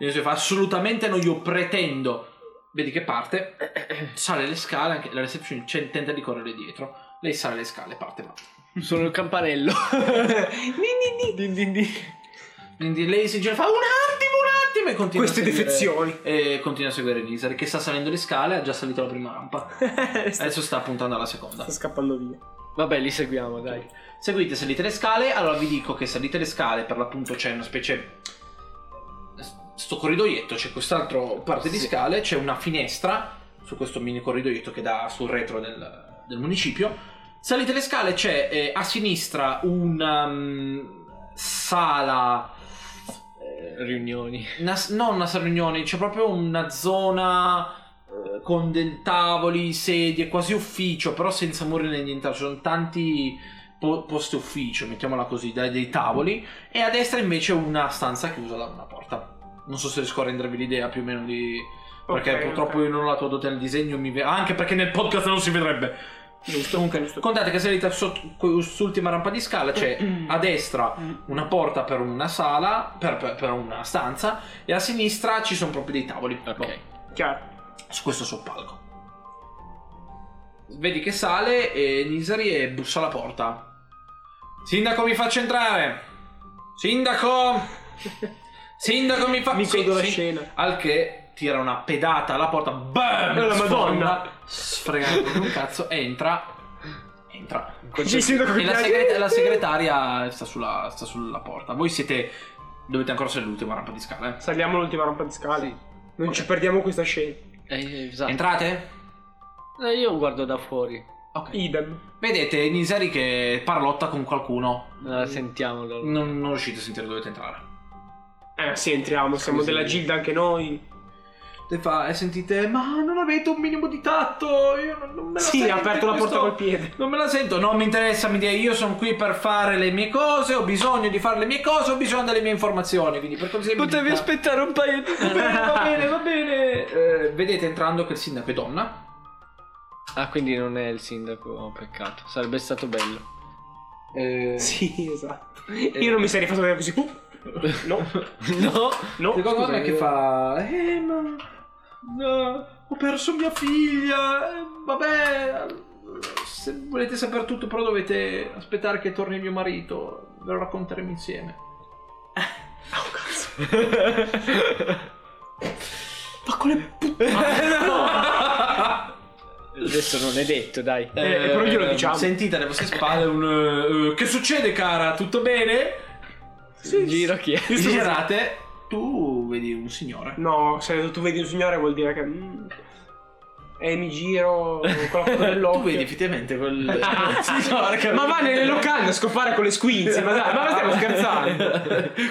Speaker 1: Nisri fa: Assolutamente no, io pretendo. Vedi che parte, sale le scale, anche la reception c- tenta di correre dietro. Lei sale le scale, parte va.
Speaker 3: Sono il campanello. din, din, din.
Speaker 1: Quindi lei si gira e fa un attimo, un attimo, Timmy continua
Speaker 2: Queste
Speaker 1: a seguire-
Speaker 2: defezioni.
Speaker 1: E continua a seguire Nizar che sta salendo le scale, ha già salito la prima rampa.
Speaker 2: sta,
Speaker 1: Adesso sta puntando alla seconda.
Speaker 2: sta scappando via.
Speaker 3: Vabbè, li seguiamo, dai.
Speaker 1: Seguite, salite le scale. Allora vi dico che salite le scale, per l'appunto c'è una specie. Sto corridoietto, c'è quest'altra parte di
Speaker 3: Sì.
Speaker 1: scale, c'è una finestra su questo mini corridoietto che dà sul retro del, del municipio. Salite le scale, c'è eh, a sinistra una mm, sala. eh,
Speaker 3: Riunioni.
Speaker 1: una, non una sala riunioni, c'è proprio una zona eh, con dei tavoli, sedie, quasi ufficio, però senza muri né nient'altro. Ci sono tanti po- posti ufficio, mettiamola così, dai dei tavoli. E a destra invece una stanza chiusa da una porta. Non so se riesco a rendervi l'idea più o meno di... Perché
Speaker 2: Ok,
Speaker 1: purtroppo
Speaker 2: ok.
Speaker 1: io non ho dato nel disegno, mi ve- ah, anche perché nel podcast non si vedrebbe.
Speaker 2: Giusto,
Speaker 1: Comunque,
Speaker 2: giusto.
Speaker 1: contate che salita sotto quest'ultima rampa di scala c'è a destra una porta per una sala, per, per- per una stanza, e a sinistra ci sono proprio dei tavoli.
Speaker 3: Ok.
Speaker 2: Chiaro.
Speaker 1: Boh, su questo soppalco. Vedi che sale e Nisari e bussa alla porta. Sindaco mi faccia entrare! Sindaco! Sindaco mi fa...
Speaker 2: Mi
Speaker 1: Sì,
Speaker 2: godo la
Speaker 1: sì.
Speaker 2: scena.
Speaker 1: Al che tira una pedata alla porta, BAM!
Speaker 2: Alla
Speaker 1: sfonda,
Speaker 2: Madonna.
Speaker 1: Sfregando come un cazzo, entra. Entra.
Speaker 2: Ci si
Speaker 1: E la, segre- la segretaria sta sulla, sta sulla porta. Voi siete. Dovete ancora salire l'ultima rampa di scala. eh.
Speaker 2: Saliamo l'ultima rampa di scale.
Speaker 3: Sì.
Speaker 2: Non ci perdiamo questa scena.
Speaker 3: Eh, esatto.
Speaker 1: Entrate?
Speaker 3: Eh, io guardo da fuori.
Speaker 1: Ok.
Speaker 2: Idem.
Speaker 1: Vedete Nisari che parlotta con qualcuno.
Speaker 3: Eh, sentiamo allora.
Speaker 1: Non, non riuscite a sentire, dovete entrare.
Speaker 2: Eh sì, entriamo, siamo
Speaker 3: Sì, sì.
Speaker 2: della gilda anche noi.
Speaker 1: E, fa- e sentite, ma non avete un minimo di tatto. Io non, non me la
Speaker 2: Sì,
Speaker 1: sento
Speaker 2: ha aperto la porta
Speaker 1: questo-
Speaker 2: col piede.
Speaker 1: Non me la sento, non mi interessa, mi dia, io sono qui per fare le mie cose, ho bisogno di fare le mie cose, ho bisogno delle mie informazioni, quindi per cortesia mi
Speaker 3: Potevi
Speaker 1: dica-
Speaker 3: aspettare un paio di
Speaker 1: Va bene, va bene, va bene. Eh, vedete entrando che il sindaco è donna.
Speaker 3: Ah, quindi non è il sindaco, oh, peccato. Sarebbe stato bello.
Speaker 1: Eh,
Speaker 2: Sì, esatto. Io non mi sarei fatto vedere così. Uh, no,
Speaker 3: No.
Speaker 2: no.
Speaker 1: Seconda
Speaker 3: scusa,
Speaker 1: donna che
Speaker 3: io-
Speaker 1: fa. Oh, Eh, ma. no, ho perso mia figlia. eh, vabbè. Se volete sapere tutto, però dovete aspettare che torni mio marito. Ve lo racconteremo insieme.
Speaker 2: Ah, un cazzo. Ma con le puttane.
Speaker 3: Adesso non è detto, dai.
Speaker 2: Eh, però glielo diciamo.
Speaker 1: Sentite alle vostre spalle un. eh, eh, che succede, cara? Tutto bene?
Speaker 2: Sì,
Speaker 3: Giro chi è?
Speaker 2: Io sto-
Speaker 1: Girate, tu vedi un signore.
Speaker 2: No, se tu vedi un signore vuol dire che... mm, eh, mi giro con la foto
Speaker 1: Tu
Speaker 2: dell'occhio.
Speaker 1: vedi effettivamente quel quel signore che
Speaker 2: ma va nelle locande a scopare con le squinzie, ma dai, ma stiamo scherzando.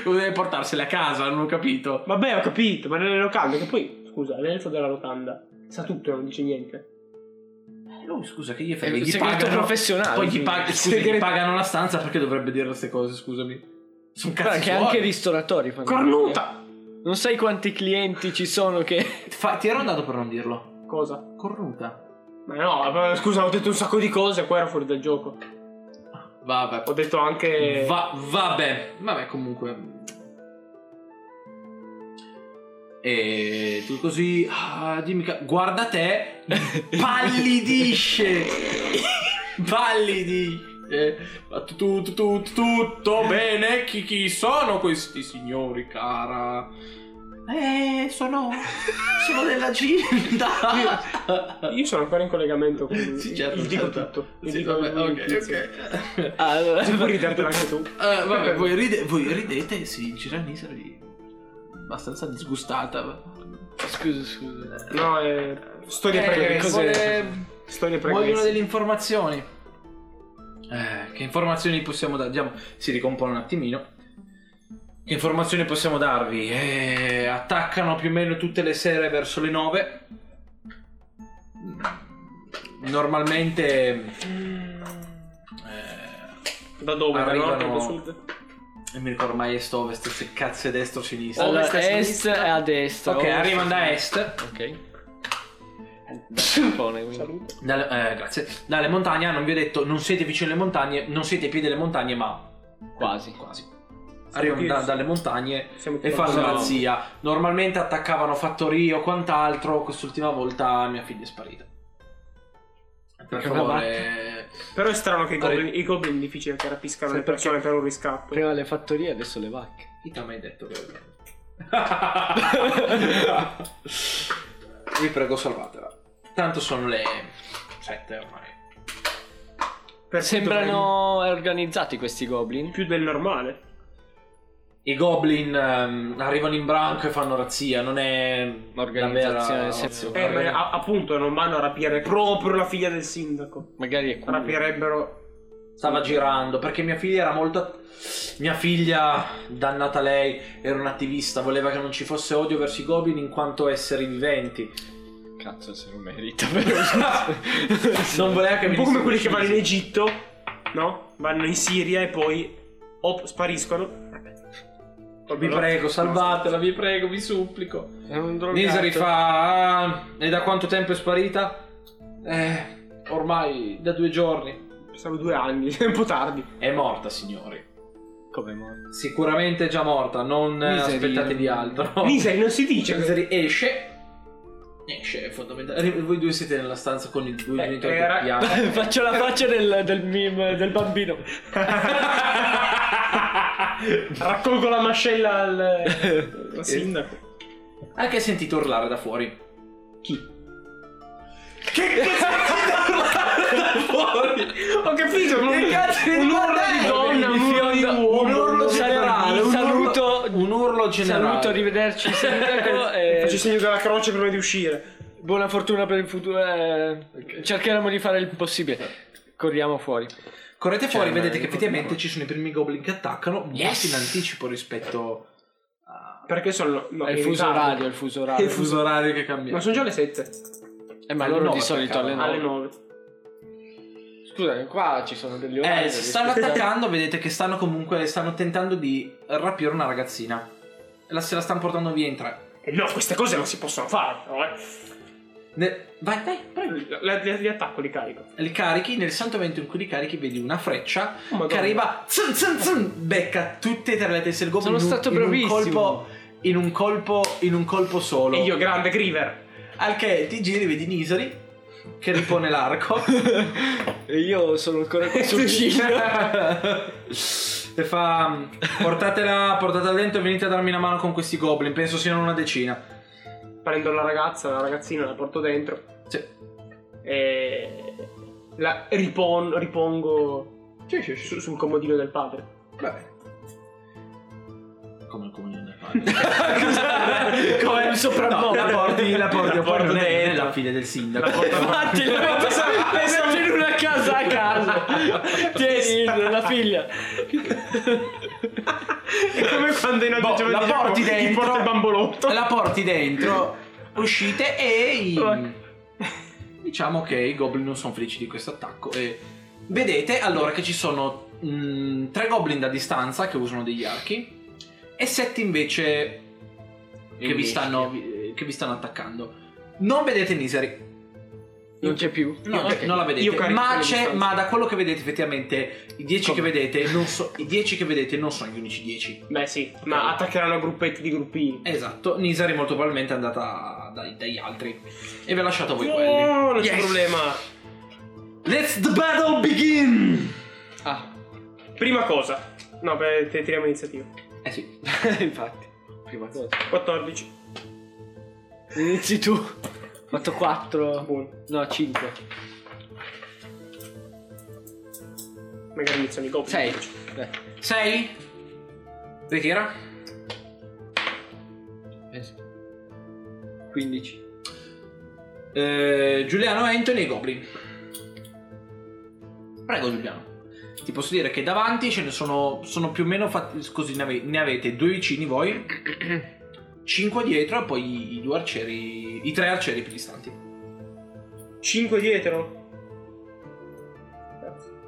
Speaker 1: Come deve portarsele a casa, non ho capito.
Speaker 2: Vabbè, ho capito, ma nelle locande, che poi, scusa, l'elfo della locanda sa tutto e non dice niente.
Speaker 1: Eh, Lui, scusa, che gli
Speaker 3: È
Speaker 1: frega?
Speaker 3: un
Speaker 1: Gli
Speaker 3: segreto
Speaker 1: pagano,
Speaker 3: professionale.
Speaker 1: poi gli,
Speaker 3: quindi.
Speaker 1: pag- scusa,
Speaker 2: Segreto-
Speaker 1: gli pagano la stanza perché dovrebbe dire queste cose, scusami. Sono
Speaker 3: Guarda
Speaker 1: cazzo
Speaker 3: che anche i ristoratori fanno.
Speaker 2: Cornuta!
Speaker 3: Non sai quanti clienti ci sono che.
Speaker 1: ti ero andato per non dirlo.
Speaker 2: Cosa?
Speaker 1: Cornuta.
Speaker 2: Ma no, ma scusa, ho detto un sacco di cose, poi ero fuori dal gioco.
Speaker 1: Vabbè.
Speaker 2: Ho detto anche...
Speaker 1: Va- vabbè. Vabbè, comunque. E tu così. ah, dimmi, ca- guarda te. Pallidisce. Pallidisce. Ma tu- tu- tu- tu- tutto bene? Chi, chi sono questi signori, cara? Eh, sono. sono della Gilda.
Speaker 2: Io sono ancora in collegamento con...
Speaker 1: Sì, certo,
Speaker 2: gli dico
Speaker 1: certo.
Speaker 2: tutto. Gli
Speaker 1: Sì,
Speaker 2: dico
Speaker 1: vabbè, ok,
Speaker 2: tutto.
Speaker 1: ok.
Speaker 3: Ah, allora-
Speaker 2: Se puoi ridertela anche tu.
Speaker 1: Eh, vabbè, voi, ride- voi ridete e si gira Nisra lì, abbastanza disgustata.
Speaker 3: Scusa, scusa.
Speaker 2: No, eh, storie
Speaker 1: Eh,
Speaker 2: pregresse.
Speaker 1: vuole-
Speaker 2: Storie
Speaker 1: Vogliono
Speaker 2: pregresse.
Speaker 1: delle informazioni. Eh, che informazioni possiamo darvi? Si ricompone un attimino. Che informazioni possiamo darvi? Eh, attaccano più o meno tutte le sere verso le 9. Normalmente... mm, eh,
Speaker 2: Da dove? Da
Speaker 1: Arrivano-
Speaker 2: nord o da sud?
Speaker 1: non mi ricordo mai est o ovest, se cazzo è destro o sinistra.
Speaker 3: Allora,
Speaker 2: Ovest a
Speaker 3: est
Speaker 2: sinistra.
Speaker 3: è a destra.
Speaker 1: Ok,
Speaker 3: ovest-
Speaker 1: arrivano da est.
Speaker 3: Ok. Da Giappone, quindi.
Speaker 2: Salute.
Speaker 1: Dalle, eh, grazie. Dalle montagne hanno vi ho detto non siete vicino alle montagne, non siete ai piedi delle montagne, ma
Speaker 3: Quasi.
Speaker 1: quasi. Arrivano da- dalle montagne
Speaker 2: Siamo
Speaker 1: e
Speaker 2: tutti
Speaker 1: fanno
Speaker 2: quattro.
Speaker 1: razzia. Normalmente attaccavano fattorie o quant'altro, quest'ultima volta mia figlia è sparita. Per
Speaker 3: Perché
Speaker 1: favore.
Speaker 2: Però è strano che i
Speaker 1: Allora-
Speaker 2: goblin, i goblin è difficile che rapiscano
Speaker 3: Sì,
Speaker 2: le persone per un riscatto.
Speaker 3: Prima le fattorie, adesso le vacche.
Speaker 1: Chi ti ha mai detto che Vi prego, salvatela. Tanto sono le 7 ormai.
Speaker 2: Per
Speaker 3: Sembrano organizzati questi goblin.
Speaker 2: più del normale.
Speaker 1: I goblin ehm, arrivano in branco e fanno razzia, non è
Speaker 3: Organizzazione,
Speaker 1: la vera-
Speaker 3: sì.
Speaker 1: una
Speaker 2: Eh, ma
Speaker 1: vera-
Speaker 2: a- appunto, non vanno a rapire proprio la figlia del sindaco.
Speaker 3: Magari è culo.
Speaker 2: Rapirebbero.
Speaker 1: Stava girando perché mia figlia era molto. att- Mia figlia, dannata lei, era un attivista, voleva che non ci fosse odio verso i goblin in quanto esseri viventi.
Speaker 3: Cazzo, se lo merita, però.
Speaker 1: Non voleva che
Speaker 2: È un
Speaker 1: venissero
Speaker 2: po' come quelli che vanno in
Speaker 1: uccisi.
Speaker 2: Egitto, no? Vanno in Siria e poi op, spariscono.
Speaker 1: Vi prego, salvatela, vi prego, vi supplico.
Speaker 3: È un drogato.
Speaker 1: Nisari fa. "Ah, e da quanto tempo è sparita? Eh, ormai da due giorni.
Speaker 2: Sono due anni, è un po' tardi.
Speaker 1: È morta, signori.
Speaker 3: Come morto?
Speaker 1: Sicuramente è già morta, non eh,
Speaker 3: Nisari-
Speaker 1: aspettatevi altro.
Speaker 2: Miseri, non si dice.
Speaker 1: Nisari esce. Esce, fondamentalmente. Voi due siete nella stanza con i due
Speaker 2: Eh,
Speaker 1: genitori
Speaker 2: era-
Speaker 1: che piangono.
Speaker 3: Faccio la faccia del, del meme del bambino.
Speaker 2: Raccolgo la mascella al, al sindaco.
Speaker 1: Anche sentito urlare da fuori.
Speaker 2: Chi?
Speaker 1: Che urlare da fuori?
Speaker 2: Ho capito, ma
Speaker 1: Che
Speaker 2: un,
Speaker 1: cazzo di
Speaker 2: un urlo
Speaker 1: guarda
Speaker 2: di
Speaker 1: è?
Speaker 2: donna, un urlo di
Speaker 1: Fionda-
Speaker 2: uomo,
Speaker 1: un urlo
Speaker 2: di
Speaker 1: generale, un
Speaker 3: saluto-
Speaker 1: urlo- un urlo generale.
Speaker 3: Saluto, arrivederci, sindaco. e
Speaker 2: Faccio il segno della croce prima di uscire.
Speaker 3: Buona fortuna per il futuro. eh, Cercheremo di fare il possibile. Corriamo fuori.
Speaker 1: Correte fuori,
Speaker 3: Cioè,
Speaker 1: vedete che
Speaker 3: non
Speaker 1: effettivamente
Speaker 3: ricordo.
Speaker 1: ci sono i primi goblin che attaccano, molto
Speaker 3: Yes!
Speaker 1: in anticipo rispetto a...
Speaker 2: Perché sono. No,
Speaker 3: è il
Speaker 2: in
Speaker 3: fuso
Speaker 2: ritardo.
Speaker 3: orario, è il fuso orario.
Speaker 1: il fuso orario che cambia.
Speaker 2: Ma sono già le 7.
Speaker 3: Eh, ma
Speaker 1: alle
Speaker 3: loro
Speaker 1: nove
Speaker 3: di solito alle
Speaker 1: attaccano.
Speaker 2: Alle
Speaker 3: 9.
Speaker 2: 9.
Speaker 3: Scusa, qua ci sono degli orari.
Speaker 1: Eh, si stanno attaccando, vedete che stanno comunque, stanno tentando di rapire una ragazzina. E la- se la stanno portando via in tre.
Speaker 2: E Eh, no, queste cose non si possono fare. però, eh.
Speaker 1: Ne- Vai, vai, prego.
Speaker 2: La- la- Li attacco, li carico.
Speaker 1: Li carichi, nel santo momento in cui li carichi vedi una freccia
Speaker 2: Oh, Madonna.
Speaker 1: che arriva, zun, zun, zun, becca tutte e tre le teste del goblin
Speaker 3: Sono
Speaker 1: in un-
Speaker 3: stato
Speaker 1: in un
Speaker 3: bravissimo.
Speaker 1: colpo- in un colpo, in un colpo solo.
Speaker 2: E io, grande Griever.
Speaker 1: Al che ti giri, vedi Nisari che ripone l'arco.
Speaker 3: e io sono ancora qui sul ciglio.
Speaker 1: e fa portatela, portatela dentro e venite a darmi una mano con questi goblin penso siano una decina
Speaker 2: Prendo la ragazza, la ragazzina, la porto dentro.
Speaker 1: sì
Speaker 2: E. La ripon- ripongo
Speaker 1: sì sì,
Speaker 2: su- sul comodino del padre.
Speaker 1: come il comunione del padre
Speaker 3: Come un
Speaker 1: No,
Speaker 3: soprabmodo.
Speaker 1: la porti la porti
Speaker 2: La
Speaker 1: poi
Speaker 2: porto
Speaker 1: non è- non è
Speaker 2: dentro.
Speaker 1: la figlia del
Speaker 2: La
Speaker 1: sindaco
Speaker 2: porto
Speaker 3: Infatti, lo metto sa- lo metto in una casa a casa. Tieni la figlia.
Speaker 2: È come quando in
Speaker 1: Boh,
Speaker 2: giovedì
Speaker 1: la
Speaker 2: gioco,
Speaker 1: porti
Speaker 2: chi
Speaker 1: dentro
Speaker 2: porta il bambolotto.
Speaker 1: la porti dentro uscite e i- diciamo che i goblin non sono felici di questo attacco e vedete allora che ci sono mh, tre goblin da distanza che usano degli archi e sette invece che vi,
Speaker 3: Invece.
Speaker 1: stanno, vi- che vi stanno attaccando non vedete Nisari
Speaker 3: Non c'è più.
Speaker 1: No,
Speaker 2: Io-
Speaker 1: non la vedete
Speaker 2: io carico
Speaker 1: ma,
Speaker 2: le
Speaker 1: c'è-
Speaker 2: distanze.
Speaker 1: ma da quello che vedete effettivamente i 10 che
Speaker 3: Come?
Speaker 1: vedete non so- i 10 che vedete non sono gli unici 10
Speaker 2: Beh sì, ma attaccheranno a gruppetti di gruppini.
Speaker 1: esatto Nisari molto probabilmente è andata dai- dagli altri e vi ha lasciato Ah, voi quelli
Speaker 2: Oh, non c'è
Speaker 1: Yes.
Speaker 2: problema.
Speaker 1: Let's the battle begin!
Speaker 3: Ah,
Speaker 2: Prima cosa. No, beh, te- tiriamo iniziativa.
Speaker 1: Eh sì.
Speaker 3: infatti. Prima cosa.
Speaker 2: 14.
Speaker 3: Inizi tu. Fatto 4.
Speaker 2: Ah, Buono.
Speaker 3: No, 5.
Speaker 2: Magari iniziano i goblin.
Speaker 3: 6.
Speaker 1: Sei? Ritira.
Speaker 3: 15.
Speaker 1: Eh, Giuliano Anthony e Goblin. Prego Giuliano. Ti posso dire che davanti ce ne sono, sono più o meno fatti così, ne, ave- ne avete due vicini voi, cinque dietro e poi i due arcieri, i tre arcieri più distanti.
Speaker 2: 5 dietro.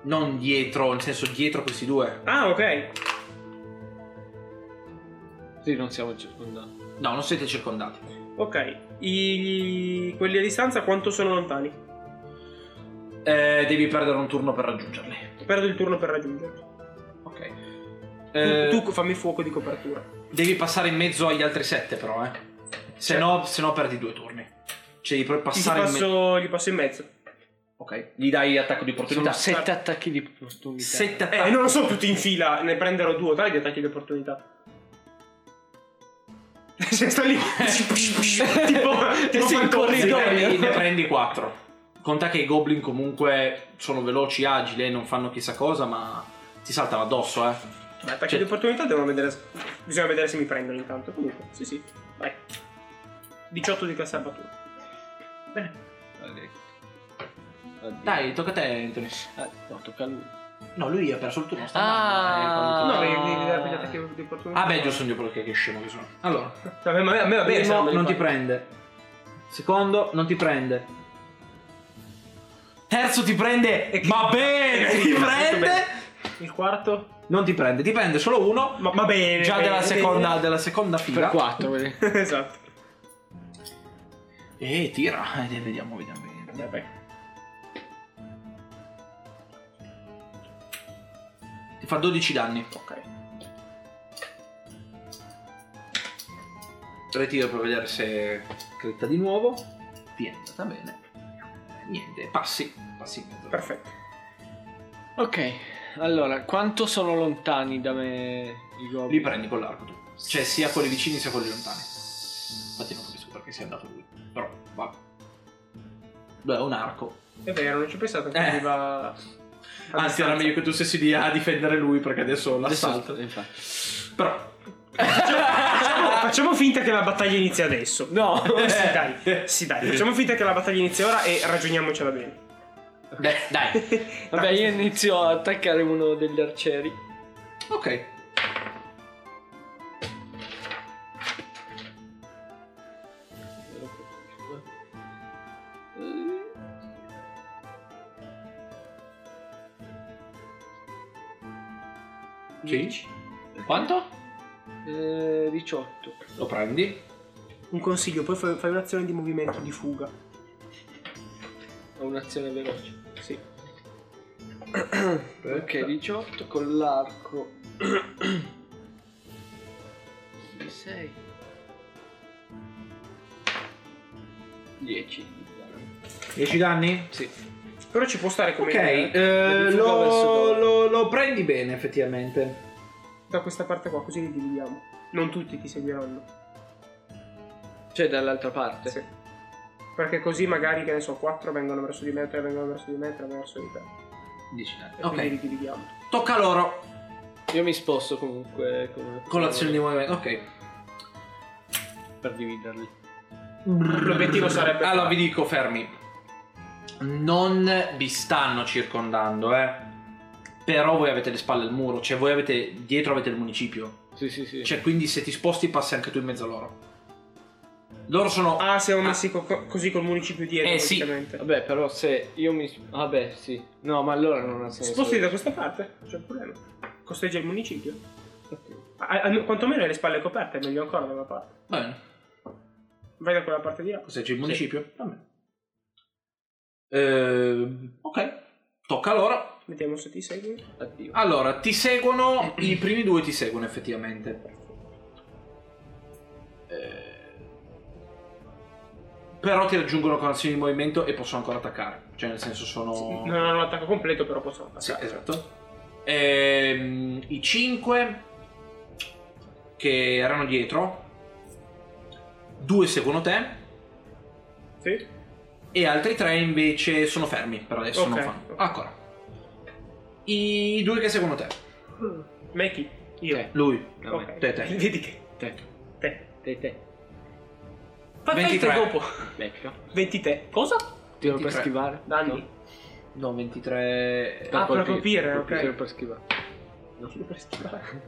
Speaker 1: Non dietro, nel senso dietro questi due.
Speaker 2: Ah, ok.
Speaker 3: Sì, non siamo circondati.
Speaker 1: No, non siete circondati.
Speaker 2: Ok. I... Quelli a distanza quanto sono lontani?
Speaker 1: Eh, devi perdere un turno per raggiungerli.
Speaker 2: Perdo il turno per raggiungerli.
Speaker 1: Ok. Eh.
Speaker 2: Tu, tu fammi fuoco di copertura.
Speaker 1: Devi passare in mezzo agli altri sette, però, eh. Se,
Speaker 2: Cioè-
Speaker 1: no, se no perdi due turni. Cioè, devi proprio
Speaker 2: Gli
Speaker 1: passare in mezzo.
Speaker 2: passo- gli passo in mezzo.
Speaker 1: Ok. Gli dai attacco di opportunità.
Speaker 3: Sono 7 attacchi di opportunità.
Speaker 1: Sette
Speaker 2: Eh,
Speaker 1: attacchi.
Speaker 2: non lo so tutti in fila, ne prenderò due o tre di attacchi di opportunità. Cioè, sta lì. tipo tipo
Speaker 3: Sì,
Speaker 2: fantozzi.
Speaker 3: corridoio.
Speaker 1: ne, ne prendi 4. Conta che i goblin comunque sono veloci, agili, eh, non fanno chissà cosa, ma ti saltano addosso, eh.
Speaker 2: Beh, perché di opportunità devono vedere. Bisogna vedere se mi prendono intanto. Comunque, sì, sì. Vai. 18 di cassabatura.
Speaker 1: Dai, tocca a te, Anthony.
Speaker 3: Ah, no, tocca a lui.
Speaker 1: No, lui ha perso il turno, sta
Speaker 3: Ah.
Speaker 1: andando, eh,
Speaker 2: No,
Speaker 1: quando-
Speaker 2: devi devi dare pigliata che di opportunità.
Speaker 1: Ah beh, giusto, io perché che scemo che sono. Allora,
Speaker 2: Vabbè, ma a me- a me va bene. se
Speaker 1: primo
Speaker 2: me li
Speaker 1: non
Speaker 2: fai.
Speaker 1: ti prende. Secondo non ti prende. Terzo ti prende.
Speaker 2: E che-
Speaker 1: Ma bene,
Speaker 2: Eh,
Speaker 1: ti
Speaker 2: sì,
Speaker 1: prende.
Speaker 2: bene. Il quarto?
Speaker 1: Non ti prende, ti prende solo uno.
Speaker 2: Ma, ma bene.
Speaker 1: Già
Speaker 2: bene,
Speaker 1: della
Speaker 2: bene.
Speaker 1: seconda, della seconda
Speaker 3: Per
Speaker 1: fila.
Speaker 3: 4, vedi?
Speaker 2: esatto.
Speaker 1: E tira. Eh, vediamo, vediamo. vediamo. Ti fa 12 danni.
Speaker 2: Ok.
Speaker 1: Ritiro per vedere se cretta di nuovo. Ti è andata bene. Niente, passi. Passi indietro.
Speaker 2: Perfetto.
Speaker 3: Ok, allora, quanto sono lontani da me i
Speaker 1: Li
Speaker 3: goblin?
Speaker 1: prendi con l'arco tu. Cioè sia quelli vicini sia quelli lontani. Infatti non capisco perché sia andato lui. Però va. Beh, è un arco.
Speaker 2: È vero, non ci ho pensato che
Speaker 1: Eh.
Speaker 2: arriva. a
Speaker 1: Anzi,
Speaker 2: distanza.
Speaker 1: era meglio che tu stessi lì a difendere lui perché adesso
Speaker 3: Adesso-
Speaker 1: l'assalto.
Speaker 3: infatti.
Speaker 1: Però.
Speaker 2: Facciamo, facciamo finta che la battaglia inizia adesso.
Speaker 3: No,
Speaker 1: Eh.
Speaker 2: Sì, dai. Sì, dai. Facciamo finta che la battaglia inizia ora e ragioniamocela bene.
Speaker 1: Beh, dai.
Speaker 3: vabbè, io inizio a attaccare uno degli arcieri.
Speaker 1: Ok. Sì. Quanto?
Speaker 3: Eh, 18.
Speaker 1: Lo prendi.
Speaker 2: Un consiglio, poi fai, fai un'azione di movimento di fuga.
Speaker 3: Ho un'azione veloce.
Speaker 2: Sì.
Speaker 3: Ok, 18 con l'arco. 6. 10.
Speaker 1: 10 danni?
Speaker 3: Sì.
Speaker 2: Però ci può stare come
Speaker 1: Ok,
Speaker 3: Vedi
Speaker 1: eh,
Speaker 3: fuga
Speaker 1: lo,
Speaker 3: verso-
Speaker 1: lo- lo prendi bene effettivamente.
Speaker 2: da questa parte qua, così li dividiamo. Non tutti ti seguiranno.
Speaker 3: Cioè dall'altra parte.
Speaker 2: Sì. Perché così magari, che ne so, 4 vengono verso di me, 3 vengono verso di me, 3 verso di te.
Speaker 1: 10 danni.
Speaker 2: E quindi
Speaker 1: Ok,
Speaker 2: li dividiamo.
Speaker 1: tocca a loro.
Speaker 3: Io mi sposto comunque con,
Speaker 1: Con l'azione di movimento, ok.
Speaker 3: per dividerli.
Speaker 2: L'obiettivo sarebbe-
Speaker 1: Allora vi dico, fermi. Non vi stanno circondando, eh. Però voi avete le spalle al muro, cioè voi avete dietro avete il municipio.
Speaker 3: Sì, sì, sì.
Speaker 1: Cioè, quindi se ti sposti passi anche tu in mezzo a loro. Loro sono
Speaker 2: Ah, siamo messi co- co- così col municipio dietro,
Speaker 1: Eh, sì.
Speaker 2: praticamente.
Speaker 3: Vabbè, però se io mi Vabbè, sì. No, ma allora non ha senso.
Speaker 2: Spostati da questa parte, c'è un problema. Costeggia il municipio.
Speaker 3: Ok.
Speaker 2: A- a- quantomeno hai le spalle coperte, meglio ancora da una parte.
Speaker 1: Bene.
Speaker 2: Vai da quella parte di là.
Speaker 1: Cos'è c'è il municipio? Va bene. Ehm, ok. Tocca a loro.
Speaker 2: Vediamo se ti segui.
Speaker 3: Addio.
Speaker 1: Allora, ti seguono. I primi due ti seguono effettivamente. Eh, Però ti raggiungono con azioni di movimento e possono ancora attaccare. Cioè, nel senso, sono.
Speaker 2: Non hanno l'attacco completo, però possono
Speaker 1: Sì,
Speaker 2: attaccare.
Speaker 1: esatto. Ehm, I 5 che erano dietro. Due seguono te.
Speaker 2: Sì?
Speaker 1: E altri tre invece sono fermi per adesso.
Speaker 2: Ok.
Speaker 1: Non fanno. Ancora. I due che seguono te.
Speaker 2: Ma è chi? Io.
Speaker 3: Te.
Speaker 1: Lui.
Speaker 3: No,
Speaker 2: Ok.
Speaker 1: Te, te.
Speaker 2: Vedi che.
Speaker 3: Te.
Speaker 2: Te.
Speaker 3: Te, te.
Speaker 2: Fa fai il
Speaker 1: 23.
Speaker 2: te dopo.
Speaker 3: Becca.
Speaker 2: 20 te. Cosa?
Speaker 3: Tiro per
Speaker 1: 23.
Speaker 3: schivare.
Speaker 2: Danni.
Speaker 1: No, 23.
Speaker 2: Ah, per colpire, ok.
Speaker 3: Tiro per schivare.
Speaker 2: Non ti per schivare.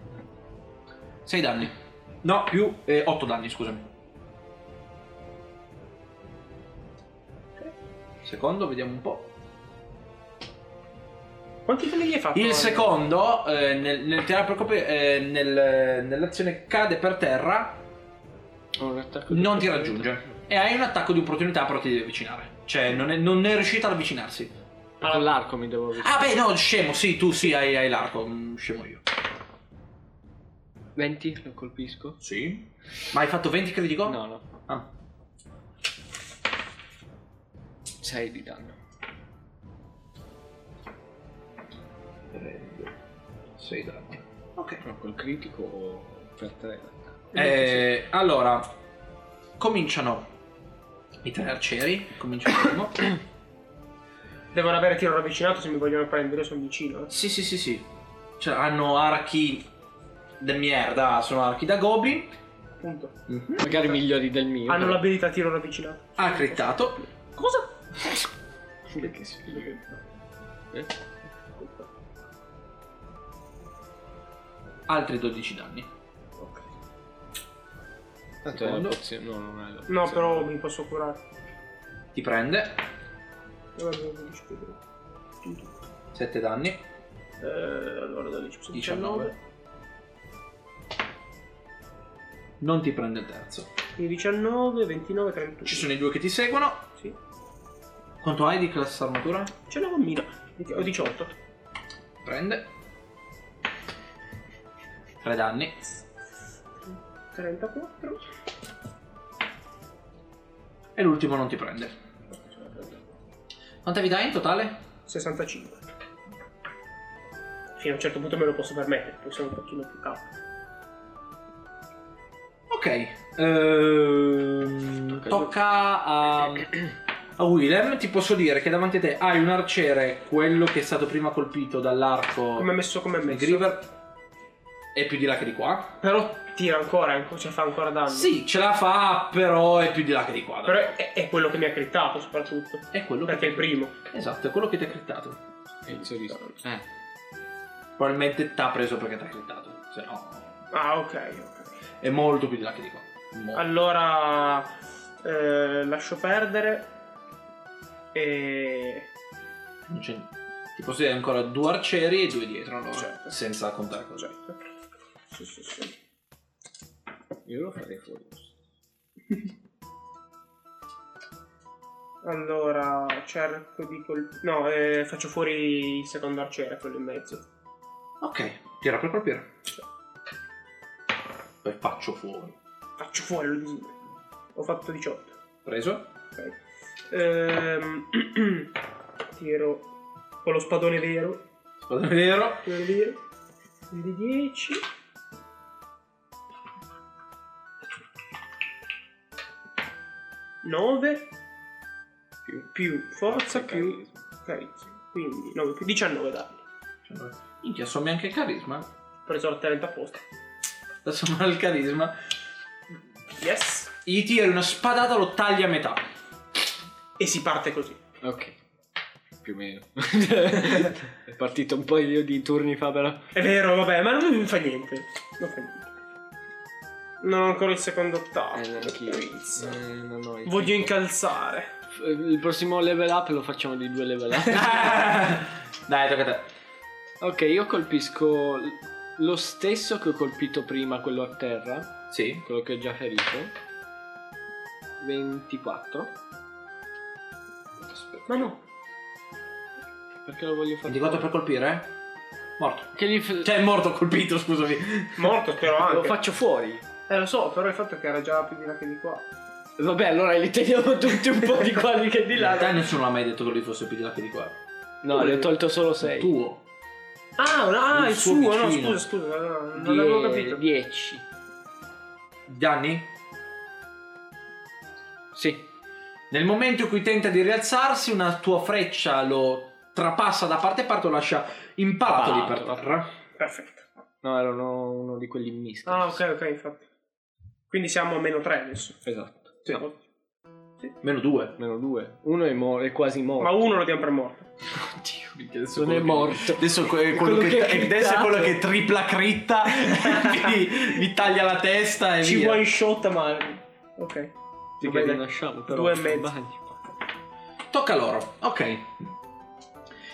Speaker 1: 6 danni. No, più 8 danni, scusami. Secondo, vediamo un po'.
Speaker 2: Quanti danni gli hai fatto?
Speaker 1: Il
Speaker 2: Mario?
Speaker 1: secondo, eh, nel, nel tirare per colpire, eh, nel- nell'azione cade per terra,
Speaker 3: Ho un attacco. di
Speaker 1: non ti
Speaker 3: opportunità.
Speaker 1: raggiunge. E hai un attacco di opportunità, però ti devi avvicinare. Cioè, non è, non è riuscita ad avvicinarsi.
Speaker 3: Ma Con l'arco mi devo avvicinare.
Speaker 1: Ah, beh, no, scemo, sì, tu sì, hai, hai l'arco. mm, Scemo io.
Speaker 3: 20, lo colpisco.
Speaker 1: Sì. Ma hai fatto 20 critico?
Speaker 3: No, no.
Speaker 1: Ah.
Speaker 3: 6 di danno.
Speaker 1: 6 danni. Ok.
Speaker 3: Però col critico o per 3 l'attacco.
Speaker 2: Mm.
Speaker 1: Eh, allora, cominciano i tre arcieri. Comincia il primo.
Speaker 2: Devono avere tiro ravvicinato se mi vogliono prendere, io sono vicino. eh.
Speaker 1: sì, sì, sì, sì. Cioè, hanno archi de merda, sono archi da goblin.
Speaker 2: Punto.
Speaker 3: Magari migliori del mio.
Speaker 2: Hanno l'abilità tiro ravvicinato.
Speaker 1: Ha crittato.
Speaker 2: Cosa?
Speaker 3: Perché si Eh?
Speaker 1: Altri 12 danni.
Speaker 3: Tanto è la pozione- No, non è la
Speaker 2: No,
Speaker 3: pozione.
Speaker 2: però mi posso curare.
Speaker 1: Ti prende.
Speaker 2: Io avevo 12 più
Speaker 1: 7 danni.
Speaker 2: Eh, allora 12 più 19.
Speaker 1: 19. Non ti prende il terzo.
Speaker 2: Quindi 19, 29, 31.
Speaker 1: Ci sono i due che ti seguono.
Speaker 2: Sì.
Speaker 1: Quanto hai di classe armatura?
Speaker 2: 19 mila. Ho 18.
Speaker 1: Prende. 3 danni.
Speaker 2: 34.
Speaker 1: E l'ultimo non ti prende. Quanta vita hai in totale?
Speaker 2: 65. Fino a un certo punto me lo posso permettere, poi sono un pochino più capo.
Speaker 1: Ok. Ehm,
Speaker 3: Ok.
Speaker 1: tocca a, a Willem. Ti posso dire che davanti a te hai un arciere, quello che è stato prima colpito dall'arco
Speaker 2: Come è messo, come è
Speaker 1: di
Speaker 2: messo. Ah,
Speaker 1: Griver. È più di là che di qua.
Speaker 2: Però tira ancora, anco- cioè fa ancora danno.
Speaker 1: Sì, ce la fa, però è più di là che di qua.
Speaker 2: Però è, è quello che mi ha crittato soprattutto.
Speaker 1: È quello
Speaker 2: Perché è il
Speaker 1: che...
Speaker 2: primo.
Speaker 1: Esatto, è quello che ti ha crittato.
Speaker 3: Il sorriso. Eh.
Speaker 1: Probabilmente ti ha preso perché ti ha crittato. Se no,
Speaker 2: Ah, ok, ok.
Speaker 1: è molto più di là che di qua. Molto.
Speaker 2: Allora eh, lascio perdere. E
Speaker 1: Non c'è- Ti posso dire ancora due arcieri e due dietro, allora,
Speaker 2: Certo.
Speaker 1: senza contare cos'è.
Speaker 2: certo. Sì, sì, sì.
Speaker 3: Io lo farei fuori.
Speaker 2: Allora cerco di colpire. No, eh, faccio fuori il secondo arciere, quello in mezzo.
Speaker 1: Ok, tira per colpire. Poi faccio fuori.
Speaker 2: Faccio fuori lo disegno. Ho fatto 18.
Speaker 1: Preso?
Speaker 2: Ok. Ehm, tiro con lo spadone vero.
Speaker 1: Spadone vero.
Speaker 2: Spadone vero. Di 10. Nove
Speaker 3: Più.
Speaker 2: più forza più
Speaker 3: Carisma.
Speaker 2: carisma. Quindi 9 più 19 danni.
Speaker 1: Minchia, sommi anche il carisma.
Speaker 2: Ho preso la talent apposta.
Speaker 1: Da sommare il carisma.
Speaker 2: Yes.
Speaker 1: Gli tiri una spadata, lo tagli a metà.
Speaker 2: E si parte così.
Speaker 3: Ok. Più o meno. è partito un po' di turni fa però.
Speaker 2: È vero, vabbè, ma non mi fa niente. Non fa niente. Non ho ancora il secondo ottavo.
Speaker 3: Eh, neanch'io.
Speaker 2: Pizza.
Speaker 3: Eh, no, no, io-
Speaker 2: Voglio incalzare.
Speaker 3: Eh, Il prossimo level up lo facciamo di due level up.
Speaker 1: Dai, tocca a te.
Speaker 3: ok, io colpisco l- lo stesso che ho colpito prima, quello a terra,
Speaker 1: Sì.
Speaker 3: quello che ho già ferito. 24.
Speaker 2: Ma no.
Speaker 3: Perché lo voglio fare?
Speaker 1: 24 per
Speaker 3: fuori?
Speaker 1: colpire? eh? Morto.
Speaker 3: Che gli f-
Speaker 1: Cioè, è morto colpito, scusami.
Speaker 2: Morto spero
Speaker 3: lo
Speaker 2: anche.
Speaker 3: faccio fuori.
Speaker 2: Eh lo so, però il fatto è che era già più di là che di qua.
Speaker 3: Vabbè, allora li teniamo tutti un po' di qua di che di
Speaker 1: In
Speaker 3: là.
Speaker 1: realtà nessuno ha mai detto che lui fosse più di là che di qua.
Speaker 3: No, li ho tolto solo 6.
Speaker 1: Tuo.
Speaker 2: Ah, no, ah,
Speaker 1: Il
Speaker 2: il
Speaker 1: suo
Speaker 2: suo, no,
Speaker 1: vicino.
Speaker 2: scusa, scusa, no, no, non l'avevo capito.
Speaker 3: 10.
Speaker 1: Danni?
Speaker 3: Sì.
Speaker 1: Nel momento in cui tenta di rialzarsi, una tua freccia lo trapassa da parte e parte, lo lascia impalato lì per
Speaker 3: Impalato.
Speaker 1: terra.
Speaker 2: Perfetto.
Speaker 3: No, era uno, uno di quelli misti.
Speaker 2: Ah, ok, ok, infatti. Quindi siamo a meno 3 adesso.
Speaker 3: Esatto.
Speaker 1: Sì. Meno due.
Speaker 3: Meno 2. Uno è, mo- è quasi morto.
Speaker 2: Ma uno lo diamo per morto.
Speaker 1: Oddio, adesso
Speaker 3: non è
Speaker 1: quello che-
Speaker 3: morto.
Speaker 1: Adesso que- quello,
Speaker 3: Quello
Speaker 1: che,
Speaker 3: che ha
Speaker 1: e adesso è
Speaker 3: crittato.
Speaker 1: quello che tripla critta, vi, vi taglia la testa e
Speaker 2: Ci
Speaker 1: Eh, via.
Speaker 2: one shot, ma... Ok.
Speaker 3: Sì,
Speaker 2: Va
Speaker 3: che
Speaker 2: bene.
Speaker 3: rinasciamo, però.
Speaker 2: Due e mezzo.
Speaker 3: Sbagli.
Speaker 1: Tocca loro. Ok.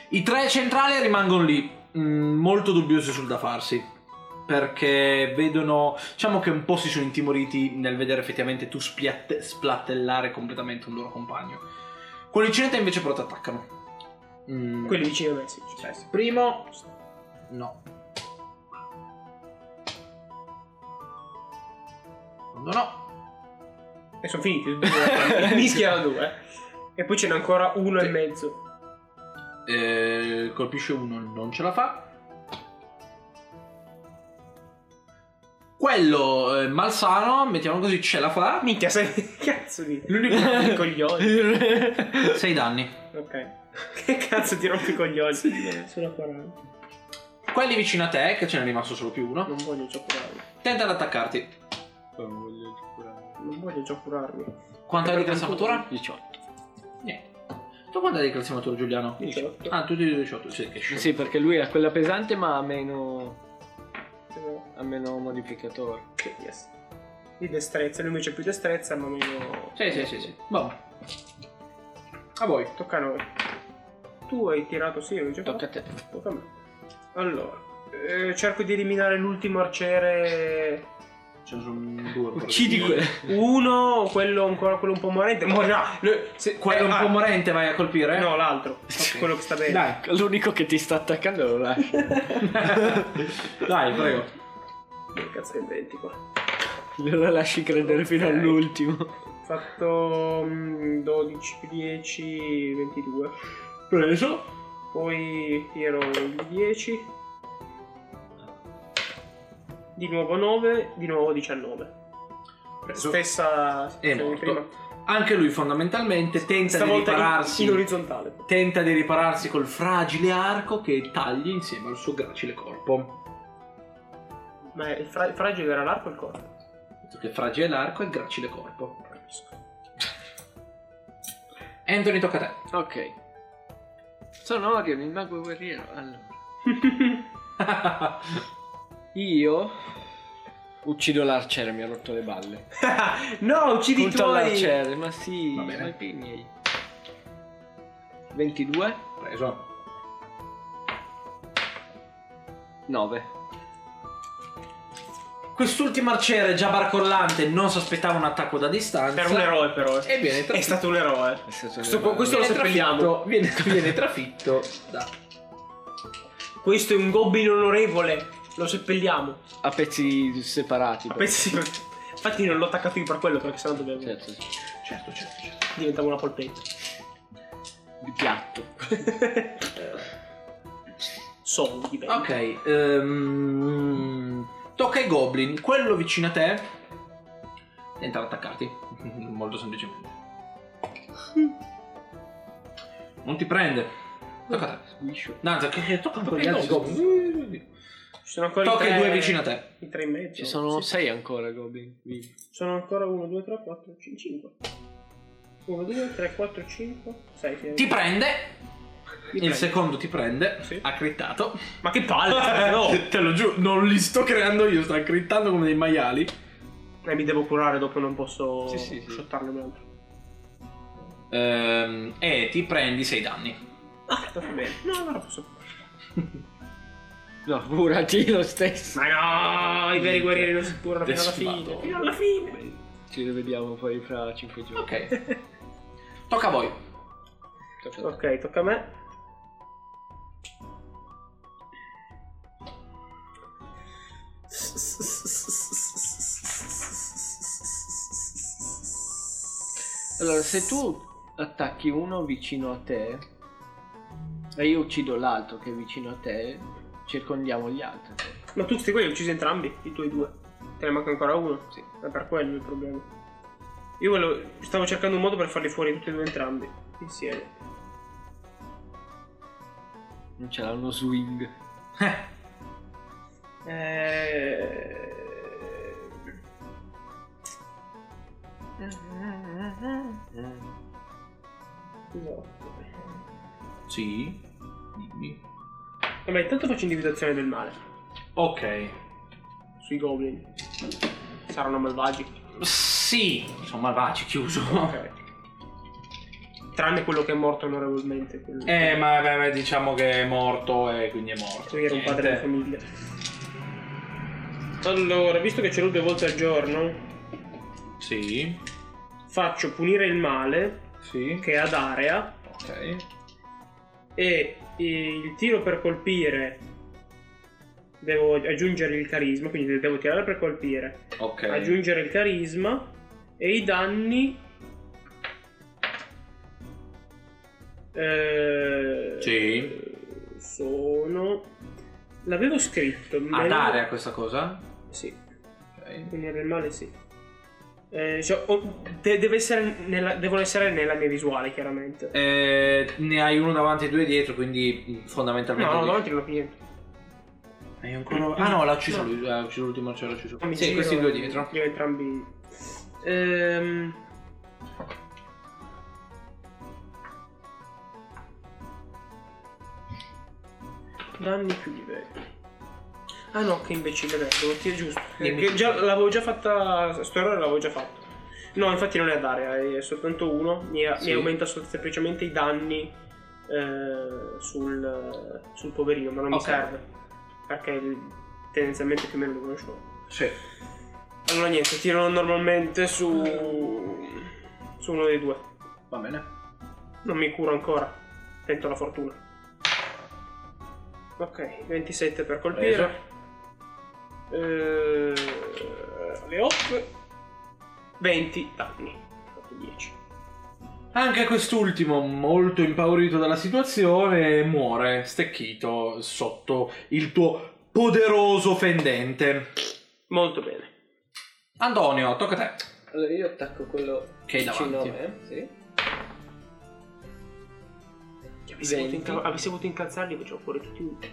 Speaker 1: I tre centrali rimangono lì, mm, molto dubbiosi sul da farsi. Perché vedono, diciamo che un po' si sono intimoriti nel vedere effettivamente tu spiatte- splattellare completamente un loro compagno. Quelli di Cineta invece però ti attaccano. Mm,
Speaker 2: Quelli vicino a me, sì. Cioè, sì.
Speaker 1: Primo, no. Secondo no.
Speaker 2: E sono finiti tutti e due. Mischia la due. E poi ce n'è ancora uno e mezzo.
Speaker 1: Eh, colpisce uno, non ce la fa. Quello eh, malsano, mettiamo così, ce la fa.
Speaker 2: Minchia, sai che cazzo di.
Speaker 3: L'unico-
Speaker 2: Rompi i coglioni.
Speaker 1: 6 danni.
Speaker 2: Ok. Che cazzo ti rompi i coglioni? Sulla 40.
Speaker 1: Quelli vicino a te, che ce n'è rimasto solo più uno,
Speaker 2: Non voglio già curarmi.
Speaker 1: tenta ad attaccarti.
Speaker 2: Non voglio già curarmi.
Speaker 1: Quanto hai di calzamatura?
Speaker 3: 18.
Speaker 1: Niente. Tu quanto hai di calzamatura, Giuliano?
Speaker 2: 18.
Speaker 1: Ah, tutti e 18. Sì, che scemo.
Speaker 3: Sì, perché lui ha quella pesante ma ha meno, ha meno modificatore.
Speaker 2: Sì, yes. Di destrezza, lui invece ha più destrezza, ma meno.
Speaker 1: Sì, sì, sì, sì. Vabbè. A voi.
Speaker 2: Tocca a noi. Tu hai tirato, sì, ho già
Speaker 3: Tocca
Speaker 2: fatto.
Speaker 3: a te.
Speaker 2: Tocca a me. Allora, eh, cerco di eliminare l'ultimo arciere.
Speaker 1: Ce ne sono due.
Speaker 3: Uccidi quello.
Speaker 2: Uno, quello ancora quello un po' morente. Morirà. Lui- se-
Speaker 1: Quello
Speaker 2: eh,
Speaker 1: un
Speaker 2: ah,
Speaker 1: po' morente vai a colpire?
Speaker 2: No, l'altro.
Speaker 1: Ok.
Speaker 2: Quello che sta bene.
Speaker 3: Dai, l'unico che ti sta attaccando lo lascio.
Speaker 1: Dai, prego.
Speaker 2: Che cazzo che inventi qua?
Speaker 3: Lo lasci credere fino
Speaker 2: Ok.
Speaker 3: all'ultimo.
Speaker 2: Ho Fatto mm, 12 più 10, 22.
Speaker 1: Preso.
Speaker 2: Poi tiro il 10. Di nuovo 9, di nuovo 19.
Speaker 1: Preso.
Speaker 2: Stessa situazione di
Speaker 1: morto.
Speaker 2: prima.
Speaker 1: Anche lui fondamentalmente tenta di
Speaker 2: Stavolta in-
Speaker 1: ripararsi.
Speaker 2: in orizzontale.
Speaker 1: Tenta di ripararsi col fragile arco che tagli insieme al suo gracile corpo.
Speaker 2: Ma il, fra- il fragile era l'arco e il corpo.
Speaker 1: Detto Che fragile l'arco e gracile corpo. Anthony, tocca a te.
Speaker 3: Ok. Sono Orion, il mago guerriero. Allora. Io uccido l'arciere, mi ha rotto le balle.
Speaker 2: no, uccidi i
Speaker 3: Punto
Speaker 2: tuoi.
Speaker 3: all'arciere, ma sì,
Speaker 1: Va bene.
Speaker 3: ma i pini miei. 22?
Speaker 1: Preso.
Speaker 3: 9.
Speaker 1: Quest'ultimo arciere già barcollante non si aspettava un attacco da distanza.
Speaker 2: Era un eroe però. eh.
Speaker 1: E viene
Speaker 2: È
Speaker 1: trafitto.
Speaker 2: stato un eroe. Questo-
Speaker 1: viene
Speaker 2: questo- lo seppelliamo.
Speaker 1: trafitto- Viene, viene trafitto da
Speaker 2: Questo è un goblin onorevole. Lo seppelliamo.
Speaker 3: A pezzi separati.
Speaker 2: Ma pensi- Infatti non l'ho attaccato io per quello perché sennò dobbiamo...
Speaker 3: Certo, sì.
Speaker 1: Certo, certo, certo.
Speaker 2: diventava una polpetta.
Speaker 3: Di piatto.
Speaker 2: Sono di bello.
Speaker 1: Ok, ehm, tocca ai goblin. Quello vicino a te tenta ad attaccarti. Molto semplicemente. Non ti prende. Tocca a te.
Speaker 3: Sguiscio.
Speaker 1: No, tocca che- tocca tocca
Speaker 2: Tocca
Speaker 1: agli
Speaker 2: ai
Speaker 1: altri
Speaker 2: goblin.
Speaker 1: goblin.
Speaker 2: Ci sono ancora
Speaker 1: Tocca
Speaker 2: i
Speaker 1: ai
Speaker 2: tre...
Speaker 1: due vicino a te.
Speaker 2: I tre in mezzo.
Speaker 3: Ci sono
Speaker 2: Sì.
Speaker 3: 6 ancora, Goblin. vivi.
Speaker 2: Sono ancora 1, 2, 3, 4, 5, 1, 2, 3, 4, 5, 6.
Speaker 1: Ti prende. Il secondo ti prende.
Speaker 2: Sì.
Speaker 1: Ha crittato.
Speaker 2: Ma che palle, no!
Speaker 1: Te lo giuro, non li sto creando io, sta crittando come dei maiali.
Speaker 2: Eh, mi devo curare, dopo non posso
Speaker 3: Sì, sì, sì.
Speaker 2: shottarlo un altro.
Speaker 1: Ehm, e ti prendi 6 danni.
Speaker 2: Ah, va bene. No, allora posso.
Speaker 3: No, curati lo stesso.
Speaker 2: Ma no, i veri guerrieri non si curano fino alla fine.
Speaker 1: Desfato.
Speaker 2: Fino alla fine.
Speaker 3: Ci rivediamo poi fra 5 giorni.
Speaker 1: Ok. Tocca a voi.
Speaker 3: Tocca a te.
Speaker 2: Ok, tocca a me.
Speaker 3: Allora, se tu attacchi uno vicino a te e io uccido l'altro che è vicino a te, circondiamo gli altri.
Speaker 2: Ma tu questi quelli li hai uccisi entrambi, i tuoi due. Te ne manca ancora uno.
Speaker 3: Sì.
Speaker 2: È per quello il problema. Io volevo- stavo cercando un modo per farli fuori tutti e due entrambi. Insieme.
Speaker 3: Non c'era uno swing.
Speaker 2: Eh...
Speaker 3: Mm.
Speaker 2: No.
Speaker 1: Sì. Dimmi.
Speaker 2: Vabbè, intanto faccio individuazione del male
Speaker 1: Ok.
Speaker 2: sui goblin. Saranno malvagi.
Speaker 1: Sì. Insomma, va, ci chiuso.
Speaker 2: Ok. Tranne quello che è morto onorevolmente. Quello
Speaker 1: Eh, ma beh, beh, diciamo che è morto e quindi è morto.
Speaker 2: Lui era un padre di
Speaker 1: Niente.
Speaker 2: famiglia. Allora, visto che ce l'ho due volte al giorno,
Speaker 1: Sì.
Speaker 2: faccio punire il male,
Speaker 1: Sì.
Speaker 2: che è ad area,
Speaker 1: Ok.
Speaker 2: e il tiro per colpire devo aggiungere il carisma, quindi devo tirare per colpire,
Speaker 1: Ok.
Speaker 2: aggiungere il carisma e i danni... Eh,
Speaker 1: Sì.
Speaker 2: Sono... L'avevo scritto. me
Speaker 1: Ad
Speaker 2: lo-
Speaker 1: area questa cosa?
Speaker 2: Sì.
Speaker 1: ok.
Speaker 2: Unire il male, sì. Eh, cioè, o- de- deve essere nella- devono essere nella mia visuale, chiaramente.
Speaker 1: Eh, ne hai uno davanti e due dietro, quindi mh, fondamentalmente...
Speaker 2: No, no,
Speaker 1: dici-
Speaker 2: davanti non ho niente.
Speaker 1: Hai ancora... Ah no, l'ha ucciso lui, ha ucciso l'ultimo, ce l'ha ucciso.
Speaker 2: Mi
Speaker 1: Sì,
Speaker 2: giro,
Speaker 1: questi due dietro.
Speaker 2: Io entrambi. Ehm... Danni più livelli. Ah no, che imbecille, dai, devo tirare giusto. Eh,
Speaker 1: Dimmi.
Speaker 2: che già- l'avevo già fatta. Sto errore l'avevo già fatto. No, infatti non è ad area, è soltanto uno. Mi, mi
Speaker 1: Sì.
Speaker 2: aumenta sol- semplicemente i danni eh, sul, sul poverino, ma non
Speaker 1: Ok.
Speaker 2: mi serve. Perché il- tendenzialmente più o meno lo conoscevo.
Speaker 1: Sì.
Speaker 2: Allora niente, tiro normalmente su. su uno dei due.
Speaker 1: Va bene.
Speaker 2: Non mi curo ancora. Tento la fortuna. Ok, 27 per colpire. Eh, le off. 20 danni. Fatto 10.
Speaker 1: Anche quest'ultimo, molto impaurito dalla situazione, muore stecchito sotto il tuo poderoso fendente.
Speaker 2: Molto bene.
Speaker 1: Antonio, tocca a te.
Speaker 3: Allora io attacco quello
Speaker 1: Che è davanti.
Speaker 3: vicino a me, sì. Eh,
Speaker 2: Avessi potuto,
Speaker 3: 20.
Speaker 2: inca- avessi potuto incalzarli, facevo fuori tutti.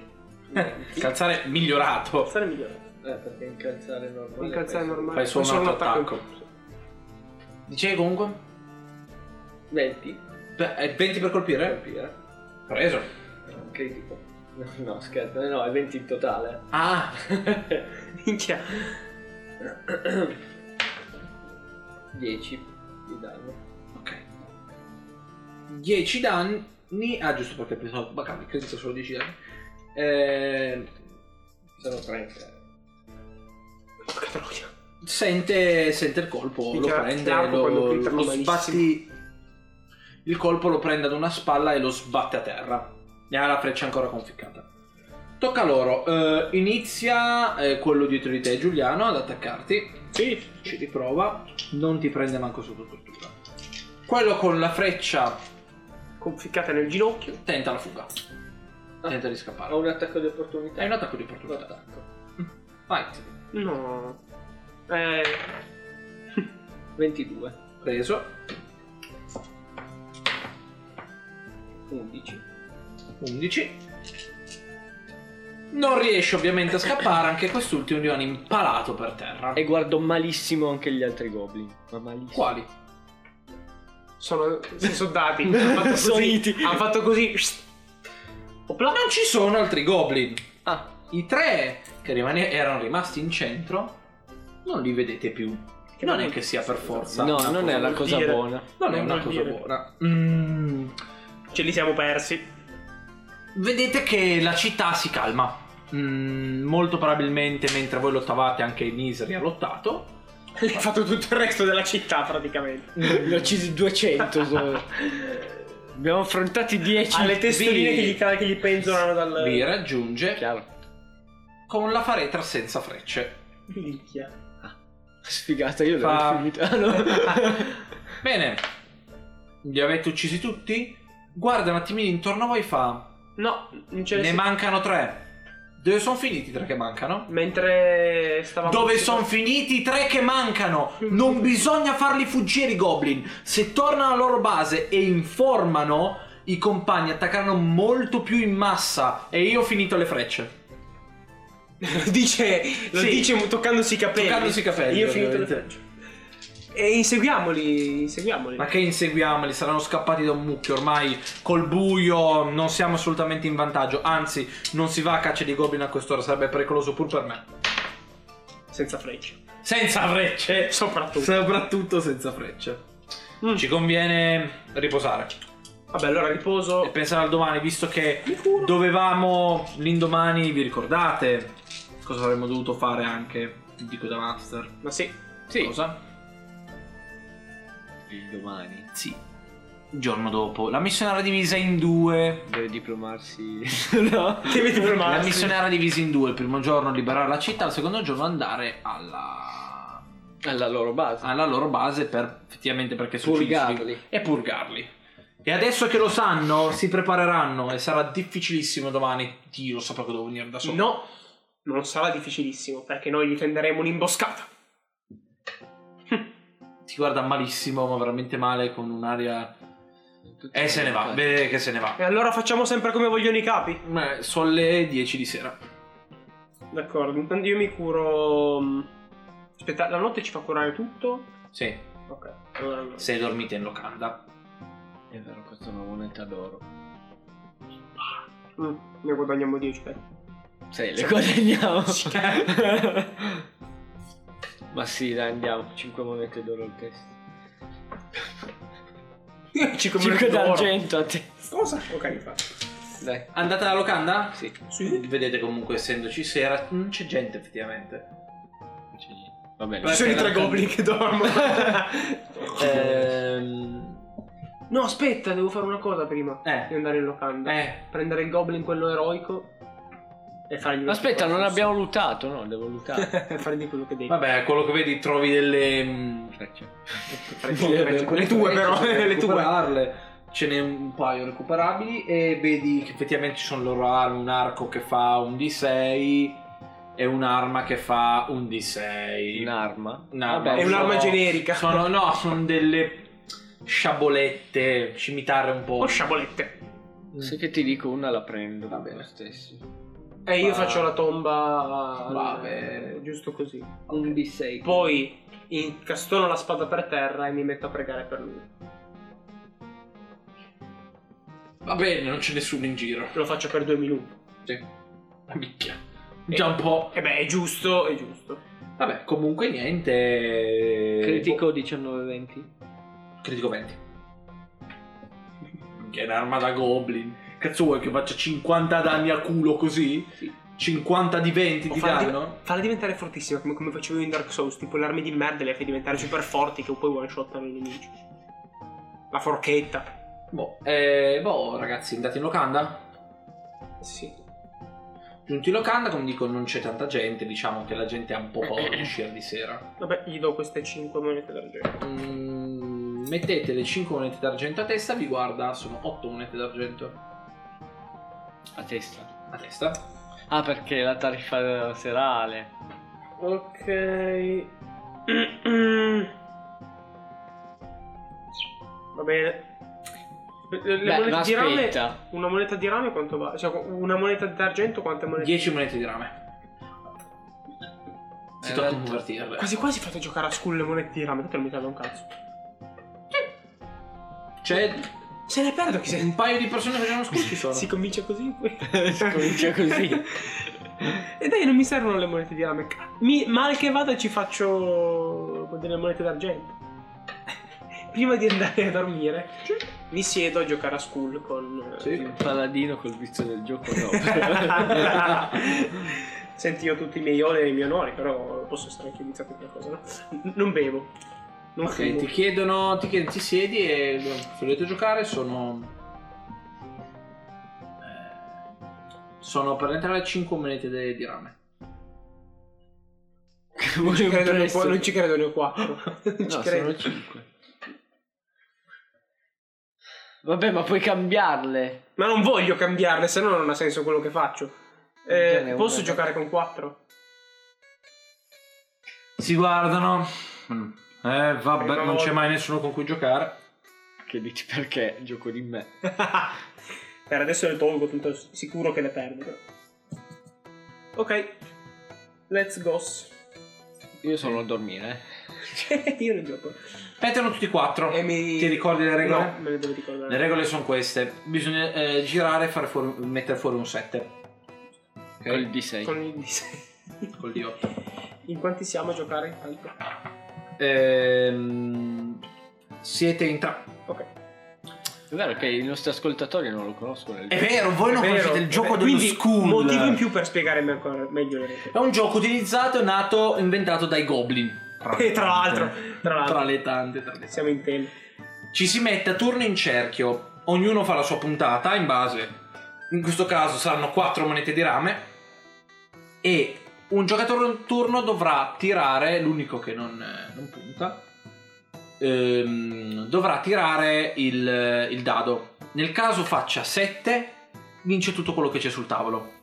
Speaker 2: un-
Speaker 1: Calzare migliorato.
Speaker 2: Calzare è migliore.
Speaker 3: Eh, perché incalzare è normale.
Speaker 2: Incalzare è
Speaker 3: penso.
Speaker 2: normale.
Speaker 1: Fai solo un altro
Speaker 2: in più.
Speaker 1: Dicevi comunque?
Speaker 3: 20.
Speaker 1: Beh, è 20 per colpire?
Speaker 3: Colpire.
Speaker 1: Preso.
Speaker 3: eh. Critico. No, scherzo. eh, No, è 20 in totale.
Speaker 1: Ah,
Speaker 2: Minchia.
Speaker 3: 10 di danno.
Speaker 1: ok. 10 danni. Ah, giusto perché pensavo. Ma cavolo, credo solo 10 danni. Eh,
Speaker 3: Sono 30.
Speaker 2: Porca troia.
Speaker 1: sente, sente il colpo, lo
Speaker 2: Minchia,
Speaker 1: prende,
Speaker 2: l'arco quando
Speaker 1: lo,
Speaker 2: clicca
Speaker 1: lo
Speaker 2: normalissimo.
Speaker 1: sbatti. Il colpo lo prende ad una spalla e lo sbatte a terra. Ne ha la freccia ancora conficcata. Tocca a loro. Eh, inizia eh, quello dietro di te, Giuliano, ad attaccarti.
Speaker 2: Sì.
Speaker 1: Ci riprova. Non ti prende manco sotto tortura. Quello con la freccia
Speaker 2: Conficcata nel ginocchio.
Speaker 1: tenta la fuga. Tenta di scappare.
Speaker 2: Ah.
Speaker 3: Ho un attacco di opportunità.
Speaker 1: È un attacco di
Speaker 3: Lo
Speaker 1: opportunità.
Speaker 3: attacco.
Speaker 1: Vai.
Speaker 2: No. Eh,
Speaker 3: 22.
Speaker 1: Preso.
Speaker 3: 11.
Speaker 1: 11. Non riesce ovviamente a scappare, anche quest'ultimo rimane impalato per terra.
Speaker 3: E guardo malissimo anche gli altri goblin. Ma malissimo.
Speaker 1: quali?
Speaker 2: sono, si sono dati. Hanno fatto così.
Speaker 3: Sorriti.
Speaker 2: Hanno fatto così. Opla.
Speaker 1: Non ci sono altri goblin.
Speaker 3: Ah,
Speaker 1: I tre che rimane- erano rimasti in centro non li vedete più. Non è che sia per forza.
Speaker 3: no,
Speaker 1: una
Speaker 3: non
Speaker 1: cosa
Speaker 3: è la
Speaker 1: brutta.
Speaker 3: cosa
Speaker 2: dire.
Speaker 3: buona.
Speaker 1: Non è
Speaker 2: non
Speaker 1: una
Speaker 2: vuol
Speaker 1: cosa
Speaker 2: dire.
Speaker 1: buona. Mm,
Speaker 2: Ce li siamo persi.
Speaker 1: vedete che la città si calma. Mm, molto probabilmente mentre voi lottavate anche i miseri ha lottato.
Speaker 2: Lei ha fatto tutto il resto della città praticamente.
Speaker 3: Ne ho uccisi 200 solo. Abbiamo affrontati 10.
Speaker 2: Ha le testoline
Speaker 1: vi-
Speaker 2: che gli, ca- che gli penzolano dal.
Speaker 1: Vi raggiunge
Speaker 3: Chiaro.
Speaker 1: con la faretra senza frecce.
Speaker 2: Minchia.
Speaker 3: Sfigata, io
Speaker 1: Fa-
Speaker 3: l'ho finita. Ah, no.
Speaker 1: Bene, li avete uccisi tutti? Guarda un attimino intorno a voi fa.
Speaker 2: No, non ce
Speaker 1: Ne
Speaker 2: ne si-
Speaker 1: mancano tre. Dove sono finiti i tre che mancano?
Speaker 2: Mentre stavamo.
Speaker 1: Dove sono finiti i tre che mancano? Non bisogna farli fuggire i goblin. Se tornano alla loro base e informano, i compagni attaccheranno molto più in massa. E io ho finito le frecce.
Speaker 2: Lo dice, lo
Speaker 1: Sì.
Speaker 2: dice toccandosi i capelli.
Speaker 1: Toccandosi i capelli,
Speaker 2: Io ho finito le
Speaker 1: ovviamente.
Speaker 2: frecce. E inseguiamoli, inseguiamoli.
Speaker 1: Ma che inseguiamoli? Saranno scappati da un mucchio. Ormai col buio non siamo assolutamente in vantaggio. Anzi, non si va a caccia di goblin a quest'ora. Sarebbe pericoloso pur per me.
Speaker 2: Senza frecce.
Speaker 1: Senza frecce.
Speaker 2: Soprattutto.
Speaker 1: Soprattutto senza frecce.
Speaker 2: Mm.
Speaker 1: Ci conviene riposare
Speaker 2: Vabbè, allora riposo.
Speaker 1: e pensare al domani, visto che
Speaker 2: Mi curo.
Speaker 1: dovevamo l'indomani, vi ricordate cosa avremmo dovuto fare anche, dico da master.
Speaker 2: Ma sì.
Speaker 3: sì.
Speaker 1: Cosa?
Speaker 3: Il domani.
Speaker 1: Sì. Il giorno dopo. La missione era divisa in due.
Speaker 3: Deve diplomarsi. no.
Speaker 2: Devi
Speaker 1: La
Speaker 2: diplomarsi.
Speaker 1: missione era divisa in due, il primo giorno liberare la città, il secondo giorno andare alla,
Speaker 3: Alla loro base.
Speaker 1: alla loro base per effettivamente perché sono
Speaker 3: Purgarli.
Speaker 1: e purgarli. E adesso che lo sanno, si prepareranno e sarà difficilissimo domani. Dio, saprò che devo venire da solo.
Speaker 2: No, non sarà difficilissimo perché noi gli tenderemo un'imboscata. Hm.
Speaker 1: ti guarda malissimo, ma veramente male, con un'aria...
Speaker 3: Tutti
Speaker 1: E se ne va,
Speaker 3: fatti.
Speaker 1: vede che se ne va.
Speaker 2: E allora facciamo sempre come vogliono i capi.
Speaker 1: Eh, Sono le 10 di sera.
Speaker 2: D'accordo, intanto io mi curo. mm, Aspetta, la notte ci fa curare tutto?
Speaker 1: Sì,
Speaker 2: Ok, allora no.
Speaker 1: se dormite in locanda.
Speaker 3: È vero, costano moneta d'oro.
Speaker 2: Mm, ne guadagniamo 10, dai.
Speaker 3: Sì, le guadagniamo. Ma sì, dai, andiamo. 5 monete d'oro al testa.
Speaker 2: 5
Speaker 3: 5 d'argento a te.
Speaker 2: Cosa? Ok, mi fa.
Speaker 3: Dai.
Speaker 1: Andate alla locanda? Sì.
Speaker 2: Sì.
Speaker 1: Vedete comunque, essendoci sera, non c'è gente effettivamente.
Speaker 3: Non c'è niente. Va
Speaker 1: Ci
Speaker 3: bene.
Speaker 1: sono i tre goblin
Speaker 2: che dormono.
Speaker 1: Ehm...
Speaker 2: Eh. no, aspetta, devo fare una cosa prima di
Speaker 1: Eh.
Speaker 2: andare in locanda.
Speaker 1: Eh.
Speaker 2: Prendere il goblin quello eroico e fargli una
Speaker 3: Aspetta, non
Speaker 2: cosa.
Speaker 3: abbiamo lutato, no? Devo lutare.
Speaker 2: fargli quello che devi.
Speaker 1: Vabbè, quello che vedi trovi delle... mm,
Speaker 2: Le eh, tue, però, eh,
Speaker 1: Per
Speaker 2: le tue.
Speaker 1: recuperarle. Ce n'è un paio recuperabili e vedi che effettivamente ci sono loro armi, un arco che fa un D6 e un'arma che fa un D6.
Speaker 3: Un'arma.
Speaker 1: Un'arma.
Speaker 3: Vabbè,
Speaker 2: È un'arma
Speaker 1: no.
Speaker 2: generica.
Speaker 1: Sono, no, sono delle sciabolette, cimitarre un po'. Mm.
Speaker 2: O sciabolette.
Speaker 3: Se che ti dico una la prendo.
Speaker 1: Va bene.
Speaker 3: lo stesso.
Speaker 2: E io
Speaker 1: Va-
Speaker 2: faccio la tomba. eh,
Speaker 1: Va bene.
Speaker 2: Giusto così.
Speaker 3: Un D6.
Speaker 2: Poi incastono la spada per terra e mi metto a pregare per lui.
Speaker 1: Va bene, non c'è nessuno in giro.
Speaker 2: Lo faccio per due minuti.
Speaker 1: Sì. Una bicchia. Già un po'.
Speaker 2: E Eh beh, è giusto, è giusto.
Speaker 1: Vabbè, comunque
Speaker 3: Eh,
Speaker 1: niente.
Speaker 3: Critico 19-20.
Speaker 1: Critico 20. Che è un'arma da goblin. Cazzo vuoi che faccia 50 danni a culo così?
Speaker 3: Sì.
Speaker 1: 50 di 20
Speaker 2: O
Speaker 1: di
Speaker 2: farla, di-
Speaker 1: danno?
Speaker 2: farla diventare fortissima come, come facevo in Dark Souls, tipo le armi di merda le fai diventare super forti che poi one shotano i nemici. La forchetta.
Speaker 1: Boh, eh, boh, ragazzi, andate in locanda?
Speaker 2: Sì.
Speaker 1: Giunti in locanda, come dico, non c'è tanta gente. Diciamo che la gente ha un po' paura di uscire di sera.
Speaker 2: Vabbè, gli do queste 5 monete d'argento.
Speaker 1: Mm, mettete le 5 monete d'argento a testa, vi guarda, sono 8 monete d'argento
Speaker 3: A testa.
Speaker 1: a testa.
Speaker 3: Ah, perché la tariffa serale.
Speaker 2: Ok. Va bene. Le- Le
Speaker 3: Beh, ma
Speaker 2: monete di rame
Speaker 3: aspetta.
Speaker 2: Una moneta di rame quanto vale? Cioè, una moneta d'argento quante monete?
Speaker 1: 10 monete di rame. Si
Speaker 3: Eh,
Speaker 1: tocca
Speaker 3: detto.
Speaker 1: convertirle.
Speaker 2: Quasi quasi fate giocare a school le monete di rame, tanto non mi serve un cazzo.
Speaker 1: C'è
Speaker 2: Se ne perdo chi se
Speaker 1: Cioè, un paio di persone che facevano scudo ci sono.
Speaker 2: Si comincia così poi.
Speaker 3: Si comincia così.
Speaker 2: e dai, non mi servono le monete di rame. Ca- Mi, mal che vada ci faccio con delle monete d'argento. Prima di andare a dormire, mi siedo a giocare a school con... eh,
Speaker 1: Sì.
Speaker 3: Il paladino col vizio del gioco no.
Speaker 2: Senti, io ho tutti i miei oneri e i miei onori, però posso essere anche iniziato per cosa, no? N- non bevo. Non
Speaker 1: Ok,
Speaker 2: fumo.
Speaker 1: ti chiedono, ti chiedono, ti siedi e se volete giocare sono... eh, Sono per entrare 5 monete de- di rame.
Speaker 2: Non ci credo, ne ho,
Speaker 3: Impresso.
Speaker 2: qua- non ci credo, ne ho quattro. Non ci
Speaker 3: No,
Speaker 2: credo.
Speaker 3: sono 5. Vabbè, ma puoi cambiarle.
Speaker 2: Ma non voglio cambiarle, se no non ha senso quello che faccio. Eh,
Speaker 3: Già ne ho
Speaker 2: posso
Speaker 3: una.
Speaker 2: giocare con quattro?
Speaker 1: Si guardano. Eh, vabbè,
Speaker 2: Prima
Speaker 1: non c'è
Speaker 2: volta.
Speaker 1: mai nessuno con cui giocare.
Speaker 3: Che dici perché? Gioco di me.
Speaker 2: per adesso le tolgo, tanto s- sicuro che le perdo. però. Ok, let's go.
Speaker 3: Io sono a dormire. eh.
Speaker 2: Io non gioco.
Speaker 1: Mettono tutti e quattro.
Speaker 2: E mi...
Speaker 1: Ti ricordi le regole?
Speaker 2: No, me le devo ricordare.
Speaker 1: Le regole sono queste. Bisogna eh, girare e fare fuori- mettere fuori un 7.
Speaker 3: eh. Col D6.
Speaker 2: Con il dis-
Speaker 1: Col D8.
Speaker 2: In quanti siamo a giocare intanto?
Speaker 1: Ehm, siete in tre.
Speaker 2: Ok.
Speaker 3: È vero che i nostri ascoltatori non lo conoscono.
Speaker 1: È vero, voi non
Speaker 2: È vero,
Speaker 1: conoscete il
Speaker 2: è
Speaker 1: gioco
Speaker 2: vero.
Speaker 1: dello
Speaker 2: Quindi,
Speaker 1: school.
Speaker 2: Motivo in più per spiegare me- ancora meglio le regole.
Speaker 1: È un gioco utilizzato e nato, inventato dai goblin.
Speaker 2: E tra l'altro, tra l'altro.
Speaker 1: Tra le tante, tra le tante.
Speaker 2: Siamo in tema.
Speaker 1: Ci si mette a turno in cerchio. Ognuno fa la sua puntata in base. In questo caso saranno 4 monete di rame. E un giocatore un turno dovrà tirare. L'unico che non, eh, non punta. ehm, dovrà tirare il, il dado. Nel caso faccia 7, vince tutto quello che c'è sul tavolo.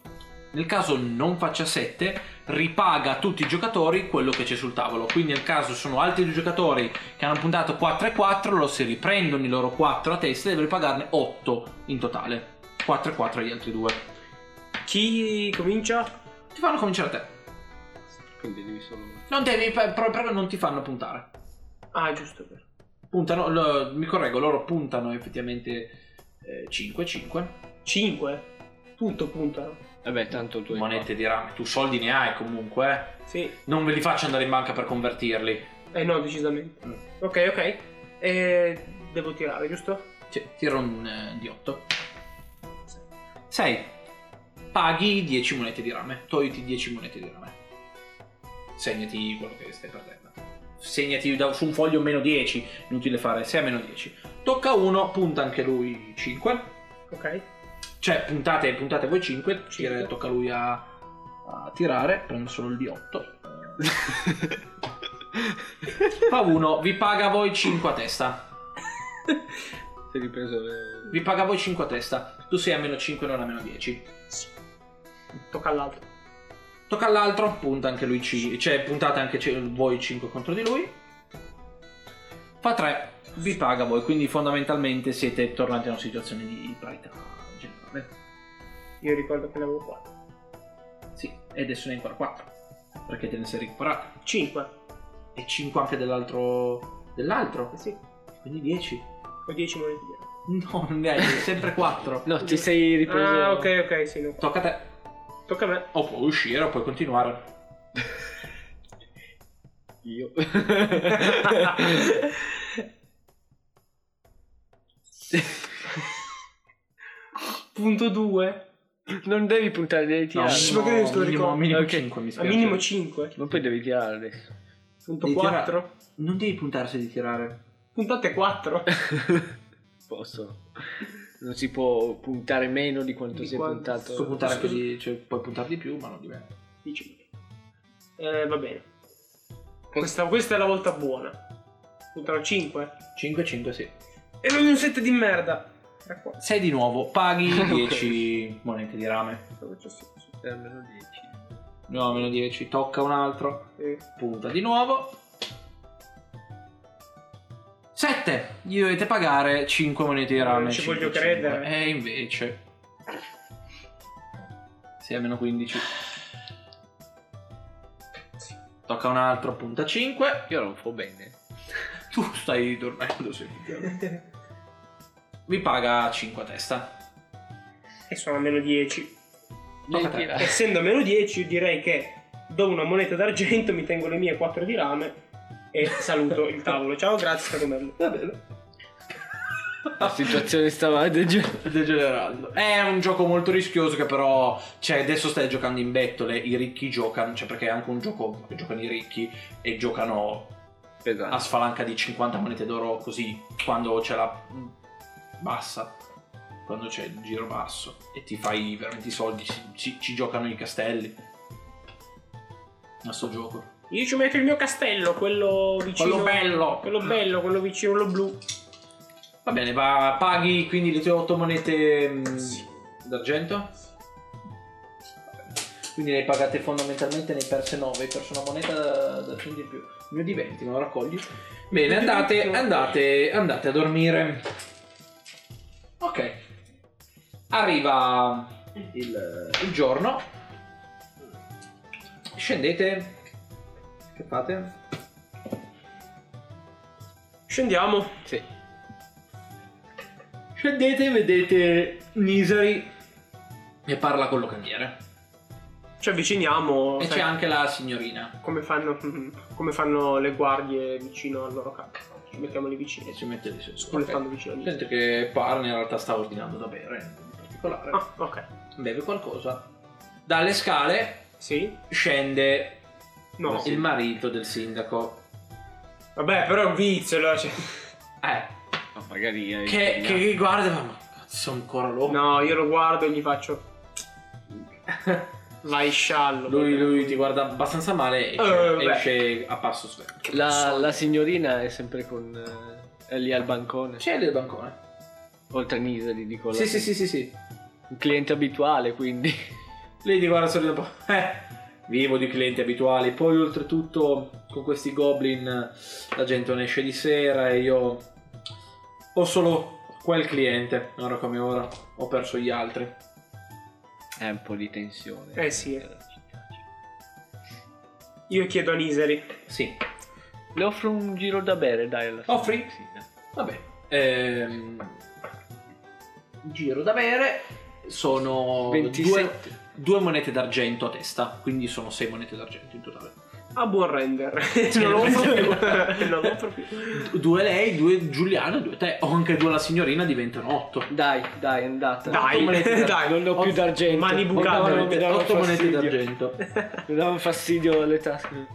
Speaker 1: Nel caso non faccia 7, ripaga a tutti i giocatori quello che c'è sul tavolo. Quindi nel caso sono altri due giocatori che hanno puntato 4 e 4, loro si riprendono i loro 4 a testa e devono ripagarne 8 in totale. 4 e 4 agli altri due.
Speaker 2: Chi comincia?
Speaker 1: Ti fanno cominciare a te.
Speaker 3: Quindi devi solo.
Speaker 1: Non devi, per- proprio proprio non ti fanno puntare.
Speaker 2: Ah, giusto. vero.
Speaker 1: Puntano, lo- mi correggo, loro puntano effettivamente eh, 5-5.
Speaker 2: Cinque. Tutto puntano.
Speaker 3: Vabbè, tanto tu hai
Speaker 1: Monete di rame, tu soldi ne hai comunque. eh.
Speaker 2: Sì.
Speaker 1: Non ve li faccio andare in banca per convertirli.
Speaker 2: Eh no, decisamente.
Speaker 1: Mm.
Speaker 2: Ok, ok. E devo tirare, giusto?
Speaker 1: Cioè, tiro un eh, di 8. 6. Paghi 10 monete di rame. Togliti 10 monete di rame. Segnati quello che stai perdendo. Segnati da- su un foglio meno 10. Inutile fare 6 a meno 10. Tocca a uno, punta anche lui 5.
Speaker 2: Ok.
Speaker 1: Cioè, puntate, puntate voi 5.
Speaker 2: Cinque.
Speaker 1: Tocca a lui a, a tirare. Prendo solo il di 8. Fa uno, vi paga voi 5 a testa.
Speaker 3: Sei ripreso le...
Speaker 1: Vi paga voi 5 a testa. Tu sei a meno 5, non a meno 10.
Speaker 2: Tocca all'altro.
Speaker 1: Tocca all'altro, punta anche lui ci- cioè puntate anche ci- voi 5 contro di lui. Fa 3, vi paga voi, quindi fondamentalmente siete tornati a una situazione di parità generale.
Speaker 2: Io ricordo che ne avevo quattro.
Speaker 1: Sì, e adesso ne hai ancora 4, perché te ne sei recuperato.
Speaker 2: Cinque.
Speaker 1: E 5 anche dell'altro, dell'altro,
Speaker 2: Eh sì.
Speaker 1: quindi 10.
Speaker 2: Ho dieci monete di oro.
Speaker 1: No, non ne hai, hai sempre 4.
Speaker 3: No, ti sei ripreso.
Speaker 2: Ah, ok, ok, sì. No.
Speaker 1: Tocca a te.
Speaker 2: Tocca a me.
Speaker 1: O puoi uscire o puoi continuare.
Speaker 3: Io.
Speaker 2: Punto 2.
Speaker 3: non devi puntare, devi
Speaker 1: No,
Speaker 3: tirare.
Speaker 2: sì, ma che ne sto
Speaker 1: minimo,
Speaker 2: ricordo?
Speaker 1: minimo
Speaker 3: Ok.
Speaker 1: 5 mi
Speaker 2: A
Speaker 1: spiace.
Speaker 2: minimo 5.
Speaker 3: Ma poi devi tirare adesso.
Speaker 2: Punto
Speaker 1: Devi
Speaker 2: 4.
Speaker 1: Non devi puntarsi di tirare.
Speaker 2: Puntate 4.
Speaker 3: Posso. Non si può puntare meno di quanto
Speaker 2: Di
Speaker 3: si è
Speaker 2: quanto-
Speaker 3: puntato.
Speaker 1: Puoi puntare anche
Speaker 2: Eh, Scusa.
Speaker 1: di, cioè, puoi puntare di più, ma non di meno.
Speaker 2: Dici. Eh, va bene. Questa, questa è la volta buona. Puntano 5.
Speaker 1: 5, 5, sì.
Speaker 2: E voglio un set di merda. Era qua.
Speaker 1: 6 di nuovo, paghi
Speaker 3: Ok.
Speaker 1: 10 monete di rame.
Speaker 2: Dove c'è senso?
Speaker 3: Eh, almeno 10.
Speaker 1: No, meno 10, tocca un altro.
Speaker 2: Eh,
Speaker 1: Punta di nuovo. 7. Gli dovete pagare 5 monete di
Speaker 2: Non
Speaker 1: rame.
Speaker 2: ci
Speaker 1: cinque,
Speaker 2: voglio
Speaker 1: cinque.
Speaker 2: credere.
Speaker 1: E invece. Sì, almeno 15. Tocca un altro, punta 5.
Speaker 3: Io non fo bene.
Speaker 1: Tu stai dormendo, se Vi paga 5 a testa.
Speaker 2: E sono a meno 10.
Speaker 3: Devi
Speaker 1: a te.
Speaker 3: tirare.
Speaker 2: Essendo a meno 10, io direi che do una moneta d'argento, mi tengo le mie 4 di rame e saluto il tavolo. Ciao, grazie, è stato bello.
Speaker 1: Va bene.
Speaker 3: La situazione stava degenerando.
Speaker 1: Degenerando. È un gioco molto rischioso che però, cioè adesso stai giocando in bettole, i ricchi giocano, cioè perché è anche un gioco che giocano i ricchi e giocano a
Speaker 3: Pesante.
Speaker 1: sfalanca di 50 monete d'oro così quando c'è la bassa, quando c'è il giro basso e ti fai veramente i soldi, ci, ci- ci giocano i castelli. A sto gioco.
Speaker 2: Io ci metto il mio castello, quello vicino.
Speaker 1: Quello bello.
Speaker 2: Quello bello, quello vicino, quello blu.
Speaker 1: Va bene, va, paghi quindi le tue 8 monete mh, d'argento? Va bene. Quindi le hai pagate fondamentalmente, ne hai perse 9, hai perso una moneta d'argento in più. Ne ho di 20, non la raccogli? Bene, andate, andate, andate a dormire. Ok. Arriva il, il giorno. Scendete. Che fate?
Speaker 2: Scendiamo.
Speaker 3: Sì.
Speaker 1: Scendete e vedete Nisari che parla col locandiere.
Speaker 2: Ci avviciniamo.
Speaker 1: E
Speaker 2: sai,
Speaker 1: c'è anche la signorina.
Speaker 2: come, fanno, come fanno le guardie vicino al loro capo. Ci mettiamo lì vicino.
Speaker 1: E si mette lì su.
Speaker 2: Come le fanno vicino a lì.
Speaker 1: Sente che parla, in realtà sta ordinando da bere, niente di particolare.
Speaker 2: Ah, ok.
Speaker 1: Beve qualcosa. Dalle scale
Speaker 2: Sì?
Speaker 1: scende
Speaker 2: No.
Speaker 1: il marito del sindaco.
Speaker 2: Vabbè, però è un vizio. allora, cioè.
Speaker 1: Eh,
Speaker 3: Ma magari. eh,
Speaker 1: che,
Speaker 3: no.
Speaker 1: che, che guarda e fa, ma cazzo ancora loro.
Speaker 2: No, io lo guardo e gli faccio. Vai sciallo.
Speaker 1: Lui, lui ti guarda abbastanza male e
Speaker 2: Eh,
Speaker 1: esce,
Speaker 2: beh.
Speaker 1: esce a passo svelto.
Speaker 3: La, la signorina è sempre con. eh, è lì al bancone.
Speaker 1: C'è il bancone.
Speaker 3: Oltre a Nisari, dico. la-
Speaker 1: Sì, sì, sì, sì, sì.
Speaker 3: Un cliente abituale, quindi.
Speaker 1: Lei ti guarda sorriso un po'. Eh, vivo di clienti abituali. Poi oltretutto con questi goblin eh, la gente non esce di sera e io ho solo quel cliente, ora come ora, ho perso gli altri.
Speaker 3: È un po' di tensione.
Speaker 2: Eh sì, eh. Io chiedo a Niseri.
Speaker 1: Sì,
Speaker 3: Le offro un giro da bere, dai. alla fine.
Speaker 1: Offri?
Speaker 3: Sì, dai.
Speaker 1: Vabbè, ehm, giro da bere sono
Speaker 3: 27.
Speaker 1: due, due monete d'argento a testa, quindi sono sei monete d'argento in totale.
Speaker 2: A buon render. non lo offro più. non lo offro più.
Speaker 1: Du- Due lei, due Giuliano e due te, o anche due alla signorina diventano otto.
Speaker 3: Dai, dai, è andata.
Speaker 2: Dai,
Speaker 1: Otto monete d'argento.
Speaker 2: dai,
Speaker 3: Non ne ho più d'argento.
Speaker 2: Mani bucate,
Speaker 3: Oh, no, non mi
Speaker 2: avete-
Speaker 3: davano
Speaker 1: otto monete
Speaker 3: fastidio.
Speaker 1: d'argento.
Speaker 3: Mi davano fastidio le tasche.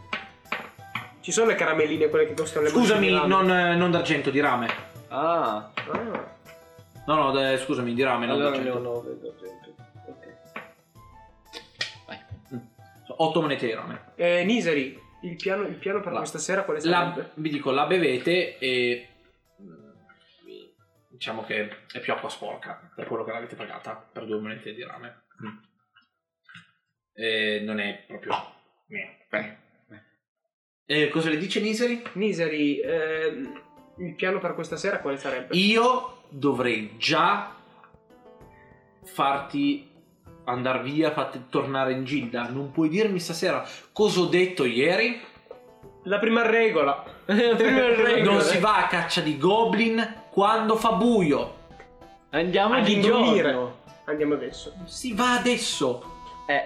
Speaker 2: Ci sono le caramelline, quelle che costano le
Speaker 1: Scusami,
Speaker 2: borse di
Speaker 1: non, eh, non d'argento, di rame.
Speaker 3: Ah,
Speaker 2: rame. Ah.
Speaker 1: No, no, de- scusami, di rame, non
Speaker 3: allora ne
Speaker 1: d'argento.
Speaker 3: ho 9 d'argento. Ok. Vai.
Speaker 1: Mm. Otto monete di rame.
Speaker 2: Eh, Niseri, il piano, il piano per
Speaker 1: Va.
Speaker 2: questa sera quale
Speaker 1: la,
Speaker 2: sarebbe?
Speaker 1: vi dico, la bevete e mm, diciamo che è più acqua sporca per quello che l'avete pagata per due monete di rame. Mm. E non è proprio niente. E cosa le dice Niseri?
Speaker 2: Niseri, ehm, il piano per questa sera quale sarebbe?
Speaker 1: Io dovrei già farti andare via, farti tornare in Gilda. Non puoi dirmi stasera cosa ho detto ieri?
Speaker 2: La prima regola.
Speaker 3: Prima il regno.
Speaker 1: Non si va a caccia di goblin quando fa buio.
Speaker 3: Andiamo
Speaker 2: Ad
Speaker 3: Ah, di
Speaker 2: indormire.
Speaker 3: giorno.
Speaker 2: Andiamo adesso.
Speaker 1: Si va adesso.
Speaker 3: Eh.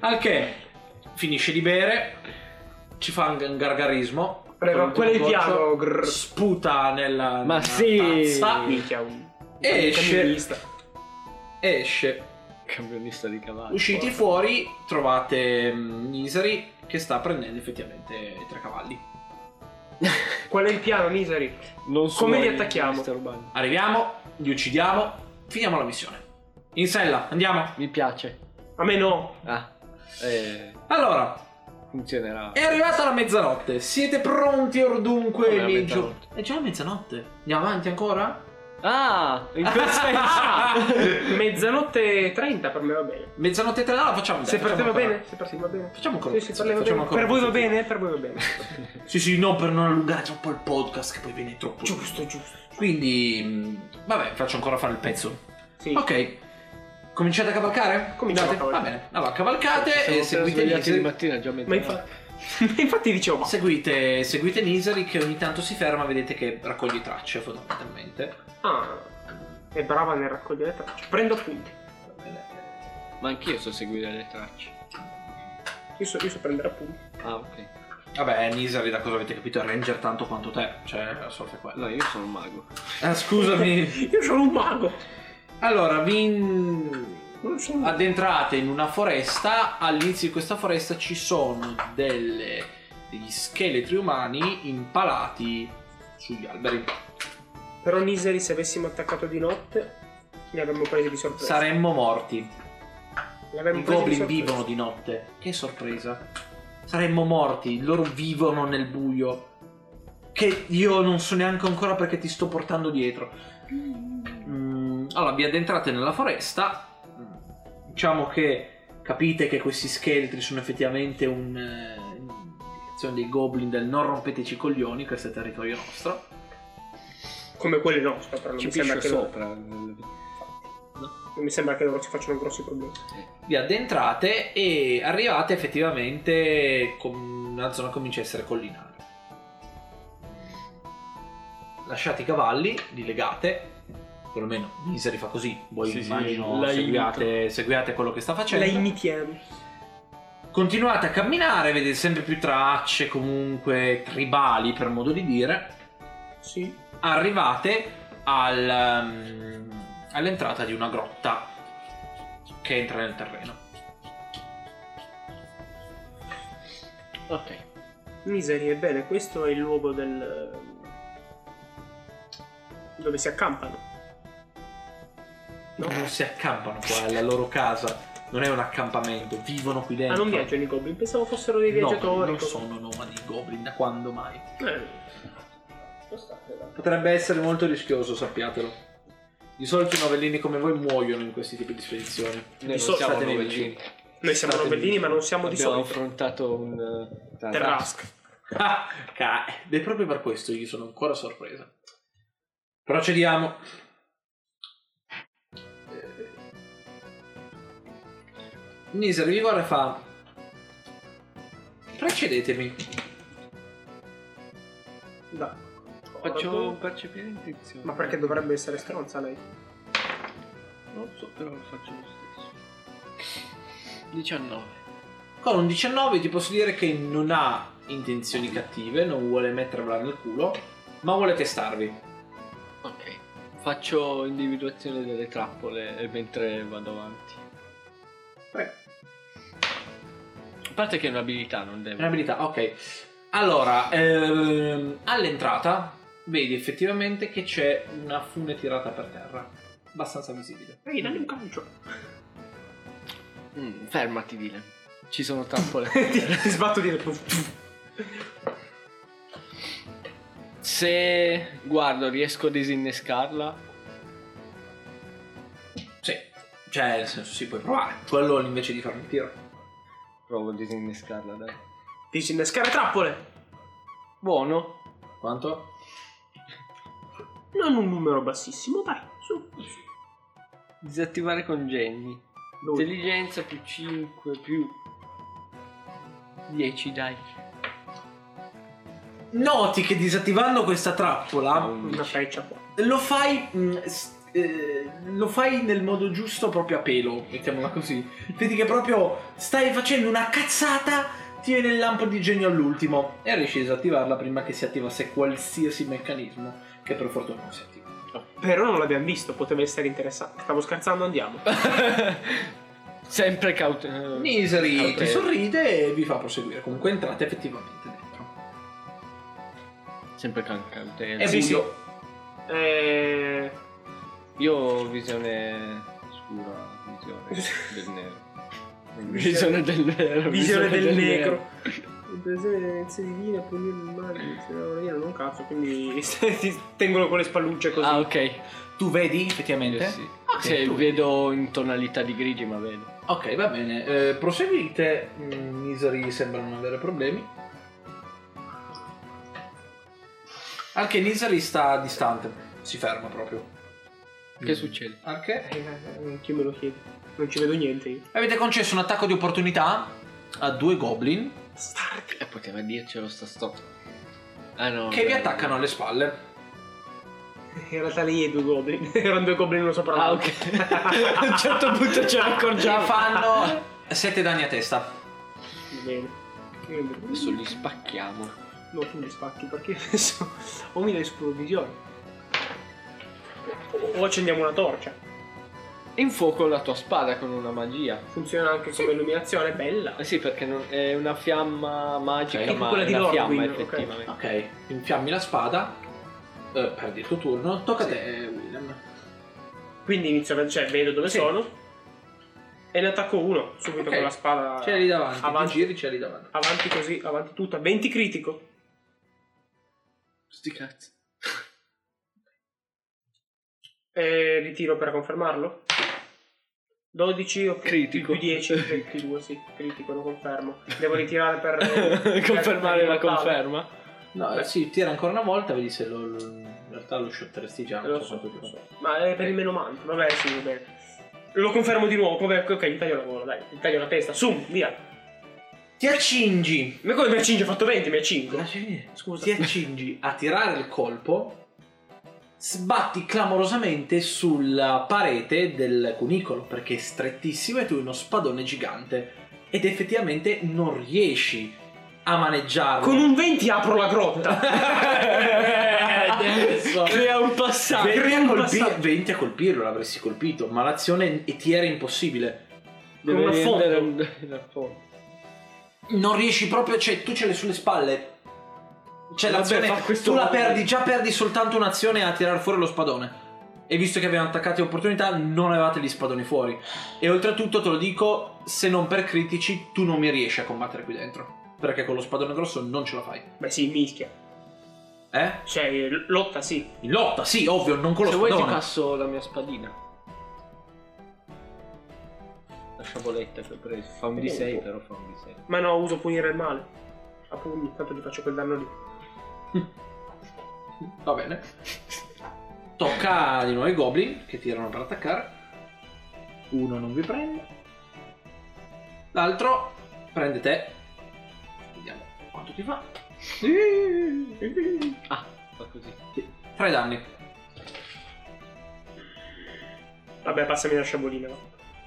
Speaker 1: Al che finisce di bere, ci fa un un gargarismo.
Speaker 2: Prego,
Speaker 1: con un
Speaker 2: qual è il
Speaker 1: goccio,
Speaker 2: piano? Grrr.
Speaker 1: Sputa nella,
Speaker 3: Ma
Speaker 1: nella
Speaker 3: sì.
Speaker 1: tazza.
Speaker 2: Minchia, un...
Speaker 1: Esce.
Speaker 2: un camionista.
Speaker 1: Esce.
Speaker 3: Campionista di cavallo.
Speaker 1: Usciti fuori trovate mm, Nisari che sta prendendo effettivamente i tre cavalli.
Speaker 2: Qual è il piano, Niseri?
Speaker 3: Non so
Speaker 2: Come li
Speaker 3: il
Speaker 2: attacchiamo?
Speaker 3: mister Urbano.
Speaker 1: Arriviamo, li uccidiamo, finiamo la missione. In sella, andiamo.
Speaker 3: Mi piace.
Speaker 2: A me no.
Speaker 3: Ah. Eh,
Speaker 1: Allora,
Speaker 3: funzionerà.
Speaker 1: è arrivata la mezzanotte. Siete pronti or dunque?
Speaker 3: Come la
Speaker 1: miei gio-
Speaker 3: mezzanotte?
Speaker 1: È già mezzanotte. Andiamo avanti ancora?
Speaker 3: Ah, in quel senso.
Speaker 2: Mezzanotte e 30 per me va bene.
Speaker 1: Mezzanotte e tre, allora facciamo
Speaker 2: Se
Speaker 1: dai,
Speaker 2: per te
Speaker 1: facciamo
Speaker 2: va
Speaker 1: ancora.
Speaker 2: bene? Se per te va bene.
Speaker 1: Facciamo ancora.
Speaker 2: Sì,
Speaker 1: un
Speaker 2: sì,
Speaker 1: pezzo,
Speaker 2: parliamo
Speaker 1: facciamo
Speaker 2: bene.
Speaker 1: ancora
Speaker 2: Per
Speaker 1: un
Speaker 2: voi va
Speaker 1: pezzettino.
Speaker 2: bene? Per voi va bene.
Speaker 1: Sì, sì, no, per non allungare troppo il podcast, che poi viene troppo.
Speaker 2: giusto, giusto.
Speaker 1: Quindi, mh, vabbè, faccio ancora fare il pezzo.
Speaker 2: Sì.
Speaker 1: Ok. Cominciate a cavalcare?
Speaker 2: Cominciamo a
Speaker 1: Andate? Va
Speaker 2: cavalcare.
Speaker 1: bene. Allora,
Speaker 3: Ci
Speaker 1: cavalcate
Speaker 3: siamo
Speaker 1: e seguite
Speaker 3: appena svegliati di
Speaker 1: Niseri.
Speaker 3: mattina già
Speaker 2: Ma
Speaker 3: mezzanotte.
Speaker 2: infatti, infatti dicevo, ma...
Speaker 1: Seguite, seguite Niseri che ogni tanto si ferma, vedete che raccoglie tracce fondamentalmente.
Speaker 2: Ah, è brava nel raccogliere tracce. Prendo appunti.
Speaker 1: Va bene.
Speaker 3: Ma anch'io so seguire le tracce.
Speaker 2: Io so, io so prendere appunti.
Speaker 3: Ah, ok.
Speaker 1: Vabbè, Niseri, da cosa avete capito, è ranger tanto quanto te. Cioè, la sorte è quella.
Speaker 3: No, io sono un mago.
Speaker 1: Ah, scusami.
Speaker 2: Io sono un mago.
Speaker 1: allora, vi...
Speaker 2: Non sono un mago.
Speaker 1: addentrate in una foresta, all'inizio di questa foresta ci sono delle- degli scheletri umani impalati sugli alberi.
Speaker 2: Però Niseri, se avessimo attaccato di notte, li avremmo presi di sorpresa.
Speaker 1: Saremmo morti.
Speaker 2: Li avremmo
Speaker 1: I
Speaker 2: presi
Speaker 1: goblin
Speaker 2: sorpresa.
Speaker 1: vivono di notte. Che sorpresa. Saremmo morti, loro vivono nel buio. Che io non so neanche ancora perché ti sto portando dietro. Mm, allora, vi addentrate nella foresta. Mm, Diciamo che capite che questi scheletri sono effettivamente un, eh, un'indicazione dei goblin del non rompeteci i coglioni, questo è territorio nostro.
Speaker 2: Come quelle nostre, però non
Speaker 3: Ci
Speaker 2: mi, sembra
Speaker 3: piscio
Speaker 2: che loro,
Speaker 3: sopra.
Speaker 2: non mi sembra che loro ci facciano grossi problemi.
Speaker 1: vi addentrate e arrivate effettivamente con una zona che comincia a essere collinare. Lasciate i cavalli, li legate, perlomeno Miseri fa così, voi
Speaker 3: Sì, sì,
Speaker 1: immagino
Speaker 3: la
Speaker 1: seguiate, seguiate quello che sta
Speaker 2: La
Speaker 1: facendo.
Speaker 2: imitiamo.
Speaker 1: Continuate a camminare, vedete sempre più tracce comunque tribali per modo di dire.
Speaker 2: Sì.
Speaker 1: Arrivate al, um, all'entrata di una grotta che entra nel terreno.
Speaker 3: Ok.
Speaker 2: Miseri, ebbene, questo è il luogo del... dove si accampano. No?
Speaker 1: Non si accampano qua, è la loro casa. Non è un accampamento, vivono qui
Speaker 2: Ah,
Speaker 1: dentro.
Speaker 2: non viaggiano i goblin, pensavo fossero dei
Speaker 1: ecco. No,
Speaker 2: viaggiatori. ecco.
Speaker 1: non
Speaker 2: così.
Speaker 1: sono nomadi i goblin, da quando mai?
Speaker 2: Eh. Lo sta, però.
Speaker 1: Potrebbe essere molto rischioso, sappiatelo. Di solito i novellini come voi muoiono in questi tipi di spedizioni.
Speaker 3: Noi non
Speaker 2: so-
Speaker 3: siamo
Speaker 1: state nei
Speaker 3: novellini.
Speaker 2: Noi siamo
Speaker 1: State
Speaker 2: novellini,
Speaker 1: lì.
Speaker 2: ma non siamo di
Speaker 3: Abbiamo
Speaker 2: solito.
Speaker 3: affrontato un eh,
Speaker 2: Terrask.
Speaker 1: Ah, ca- ed è proprio per questo io sono ancora sorpresa. Procediamo. Eh. Niser Vivore fa... Precedetemi.
Speaker 2: Da.
Speaker 3: Faccio un percepire intuizione.
Speaker 2: Ma perché dovrebbe essere stronza lei?
Speaker 3: Non so, però lo faccio lo stesso. 19.
Speaker 1: Con un 19 ti posso dire che non ha intenzioni cattive, non vuole mettervela nel culo, ma vuole testarvi.
Speaker 3: Ok. Faccio individuazione delle trappole eh, mentre vado avanti.
Speaker 1: Prego.
Speaker 3: A parte che è un'abilità, non devo.
Speaker 1: Un'abilità, ok. Allora, ehm, all'entrata vedi effettivamente che c'è una fune tirata per terra, abbastanza visibile.
Speaker 2: Ehi, dammi un calcio.
Speaker 3: Mm, fermati, Dylan. Ci sono trappole.
Speaker 2: ti, ti sbatto di
Speaker 3: Se guardo, riesco a disinnescarla.
Speaker 1: Sì, cioè nel senso si puoi provare. Quello invece di fare un tiro.
Speaker 3: Provo a disinnescarla, dai.
Speaker 2: Dici innescare trappole.
Speaker 3: Buono.
Speaker 1: Quanto?
Speaker 2: Non un numero bassissimo, dai. Su.
Speaker 3: Disattivare congegni.
Speaker 2: Due.
Speaker 3: Intelligenza più 5 più 10, dai.
Speaker 1: Noti che disattivando questa trappola
Speaker 2: Ah, Una freccia qua.
Speaker 1: lo fai. mh, s- eh, lo fai nel modo giusto proprio a pelo, mettiamola così. Vedi che proprio stai facendo una cazzata, ti viene il lampo di genio all'ultimo e riesci a disattivarla prima che si attivasse qualsiasi meccanismo che per fortuna non si attiva.
Speaker 2: Però non l'abbiamo visto, poteva essere interessante. Stavo scherzando, andiamo.
Speaker 3: Sempre cauto.
Speaker 1: Misery
Speaker 3: Ok.
Speaker 1: ti sorride e vi fa proseguire. Comunque entrate effettivamente dentro.
Speaker 3: Sempre can- cautela.
Speaker 1: È
Speaker 2: sì,
Speaker 1: buio.
Speaker 2: Eh,
Speaker 3: Io ho visione scura, visione del
Speaker 2: Visione-
Speaker 3: nero. Visione del nero.
Speaker 2: visione del negro. Presenza divina, punire il male. Io non un cazzo, quindi ti tengono con le spallucce così.
Speaker 3: Ah, ok.
Speaker 1: Tu vedi
Speaker 3: Io
Speaker 1: effettivamente? Ah,
Speaker 3: sì. Sì,
Speaker 1: tu.
Speaker 3: vedo in tonalità di grigi, ma vedo.
Speaker 1: Ok, va bene. Eh, proseguite. Mm, Misery sembra non avere problemi. Anche Misery sta distante. Si ferma proprio.
Speaker 3: Che succede?
Speaker 1: Anche.
Speaker 2: Eh, eh, eh, Chi me lo chiede? Non ci vedo niente io.
Speaker 1: Avete concesso un attacco di opportunità a due goblin
Speaker 2: Stark.
Speaker 3: E Eh, poteva dircelo sta stop. Ah no.
Speaker 1: che vi
Speaker 3: no.
Speaker 1: attaccano alle spalle.
Speaker 2: In realtà lei e due goblin. Erano due goblin uno sopra
Speaker 3: Ah,
Speaker 2: l'altro.
Speaker 3: ok. A un certo punto ce ne
Speaker 1: Già
Speaker 3: accorgiamo.
Speaker 1: fanno 7 danni a testa.
Speaker 2: Bene.
Speaker 3: Adesso li spacchiamo.
Speaker 2: No, tu mi spacchi perché io adesso o mi dai scuro visione. O, o accendiamo una torcia.
Speaker 3: Infuoco la tua spada con una magia.
Speaker 2: Funziona anche come illuminazione, bella.
Speaker 3: Eh sì, perché non- è una fiamma magica,
Speaker 1: Ok. Tipo
Speaker 3: ma
Speaker 2: quella
Speaker 3: è
Speaker 2: di
Speaker 3: una
Speaker 2: Lord,
Speaker 3: fiamma
Speaker 2: quindi, ok.
Speaker 3: effettivamente.
Speaker 1: Ok, infiammi la spada. Eh, perdi il tuo turno. Tocca a
Speaker 3: Sì.
Speaker 1: te, William.
Speaker 2: Quindi inizio a cioè vedo dove
Speaker 1: Sì.
Speaker 2: sono. E ne attacco uno subito
Speaker 1: Ok.
Speaker 2: con la spada.
Speaker 1: C'è lì davanti.
Speaker 2: Avanti.
Speaker 1: Ti giri, c'è lì davanti.
Speaker 2: Avanti così, avanti tutta. 20 critico.
Speaker 3: Sti cazzi.
Speaker 2: E ritiro per confermarlo. 12 o
Speaker 3: Critico.
Speaker 2: più 10, 22, sì, critico, lo confermo. Devo ritirare per per-
Speaker 3: Confermare
Speaker 2: per
Speaker 3: la
Speaker 2: ribaltare.
Speaker 3: conferma.
Speaker 1: No, eh,
Speaker 2: Beh.
Speaker 1: sì, tira ancora una volta, vedi se lo, lo- in realtà lo shotteresti già. non
Speaker 2: Lo
Speaker 1: so
Speaker 2: so,
Speaker 1: quanto ti-
Speaker 2: Ma è per il meno manto, vabbè, sì, va bene. Lo confermo di nuovo, come- ok, gli taglio la gola, dai, gli taglio la testa, su, via.
Speaker 1: Ti accingi.
Speaker 2: Ma come mi accinge? Ho fatto 20, mi accingo.
Speaker 1: Scusa.
Speaker 2: Scusa.
Speaker 1: Ti accingi a tirare il colpo. Sbatti clamorosamente sulla parete del cunicolo perché è strettissimo e tu hai uno spadone gigante. Ed effettivamente non riesci a maneggiarlo.
Speaker 2: Con un 20 apro la grotta.
Speaker 3: Eh,
Speaker 1: Adesso.
Speaker 3: Crea un passaggio.
Speaker 1: 20 a,
Speaker 2: un
Speaker 1: colpi-
Speaker 2: passaggio.
Speaker 1: 20 a colpirlo l'avresti colpito, ma l'azione e ti era impossibile.
Speaker 2: Con un affondo.
Speaker 1: non riesci proprio, cioè tu ce l'hai sulle spalle. Cioè
Speaker 2: Vabbè,
Speaker 1: l'azione,
Speaker 2: fa questo
Speaker 1: tu la
Speaker 2: modo.
Speaker 1: perdi, già perdi soltanto un'azione a tirar fuori lo spadone. E visto che avevano attaccati opportunità, non avevate gli spadoni fuori. E oltretutto te lo dico, se non per critici, tu non mi riesci a combattere qui dentro. Perché con lo spadone grosso non ce la fai.
Speaker 2: Beh, sì, mischia.
Speaker 1: Eh?
Speaker 2: Cioè, l- lotta sì.
Speaker 1: In lotta, sì, ovvio, non con lo
Speaker 3: Se vuoi ti
Speaker 1: spadone.
Speaker 3: passo la mia spadina. La sciaboletta che ho preso. Fa un
Speaker 2: Vediamo un
Speaker 3: D6
Speaker 2: po'.
Speaker 3: però fa un D6.
Speaker 2: Ma no, uso punire il male. A pugni, tanto gli faccio quel danno lì.
Speaker 1: Va bene. Tocca di nuovo ai goblin che tirano per attaccare. Uno non vi prende. L'altro prende te. Vediamo quanto ti fa.
Speaker 3: Ah, fa così.
Speaker 1: Tre danni.
Speaker 2: Vabbè, passami la sciabolina. va.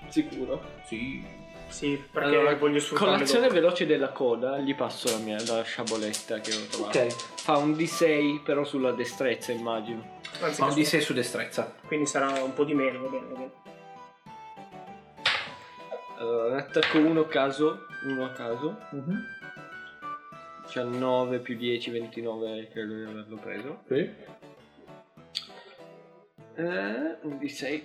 Speaker 3: Sicuro.
Speaker 1: Sì.
Speaker 2: Sì, perché voglio sfruttare
Speaker 3: con
Speaker 2: le
Speaker 3: l'azione
Speaker 2: gomme.
Speaker 3: veloce della coda gli passo la mia la sciaboletta che ho trovato.
Speaker 1: Ok.
Speaker 3: Fa un D6 però sulla destrezza immagino.
Speaker 2: Anzi,
Speaker 1: Ma un
Speaker 2: che-
Speaker 1: D6 su destrezza.
Speaker 2: Quindi sarà un po' di meno, va bene, va bene.
Speaker 3: Allora, ne attacco uno a caso, uno a caso. 19 più 10, 29 credo di averlo preso.
Speaker 1: Sì.
Speaker 3: Eh, un D6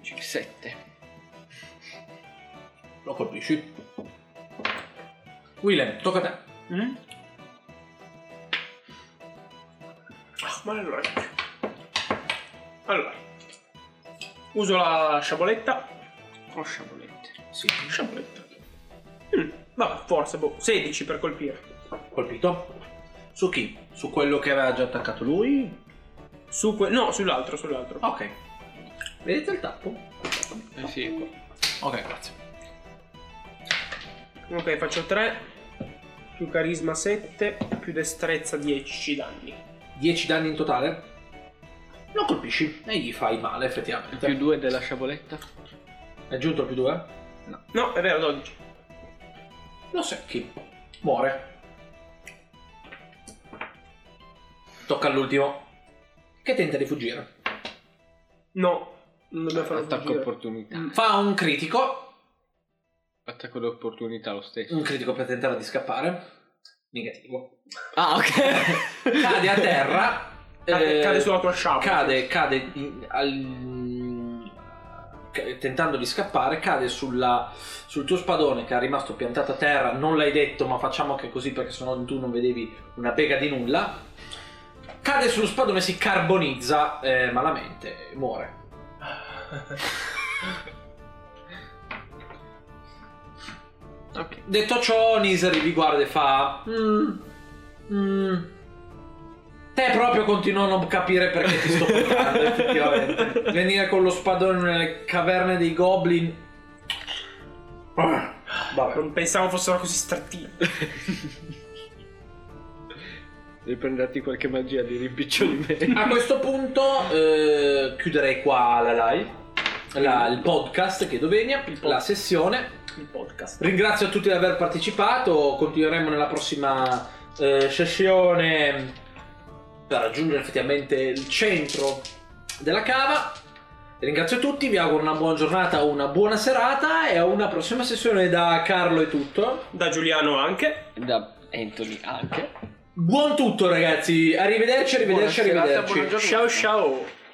Speaker 3: più 7.
Speaker 1: Lo colpisci. Willem, tocca a te.
Speaker 3: Mm?
Speaker 2: Ah, ma allora. Allora. Uso la sciaboletta.
Speaker 3: Con sciabolette.
Speaker 1: Sì.
Speaker 2: Sciaboletta. Mm, vabbè, forza, boh. 16 per colpire.
Speaker 1: Colpito. Su chi? Su quello che aveva già attaccato lui?
Speaker 2: Su que- no, sull'altro, sull'altro.
Speaker 1: Ok. Vedete il tappo?
Speaker 3: Eh sì, qua.
Speaker 1: Ok, grazie.
Speaker 2: Ok, faccio 3. Più carisma 7. Più destrezza 10 danni.
Speaker 1: 10 danni in totale? Lo colpisci e gli fai male effettivamente.
Speaker 3: più 2 della sciaboletta.
Speaker 1: È giunto il più 2?
Speaker 2: No, è vero, 12.
Speaker 1: Lo secchi. Muore. Tocca all'ultimo. Che tenta di fuggire.
Speaker 2: No, non dobbiamo fare
Speaker 3: Attacco
Speaker 2: fuggire.
Speaker 3: opportunità.
Speaker 2: Mm.
Speaker 1: Fa un critico.
Speaker 3: Attacco d'opportunità lo stesso.
Speaker 1: Un critico per tentare di scappare. Negativo.
Speaker 3: Ah, ok.
Speaker 1: Cade a terra.
Speaker 2: Cade,
Speaker 1: eh,
Speaker 2: cade sulla tua sciabola.
Speaker 1: Cade, cade in- al- ca- tentando di scappare, cade sulla- sul tuo spadone che è rimasto piantato a terra. Non l'hai detto, ma facciamo che così perché sennò tu non vedevi una pega di nulla. Cade sullo spadone, si carbonizza eh, malamente, muore.
Speaker 3: ok.
Speaker 1: Detto ciò, Nisari vi guarda e fa. "Mm, mm." Te proprio continuo a non capire perché ti sto portando, effettivamente. Venire con lo spadone nelle caverne dei goblin. Vabbè.
Speaker 2: Non pensavo fossero così strettine.
Speaker 3: Devi prenderti qualche magia di rimpicciolimento.
Speaker 1: A questo punto eh, chiuderei qua la live, la- il podcast che dovenia, la sessione.
Speaker 2: Il podcast.
Speaker 1: Ringrazio tutti di aver partecipato, continueremo nella prossima eh, sessione per raggiungere effettivamente il centro della cava. Ringrazio tutti, vi auguro una buona giornata, una buona serata e a una prossima sessione da Carlo e tutto.
Speaker 2: Da Giuliano anche.
Speaker 3: Da Anthony anche.
Speaker 1: Buon tutto ragazzi, arrivederci, arrivederci,
Speaker 4: Buona serata,
Speaker 1: arrivederci.
Speaker 4: buona giornata.
Speaker 2: Ciao ciao.